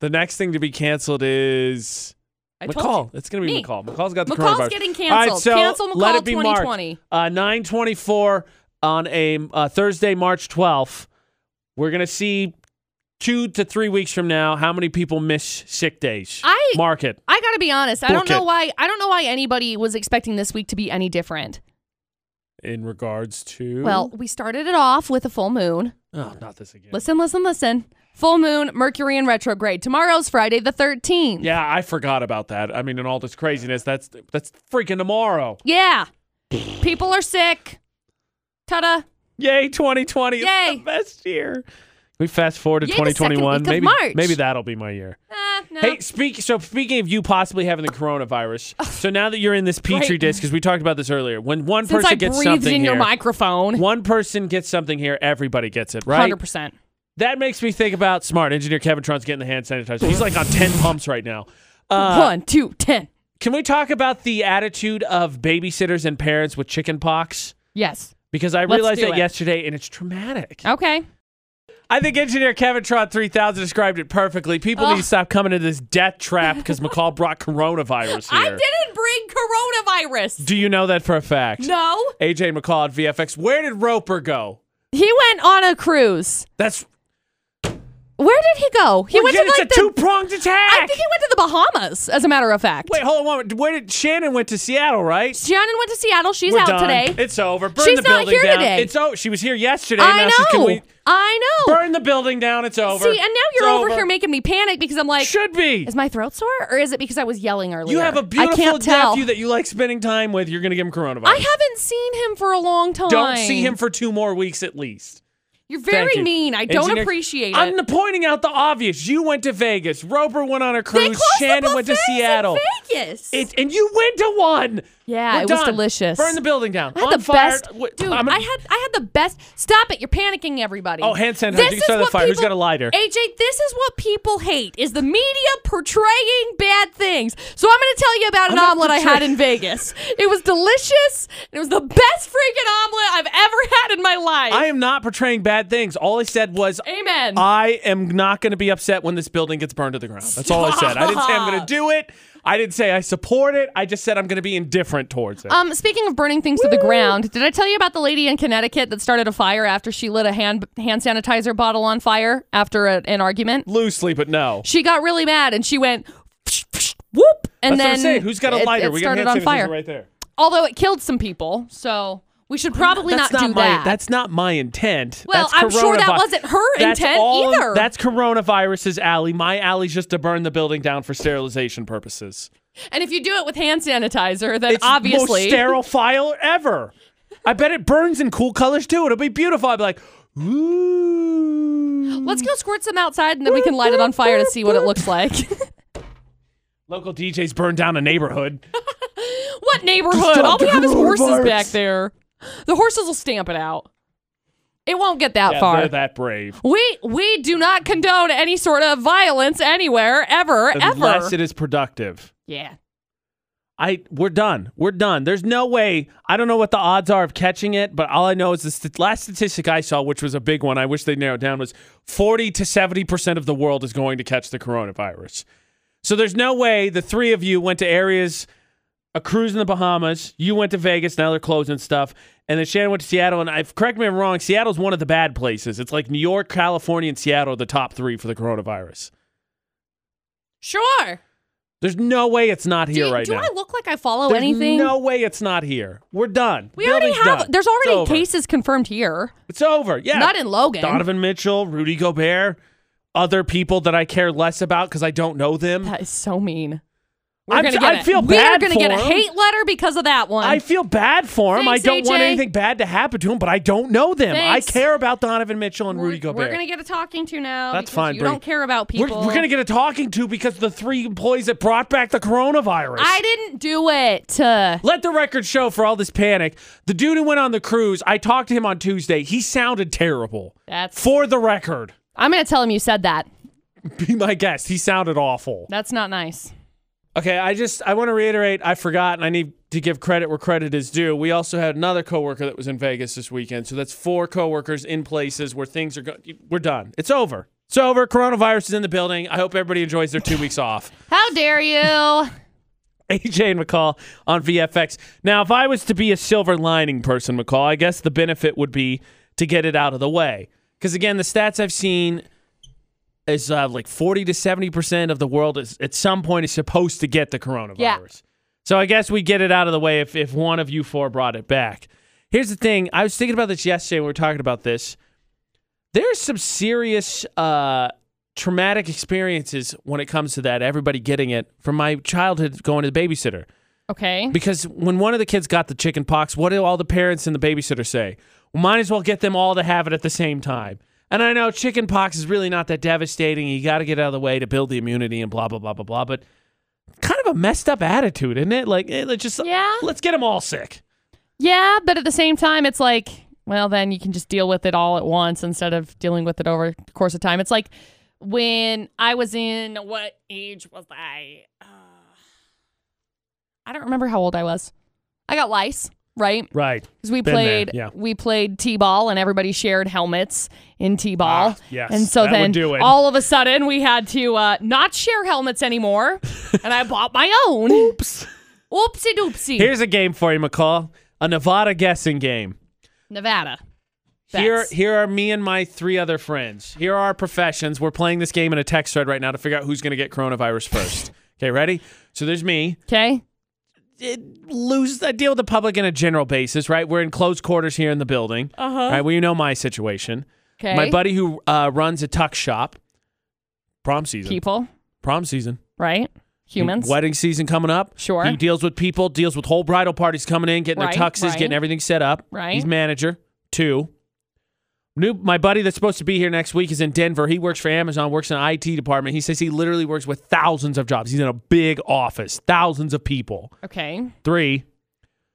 [SPEAKER 1] the next thing to be canceled is.
[SPEAKER 2] I told
[SPEAKER 1] McCall.
[SPEAKER 2] you.
[SPEAKER 1] It's going to be
[SPEAKER 2] Me.
[SPEAKER 1] McCall. McCall's got the
[SPEAKER 2] McCall's
[SPEAKER 1] coronavirus.
[SPEAKER 2] getting
[SPEAKER 1] All right,
[SPEAKER 2] canceled.
[SPEAKER 1] so
[SPEAKER 2] Cancel
[SPEAKER 1] let
[SPEAKER 2] McCall
[SPEAKER 1] it be marked.
[SPEAKER 2] 2020.
[SPEAKER 1] Uh, 924 on a uh, Thursday, March 12th. We're going to see two to three weeks from now how many people miss sick days.
[SPEAKER 2] I-
[SPEAKER 1] Mark it.
[SPEAKER 2] I gotta be honest. I
[SPEAKER 1] Book
[SPEAKER 2] don't know
[SPEAKER 1] it.
[SPEAKER 2] why. I don't know why anybody was expecting this week to be any different.
[SPEAKER 1] In regards to.
[SPEAKER 2] Well, we started it off with a full moon.
[SPEAKER 1] Oh, not this again.
[SPEAKER 2] Listen, listen, listen. Full moon, Mercury in retrograde. Tomorrow's Friday the 13th.
[SPEAKER 1] Yeah, I forgot about that. I mean, in all this craziness, that's that's freaking tomorrow.
[SPEAKER 2] Yeah. People are sick. Ta-da.
[SPEAKER 1] Yay, 2020. It's
[SPEAKER 2] Yay.
[SPEAKER 1] the best year. We fast forward to
[SPEAKER 2] Yay, the second
[SPEAKER 1] 2021.
[SPEAKER 2] week of
[SPEAKER 1] maybe
[SPEAKER 2] March.
[SPEAKER 1] maybe that'll be my year.
[SPEAKER 2] Ah, no.
[SPEAKER 1] Hey, speak. So speaking of you possibly having the coronavirus,
[SPEAKER 2] (laughs)
[SPEAKER 1] so now that you're in this petri
[SPEAKER 2] Great.
[SPEAKER 1] dish, because we talked about this earlier, when one
[SPEAKER 2] Since
[SPEAKER 1] person
[SPEAKER 2] I
[SPEAKER 1] gets
[SPEAKER 2] breathed
[SPEAKER 1] something
[SPEAKER 2] in
[SPEAKER 1] here,
[SPEAKER 2] your (laughs) microphone.
[SPEAKER 1] one person gets something here, everybody gets it, right?
[SPEAKER 2] 100%.
[SPEAKER 1] That makes me think about smart engineer Kevin Trunt's getting the hand sanitizer. He's like on
[SPEAKER 2] (laughs)
[SPEAKER 1] ten pumps right now. Uh,
[SPEAKER 2] One, two, ten.
[SPEAKER 1] Can we talk about the attitude of babysitters and parents with chicken pox?
[SPEAKER 2] Yes.
[SPEAKER 1] Because I
[SPEAKER 2] Let's
[SPEAKER 1] realized
[SPEAKER 2] do
[SPEAKER 1] that
[SPEAKER 2] it.
[SPEAKER 1] yesterday, and it's traumatic.
[SPEAKER 2] Okay.
[SPEAKER 1] I think engineer Kevin Tron 3000 described it perfectly. People need to stop coming into this death trap because McCall brought coronavirus
[SPEAKER 2] (laughs) I
[SPEAKER 1] here.
[SPEAKER 2] didn't bring coronavirus.
[SPEAKER 1] Do you know that for a fact?
[SPEAKER 2] No.
[SPEAKER 1] AJ McCall at VFX. Where did Roper go?
[SPEAKER 2] He went on a cruise.
[SPEAKER 1] That's
[SPEAKER 2] Where did he go? He went
[SPEAKER 1] Again,
[SPEAKER 2] to like
[SPEAKER 1] it's a two
[SPEAKER 2] the.
[SPEAKER 1] pronged
[SPEAKER 2] I
[SPEAKER 1] attack.
[SPEAKER 2] think he went to the Bahamas, as a matter of fact.
[SPEAKER 1] Wait, hold on. one minute. Where did Shannon went to Seattle? Right?
[SPEAKER 2] Shannon went to Seattle. She's
[SPEAKER 1] We're
[SPEAKER 2] out
[SPEAKER 1] done.
[SPEAKER 2] today.
[SPEAKER 1] It's over. Burn
[SPEAKER 2] She's
[SPEAKER 1] the
[SPEAKER 2] not
[SPEAKER 1] building
[SPEAKER 2] here
[SPEAKER 1] down.
[SPEAKER 2] today.
[SPEAKER 1] It's oh, she was here yesterday. and
[SPEAKER 2] I
[SPEAKER 1] now she's-
[SPEAKER 2] know.
[SPEAKER 1] can we
[SPEAKER 2] I know.
[SPEAKER 1] burn the building down? It's over.
[SPEAKER 2] See, and now
[SPEAKER 1] It's
[SPEAKER 2] you're over,
[SPEAKER 1] over
[SPEAKER 2] here making me panic because I'm like,
[SPEAKER 1] Should be.
[SPEAKER 2] is my throat sore or is it because I was yelling earlier?
[SPEAKER 1] You have a
[SPEAKER 2] I
[SPEAKER 1] beautiful
[SPEAKER 2] can't tell.
[SPEAKER 1] nephew that you like spending time with. You're gonna give him coronavirus.
[SPEAKER 2] I haven't seen him for a long time.
[SPEAKER 1] Don't see him for two more weeks at least.
[SPEAKER 2] You're
[SPEAKER 1] Thank
[SPEAKER 2] very
[SPEAKER 1] you.
[SPEAKER 2] mean. I don't
[SPEAKER 1] Engineer-
[SPEAKER 2] appreciate
[SPEAKER 1] I'm
[SPEAKER 2] it.
[SPEAKER 1] n- pointing out the obvious. You went to Vegas. Roper went on a
[SPEAKER 2] They
[SPEAKER 1] cruise.
[SPEAKER 2] closed the
[SPEAKER 1] Shannon went to
[SPEAKER 2] buffets in
[SPEAKER 1] Seattle.
[SPEAKER 2] Vegas.
[SPEAKER 1] It, and you went to one.
[SPEAKER 2] Yeah,
[SPEAKER 1] We're
[SPEAKER 2] it was
[SPEAKER 1] done.
[SPEAKER 2] delicious.
[SPEAKER 1] Burn the building down.
[SPEAKER 2] I had
[SPEAKER 1] On
[SPEAKER 2] the
[SPEAKER 1] fire.
[SPEAKER 2] best,
[SPEAKER 1] Wait,
[SPEAKER 2] dude.
[SPEAKER 1] I'm gonna-
[SPEAKER 2] I had I had the best. Stop it! You're panicking everybody.
[SPEAKER 1] Oh, hand sanitizer.
[SPEAKER 2] This
[SPEAKER 1] You
[SPEAKER 2] is
[SPEAKER 1] started the
[SPEAKER 2] what
[SPEAKER 1] fire. Who's
[SPEAKER 2] people-
[SPEAKER 1] got a lighter?
[SPEAKER 2] AJ, this is what people hate: is the media portraying bad things. So I'm going to tell you about an
[SPEAKER 1] not
[SPEAKER 2] omelet I
[SPEAKER 1] portray-
[SPEAKER 2] had in Vegas. It was delicious. It was the best freaking omelet I've ever had in my life.
[SPEAKER 1] I am not portraying bad things. All I said was,
[SPEAKER 2] Amen.
[SPEAKER 1] I am not going to be upset when this building gets burned to the ground. That's all I said. I didn't say I'm going to
[SPEAKER 2] (laughs)
[SPEAKER 1] do it. I didn't say I support it. I just said I'm going to be indifferent towards it.
[SPEAKER 2] um, speaking of burning things to the ground, did I tell you about the lady in Connecticut that started a fire after she lit a hand hand sanitizer bottle on fire after a, an argument?
[SPEAKER 1] Loosely, but no.
[SPEAKER 2] she got really mad and she went psh, psh, whoop
[SPEAKER 1] That's
[SPEAKER 2] and then
[SPEAKER 1] what I'm saying. Who's got a
[SPEAKER 2] it-
[SPEAKER 1] lighter?
[SPEAKER 2] it,
[SPEAKER 1] we got
[SPEAKER 2] started
[SPEAKER 1] hand
[SPEAKER 2] on
[SPEAKER 1] sanitizer
[SPEAKER 2] fire
[SPEAKER 1] right there.
[SPEAKER 2] although it killed some people so we should probably not,
[SPEAKER 1] that's
[SPEAKER 2] do
[SPEAKER 1] my,
[SPEAKER 2] that
[SPEAKER 1] That's not my intent.
[SPEAKER 2] Well,
[SPEAKER 1] That's
[SPEAKER 2] I'm sure that
[SPEAKER 1] coronavi-
[SPEAKER 2] wasn't her
[SPEAKER 1] That's
[SPEAKER 2] intent
[SPEAKER 1] all-
[SPEAKER 2] either.
[SPEAKER 1] That's coronavirus's alley. My alley's just to burn the building down for sterilization purposes.
[SPEAKER 2] and if you do it with hand sanitizer then
[SPEAKER 1] It's the most
[SPEAKER 2] obviously
[SPEAKER 1] sterile file ever. I bet it burns in cool colors too. It'll be beautiful. I'll be like, ooh.
[SPEAKER 2] let's go squirt some outside and then we can light it on fire to see what it looks like
[SPEAKER 1] (laughs)
[SPEAKER 2] (laughs)
[SPEAKER 1] Local DJs burn down a neighborhood.
[SPEAKER 2] what neighborhood all we
[SPEAKER 1] the
[SPEAKER 2] have is horses
[SPEAKER 1] coronavirus.
[SPEAKER 2] back there the horses will stamp it out it won't get that
[SPEAKER 1] Yeah,
[SPEAKER 2] far
[SPEAKER 1] They're that brave.
[SPEAKER 2] we we do not condone any sort of violence anywhere ever
[SPEAKER 1] Unless
[SPEAKER 2] ever
[SPEAKER 1] it is productive.
[SPEAKER 2] yeah
[SPEAKER 1] I we're done. We're done. There's no way. I don't know what the odds are of catching it, but all I know is the st- last statistic I saw, which was a big one. I wish they narrowed down was 40 to 70 percent of the world is going to catch the coronavirus. So there's no way the three of you went to areas a cruise in the Bahamas. You went to Vegas. Now they're closing stuff. And then Shannon went to Seattle. And I've correct me if I'm wrong. Seattle's one of the bad places. It's like New York, California, and Seattle are the top three for the coronavirus.
[SPEAKER 2] Sure.
[SPEAKER 1] There's no way it's not here
[SPEAKER 2] do
[SPEAKER 1] right
[SPEAKER 2] do
[SPEAKER 1] now.
[SPEAKER 2] I look like I follow
[SPEAKER 1] There's
[SPEAKER 2] Oh, anything?
[SPEAKER 1] No way it's not here. We're done.
[SPEAKER 2] We already
[SPEAKER 1] Building's
[SPEAKER 2] have.
[SPEAKER 1] done.
[SPEAKER 2] There's
[SPEAKER 1] It's
[SPEAKER 2] already
[SPEAKER 1] over.
[SPEAKER 2] cases confirmed here.
[SPEAKER 1] It's over. Yeah.
[SPEAKER 2] Not in Logan.
[SPEAKER 1] Donovan Mitchell, Rudy Gobert, other people that I care less about because I don't know them.
[SPEAKER 2] That is so mean. We're
[SPEAKER 1] I'm-
[SPEAKER 2] gonna
[SPEAKER 1] I
[SPEAKER 2] get a-
[SPEAKER 1] feel
[SPEAKER 2] we are
[SPEAKER 1] bad
[SPEAKER 2] gonna
[SPEAKER 1] for
[SPEAKER 2] get a
[SPEAKER 1] him.
[SPEAKER 2] hate letter because of that one.
[SPEAKER 1] I feel bad for him.
[SPEAKER 2] Thanks,
[SPEAKER 1] I don't want
[SPEAKER 2] AJ.
[SPEAKER 1] anything bad to happen to him, but I don't know them.
[SPEAKER 2] Thanks.
[SPEAKER 1] I care about Donovan Mitchell and
[SPEAKER 2] we're,
[SPEAKER 1] Rudy Gobert.
[SPEAKER 2] We're gonna get a talking to now.
[SPEAKER 1] That's
[SPEAKER 2] because
[SPEAKER 1] fine.
[SPEAKER 2] You
[SPEAKER 1] Bree.
[SPEAKER 2] don't care about
[SPEAKER 1] We're-
[SPEAKER 2] people.
[SPEAKER 1] We're, gonna get a talking to because the three employees that brought back the coronavirus.
[SPEAKER 2] I didn't do it. Uh,
[SPEAKER 1] Let the record show for all this panic. The dude who went on the cruise, I talked to him on Tuesday. He sounded terrible.
[SPEAKER 2] That's-
[SPEAKER 1] for the record.
[SPEAKER 2] I'm gonna tell him you said that.
[SPEAKER 1] Be my guest. He sounded awful.
[SPEAKER 2] That's not nice.
[SPEAKER 1] Okay, I just I want to reiterate I forgot and I need to give credit where credit is due. We also had another coworker that was in Vegas this weekend. So that's four coworkers in places where things are going we're done. It's over. It's over. Coronavirus is in the building. I hope everybody enjoys their 2 weeks off.
[SPEAKER 2] How
[SPEAKER 1] (laughs)
[SPEAKER 2] dare you?
[SPEAKER 1] AJ and McCall on VFX. Now, if I was to be a silver lining person, McCall, I guess the benefit would be to get it out of the way. Because again, the stats I've seen is uh, like 40 to 70% of the world is at some point is supposed to get the coronavirus.
[SPEAKER 2] Yeah.
[SPEAKER 1] So I guess we get it out of the way if, if one of you four brought it back. Here's the thing I was thinking about this yesterday when we were talking about this. There's some serious uh, traumatic experiences when it comes to that, everybody getting it from my childhood going to the babysitter.
[SPEAKER 2] okay.
[SPEAKER 1] Because when one of the kids got the chicken pox, what do all the parents and the babysitter say? Well, might as well get them all to have it at the same time. And I know chicken pox is really not that devastating. You got to get out of the way to build the immunity and blah, blah, blah, blah, blah. But kind of a messed up attitude, isn't it? Like, eh, let's just,
[SPEAKER 2] Yeah.
[SPEAKER 1] let's get them all sick.
[SPEAKER 2] Yeah, but at the same time, it's like, well, then you can just deal with it all at once instead of dealing with it over the course of time. It's like when I was in what age was I? Uh, I don't remember how old I was. I got lice, right?
[SPEAKER 1] Right.
[SPEAKER 2] Because we
[SPEAKER 1] Been there,
[SPEAKER 2] played,
[SPEAKER 1] yeah.
[SPEAKER 2] we played t-ball, and everybody shared helmets in t-ball.
[SPEAKER 1] Ah, yes,
[SPEAKER 2] and so
[SPEAKER 1] that would
[SPEAKER 2] then
[SPEAKER 1] do it.
[SPEAKER 2] all of a sudden we had to uh, not share
[SPEAKER 1] (laughs)
[SPEAKER 2] helmets anymore, and I bought my own. (laughs) Oops, oopsie doopsie.
[SPEAKER 1] Here's a game for you, McCall a Nevada guessing game.
[SPEAKER 2] Nevada.
[SPEAKER 1] Here,
[SPEAKER 2] Bets.
[SPEAKER 1] here are me and my three other friends. Here are our professions. We're playing this game in a text thread right now to figure out who's going to get coronavirus first. okay, ready? So there's me.
[SPEAKER 2] Okay. Eh,
[SPEAKER 1] It lose. I deal with the public in a general basis, right? We're in close quarters here in the building. Uh huh. Right. Well, you know my situation.
[SPEAKER 2] Uh-huh. Okay.
[SPEAKER 1] My buddy who uh, runs a tuck shop. Prom season.
[SPEAKER 2] People,
[SPEAKER 1] Prom season.
[SPEAKER 2] right? Humans.
[SPEAKER 1] Wedding season coming up.
[SPEAKER 2] Sure.
[SPEAKER 1] He deals with people, deals with whole bridal parties coming in, getting
[SPEAKER 2] Right,
[SPEAKER 1] their tuxes,
[SPEAKER 2] right.
[SPEAKER 1] getting everything set up.
[SPEAKER 2] Right.
[SPEAKER 1] He's manager. Two. New, my buddy that's supposed to be here next week is in Denver. He works for Amazon, works in an IT department. He says he literally works with thousands of jobs. He's in a big office, thousands of people.
[SPEAKER 2] Okay.
[SPEAKER 1] Three.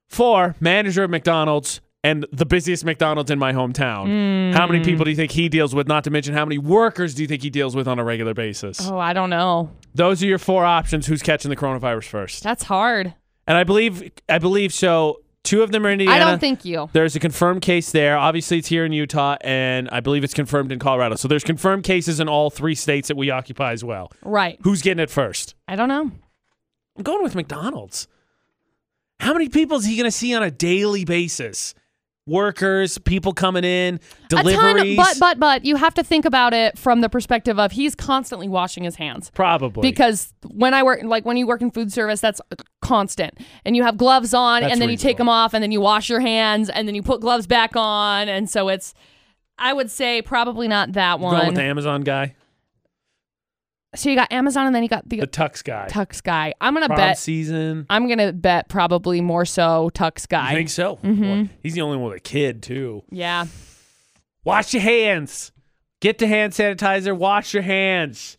[SPEAKER 1] Four, manager of McDonald's and the busiest McDonald's in my hometown. How many people do you think he deals with? Not to mention how many workers do you think he deals with on a regular basis?
[SPEAKER 2] Oh, I don't know.
[SPEAKER 1] Those are your four options. Who's catching the coronavirus first?
[SPEAKER 2] That's hard.
[SPEAKER 1] And I believe I believe so. Two of them are in Indiana.
[SPEAKER 2] I don't think you.
[SPEAKER 1] there's a confirmed case there. Obviously, it's here in Utah, and I believe it's confirmed in Colorado. So there's confirmed cases in all three states that we occupy as well.
[SPEAKER 2] Right.
[SPEAKER 1] Who's getting it first?
[SPEAKER 2] I don't know.
[SPEAKER 1] I'm going with McDonald's. How many people is he going to see on a daily basis? Workers, people coming in, deliveries.
[SPEAKER 2] A ton, but but but you have to think about it from the perspective of he's constantly washing his hands.
[SPEAKER 1] probably
[SPEAKER 2] Because when I work, like when you work in food service, that's constant. And you have gloves on,
[SPEAKER 1] That's
[SPEAKER 2] and then you take
[SPEAKER 1] reasonable.
[SPEAKER 2] them off, and then you wash your hands, and then you put gloves back on. And so it's, I would say probably not that
[SPEAKER 1] going with
[SPEAKER 2] one.
[SPEAKER 1] the Amazon guy,
[SPEAKER 2] so you got Amazon, and then you got the
[SPEAKER 1] the Tux guy,
[SPEAKER 2] Tux guy. I'm gonna
[SPEAKER 1] prom
[SPEAKER 2] bet.
[SPEAKER 1] season.
[SPEAKER 2] I'm gonna bet probably more so Tux
[SPEAKER 1] I
[SPEAKER 2] guy.
[SPEAKER 1] think so.
[SPEAKER 2] Mm-hmm.
[SPEAKER 1] Boy, he's the only one with a kid too.
[SPEAKER 2] Yeah.
[SPEAKER 1] Wash your hands. Get the hand sanitizer. Wash your hands.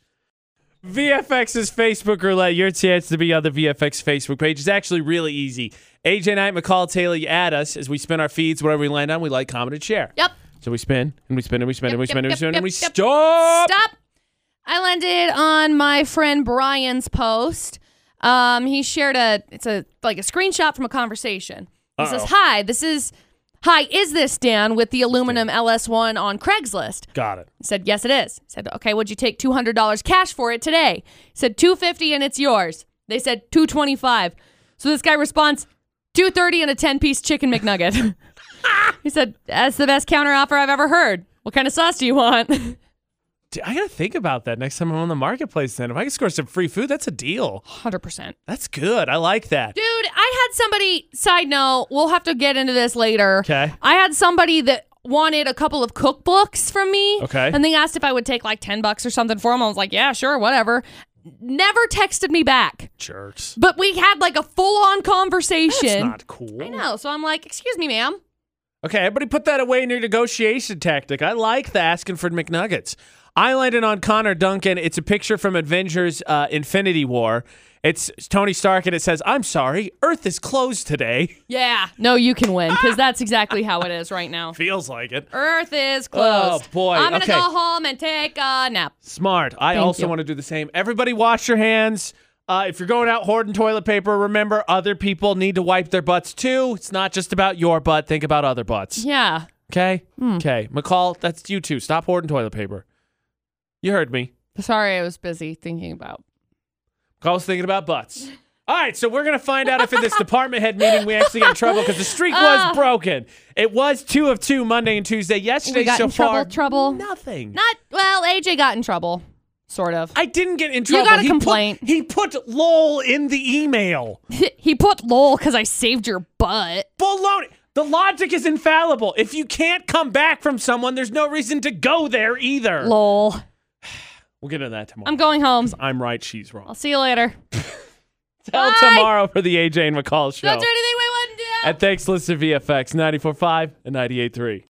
[SPEAKER 1] VFX's Facebook roulette. Your chance to be on the VFX Facebook page is actually really easy. AJ Knight, McCall Taylor, you add us as we spin our feeds. Whatever we land on, we like, comment, and share.
[SPEAKER 2] Yep.
[SPEAKER 1] So we spin and we spin and we spin
[SPEAKER 2] Yep,
[SPEAKER 1] and we
[SPEAKER 2] yep,
[SPEAKER 1] spin and we
[SPEAKER 2] yep,
[SPEAKER 1] spin and we
[SPEAKER 2] yep, yep.
[SPEAKER 1] stop.
[SPEAKER 2] Stop. I landed on my friend Brian's post. Um, he shared a it's a like a screenshot from a conversation. He says, "Hi, this is hi. Is this Dan with the aluminum LS1 on Craigslist?"
[SPEAKER 1] Got it.
[SPEAKER 2] He said, "Yes, it is." He said, "Okay, would you take two hundred dollars cash for it today?" He said, 250 and it's yours." They said, 225 So this guy responds, 230 and a 10 piece chicken McNugget. (laughs) he said, That's the best counter offer I've ever heard. What kind of sauce do you want? (laughs)
[SPEAKER 1] D- I gotta think about that next time I'm on the marketplace. Then if I can score some free food, that's a deal.
[SPEAKER 2] 100%.
[SPEAKER 1] That's good. I like that.
[SPEAKER 2] Dude, I had somebody, side note, we'll have to get into this later.
[SPEAKER 1] 'Kay.
[SPEAKER 2] I had somebody that wanted a couple of cookbooks from me.
[SPEAKER 1] Okay.
[SPEAKER 2] And they asked if I would take like 10 bucks or something for them. I was like, yeah, sure, whatever. Never texted me back.
[SPEAKER 1] Jerks.
[SPEAKER 2] But we had like a full on conversation.
[SPEAKER 1] That's not cool.
[SPEAKER 2] I know. So I'm like, excuse me, ma'am.
[SPEAKER 1] Okay, everybody put that away in your negotiation tactic. I like the asking for McNuggets. I landed on Connor Duncan. It's a picture from Avengers uh, Infinity War. It's Tony Stark, and it says, I'm sorry, Earth is closed today. (laughs)
[SPEAKER 2] Yeah. No, you can win because that's exactly how it is right now.
[SPEAKER 1] Feels like it.
[SPEAKER 2] Earth is closed.
[SPEAKER 1] Oh, boy.
[SPEAKER 2] I'm gonna
[SPEAKER 1] Okay.
[SPEAKER 2] go home and take a nap.
[SPEAKER 1] Smart. I
[SPEAKER 2] Thank
[SPEAKER 1] also
[SPEAKER 2] you.
[SPEAKER 1] want to do the same. Everybody, wash your hands. Uh, if you're going out hoarding toilet paper, remember other people need to wipe their butts too. It's not just about your butt. Think about other butts.
[SPEAKER 2] Yeah. Hmm.
[SPEAKER 1] Okay? Okay. McCall, that's you too. Stop hoarding toilet paper. You heard me.
[SPEAKER 2] Sorry, I was busy thinking about.
[SPEAKER 1] I was thinking about butts. All right, so we're gonna find out if in
[SPEAKER 2] (laughs)
[SPEAKER 1] this department head meeting we actually got in trouble because the streak was broken. It was two of two Monday and Tuesday. Yesterday,
[SPEAKER 2] Ah. We got
[SPEAKER 1] so
[SPEAKER 2] in trouble,
[SPEAKER 1] far,
[SPEAKER 2] trouble?
[SPEAKER 1] nothing.
[SPEAKER 2] Not well. AJ got in trouble, sort (laughs) of.
[SPEAKER 1] I didn't get in trouble.
[SPEAKER 2] got a
[SPEAKER 1] He put-
[SPEAKER 2] complaint.
[SPEAKER 1] he put "lol" in the email.
[SPEAKER 2] he put lol because I saved your butt.
[SPEAKER 1] Baloney. The logic is infallible. If you can't come back from someone, there's no reason to go there either.
[SPEAKER 2] Lol.
[SPEAKER 1] We'll get into that tomorrow.
[SPEAKER 2] I'm going home.
[SPEAKER 1] I'm right. She's wrong.
[SPEAKER 2] I'll see you later.
[SPEAKER 1] Tell
[SPEAKER 2] Bye.
[SPEAKER 1] tomorrow for the AJ and McCall show.
[SPEAKER 2] Don't do anything we wouldn't do.
[SPEAKER 1] And thanks, listen to VFX 94.5 and 98.3.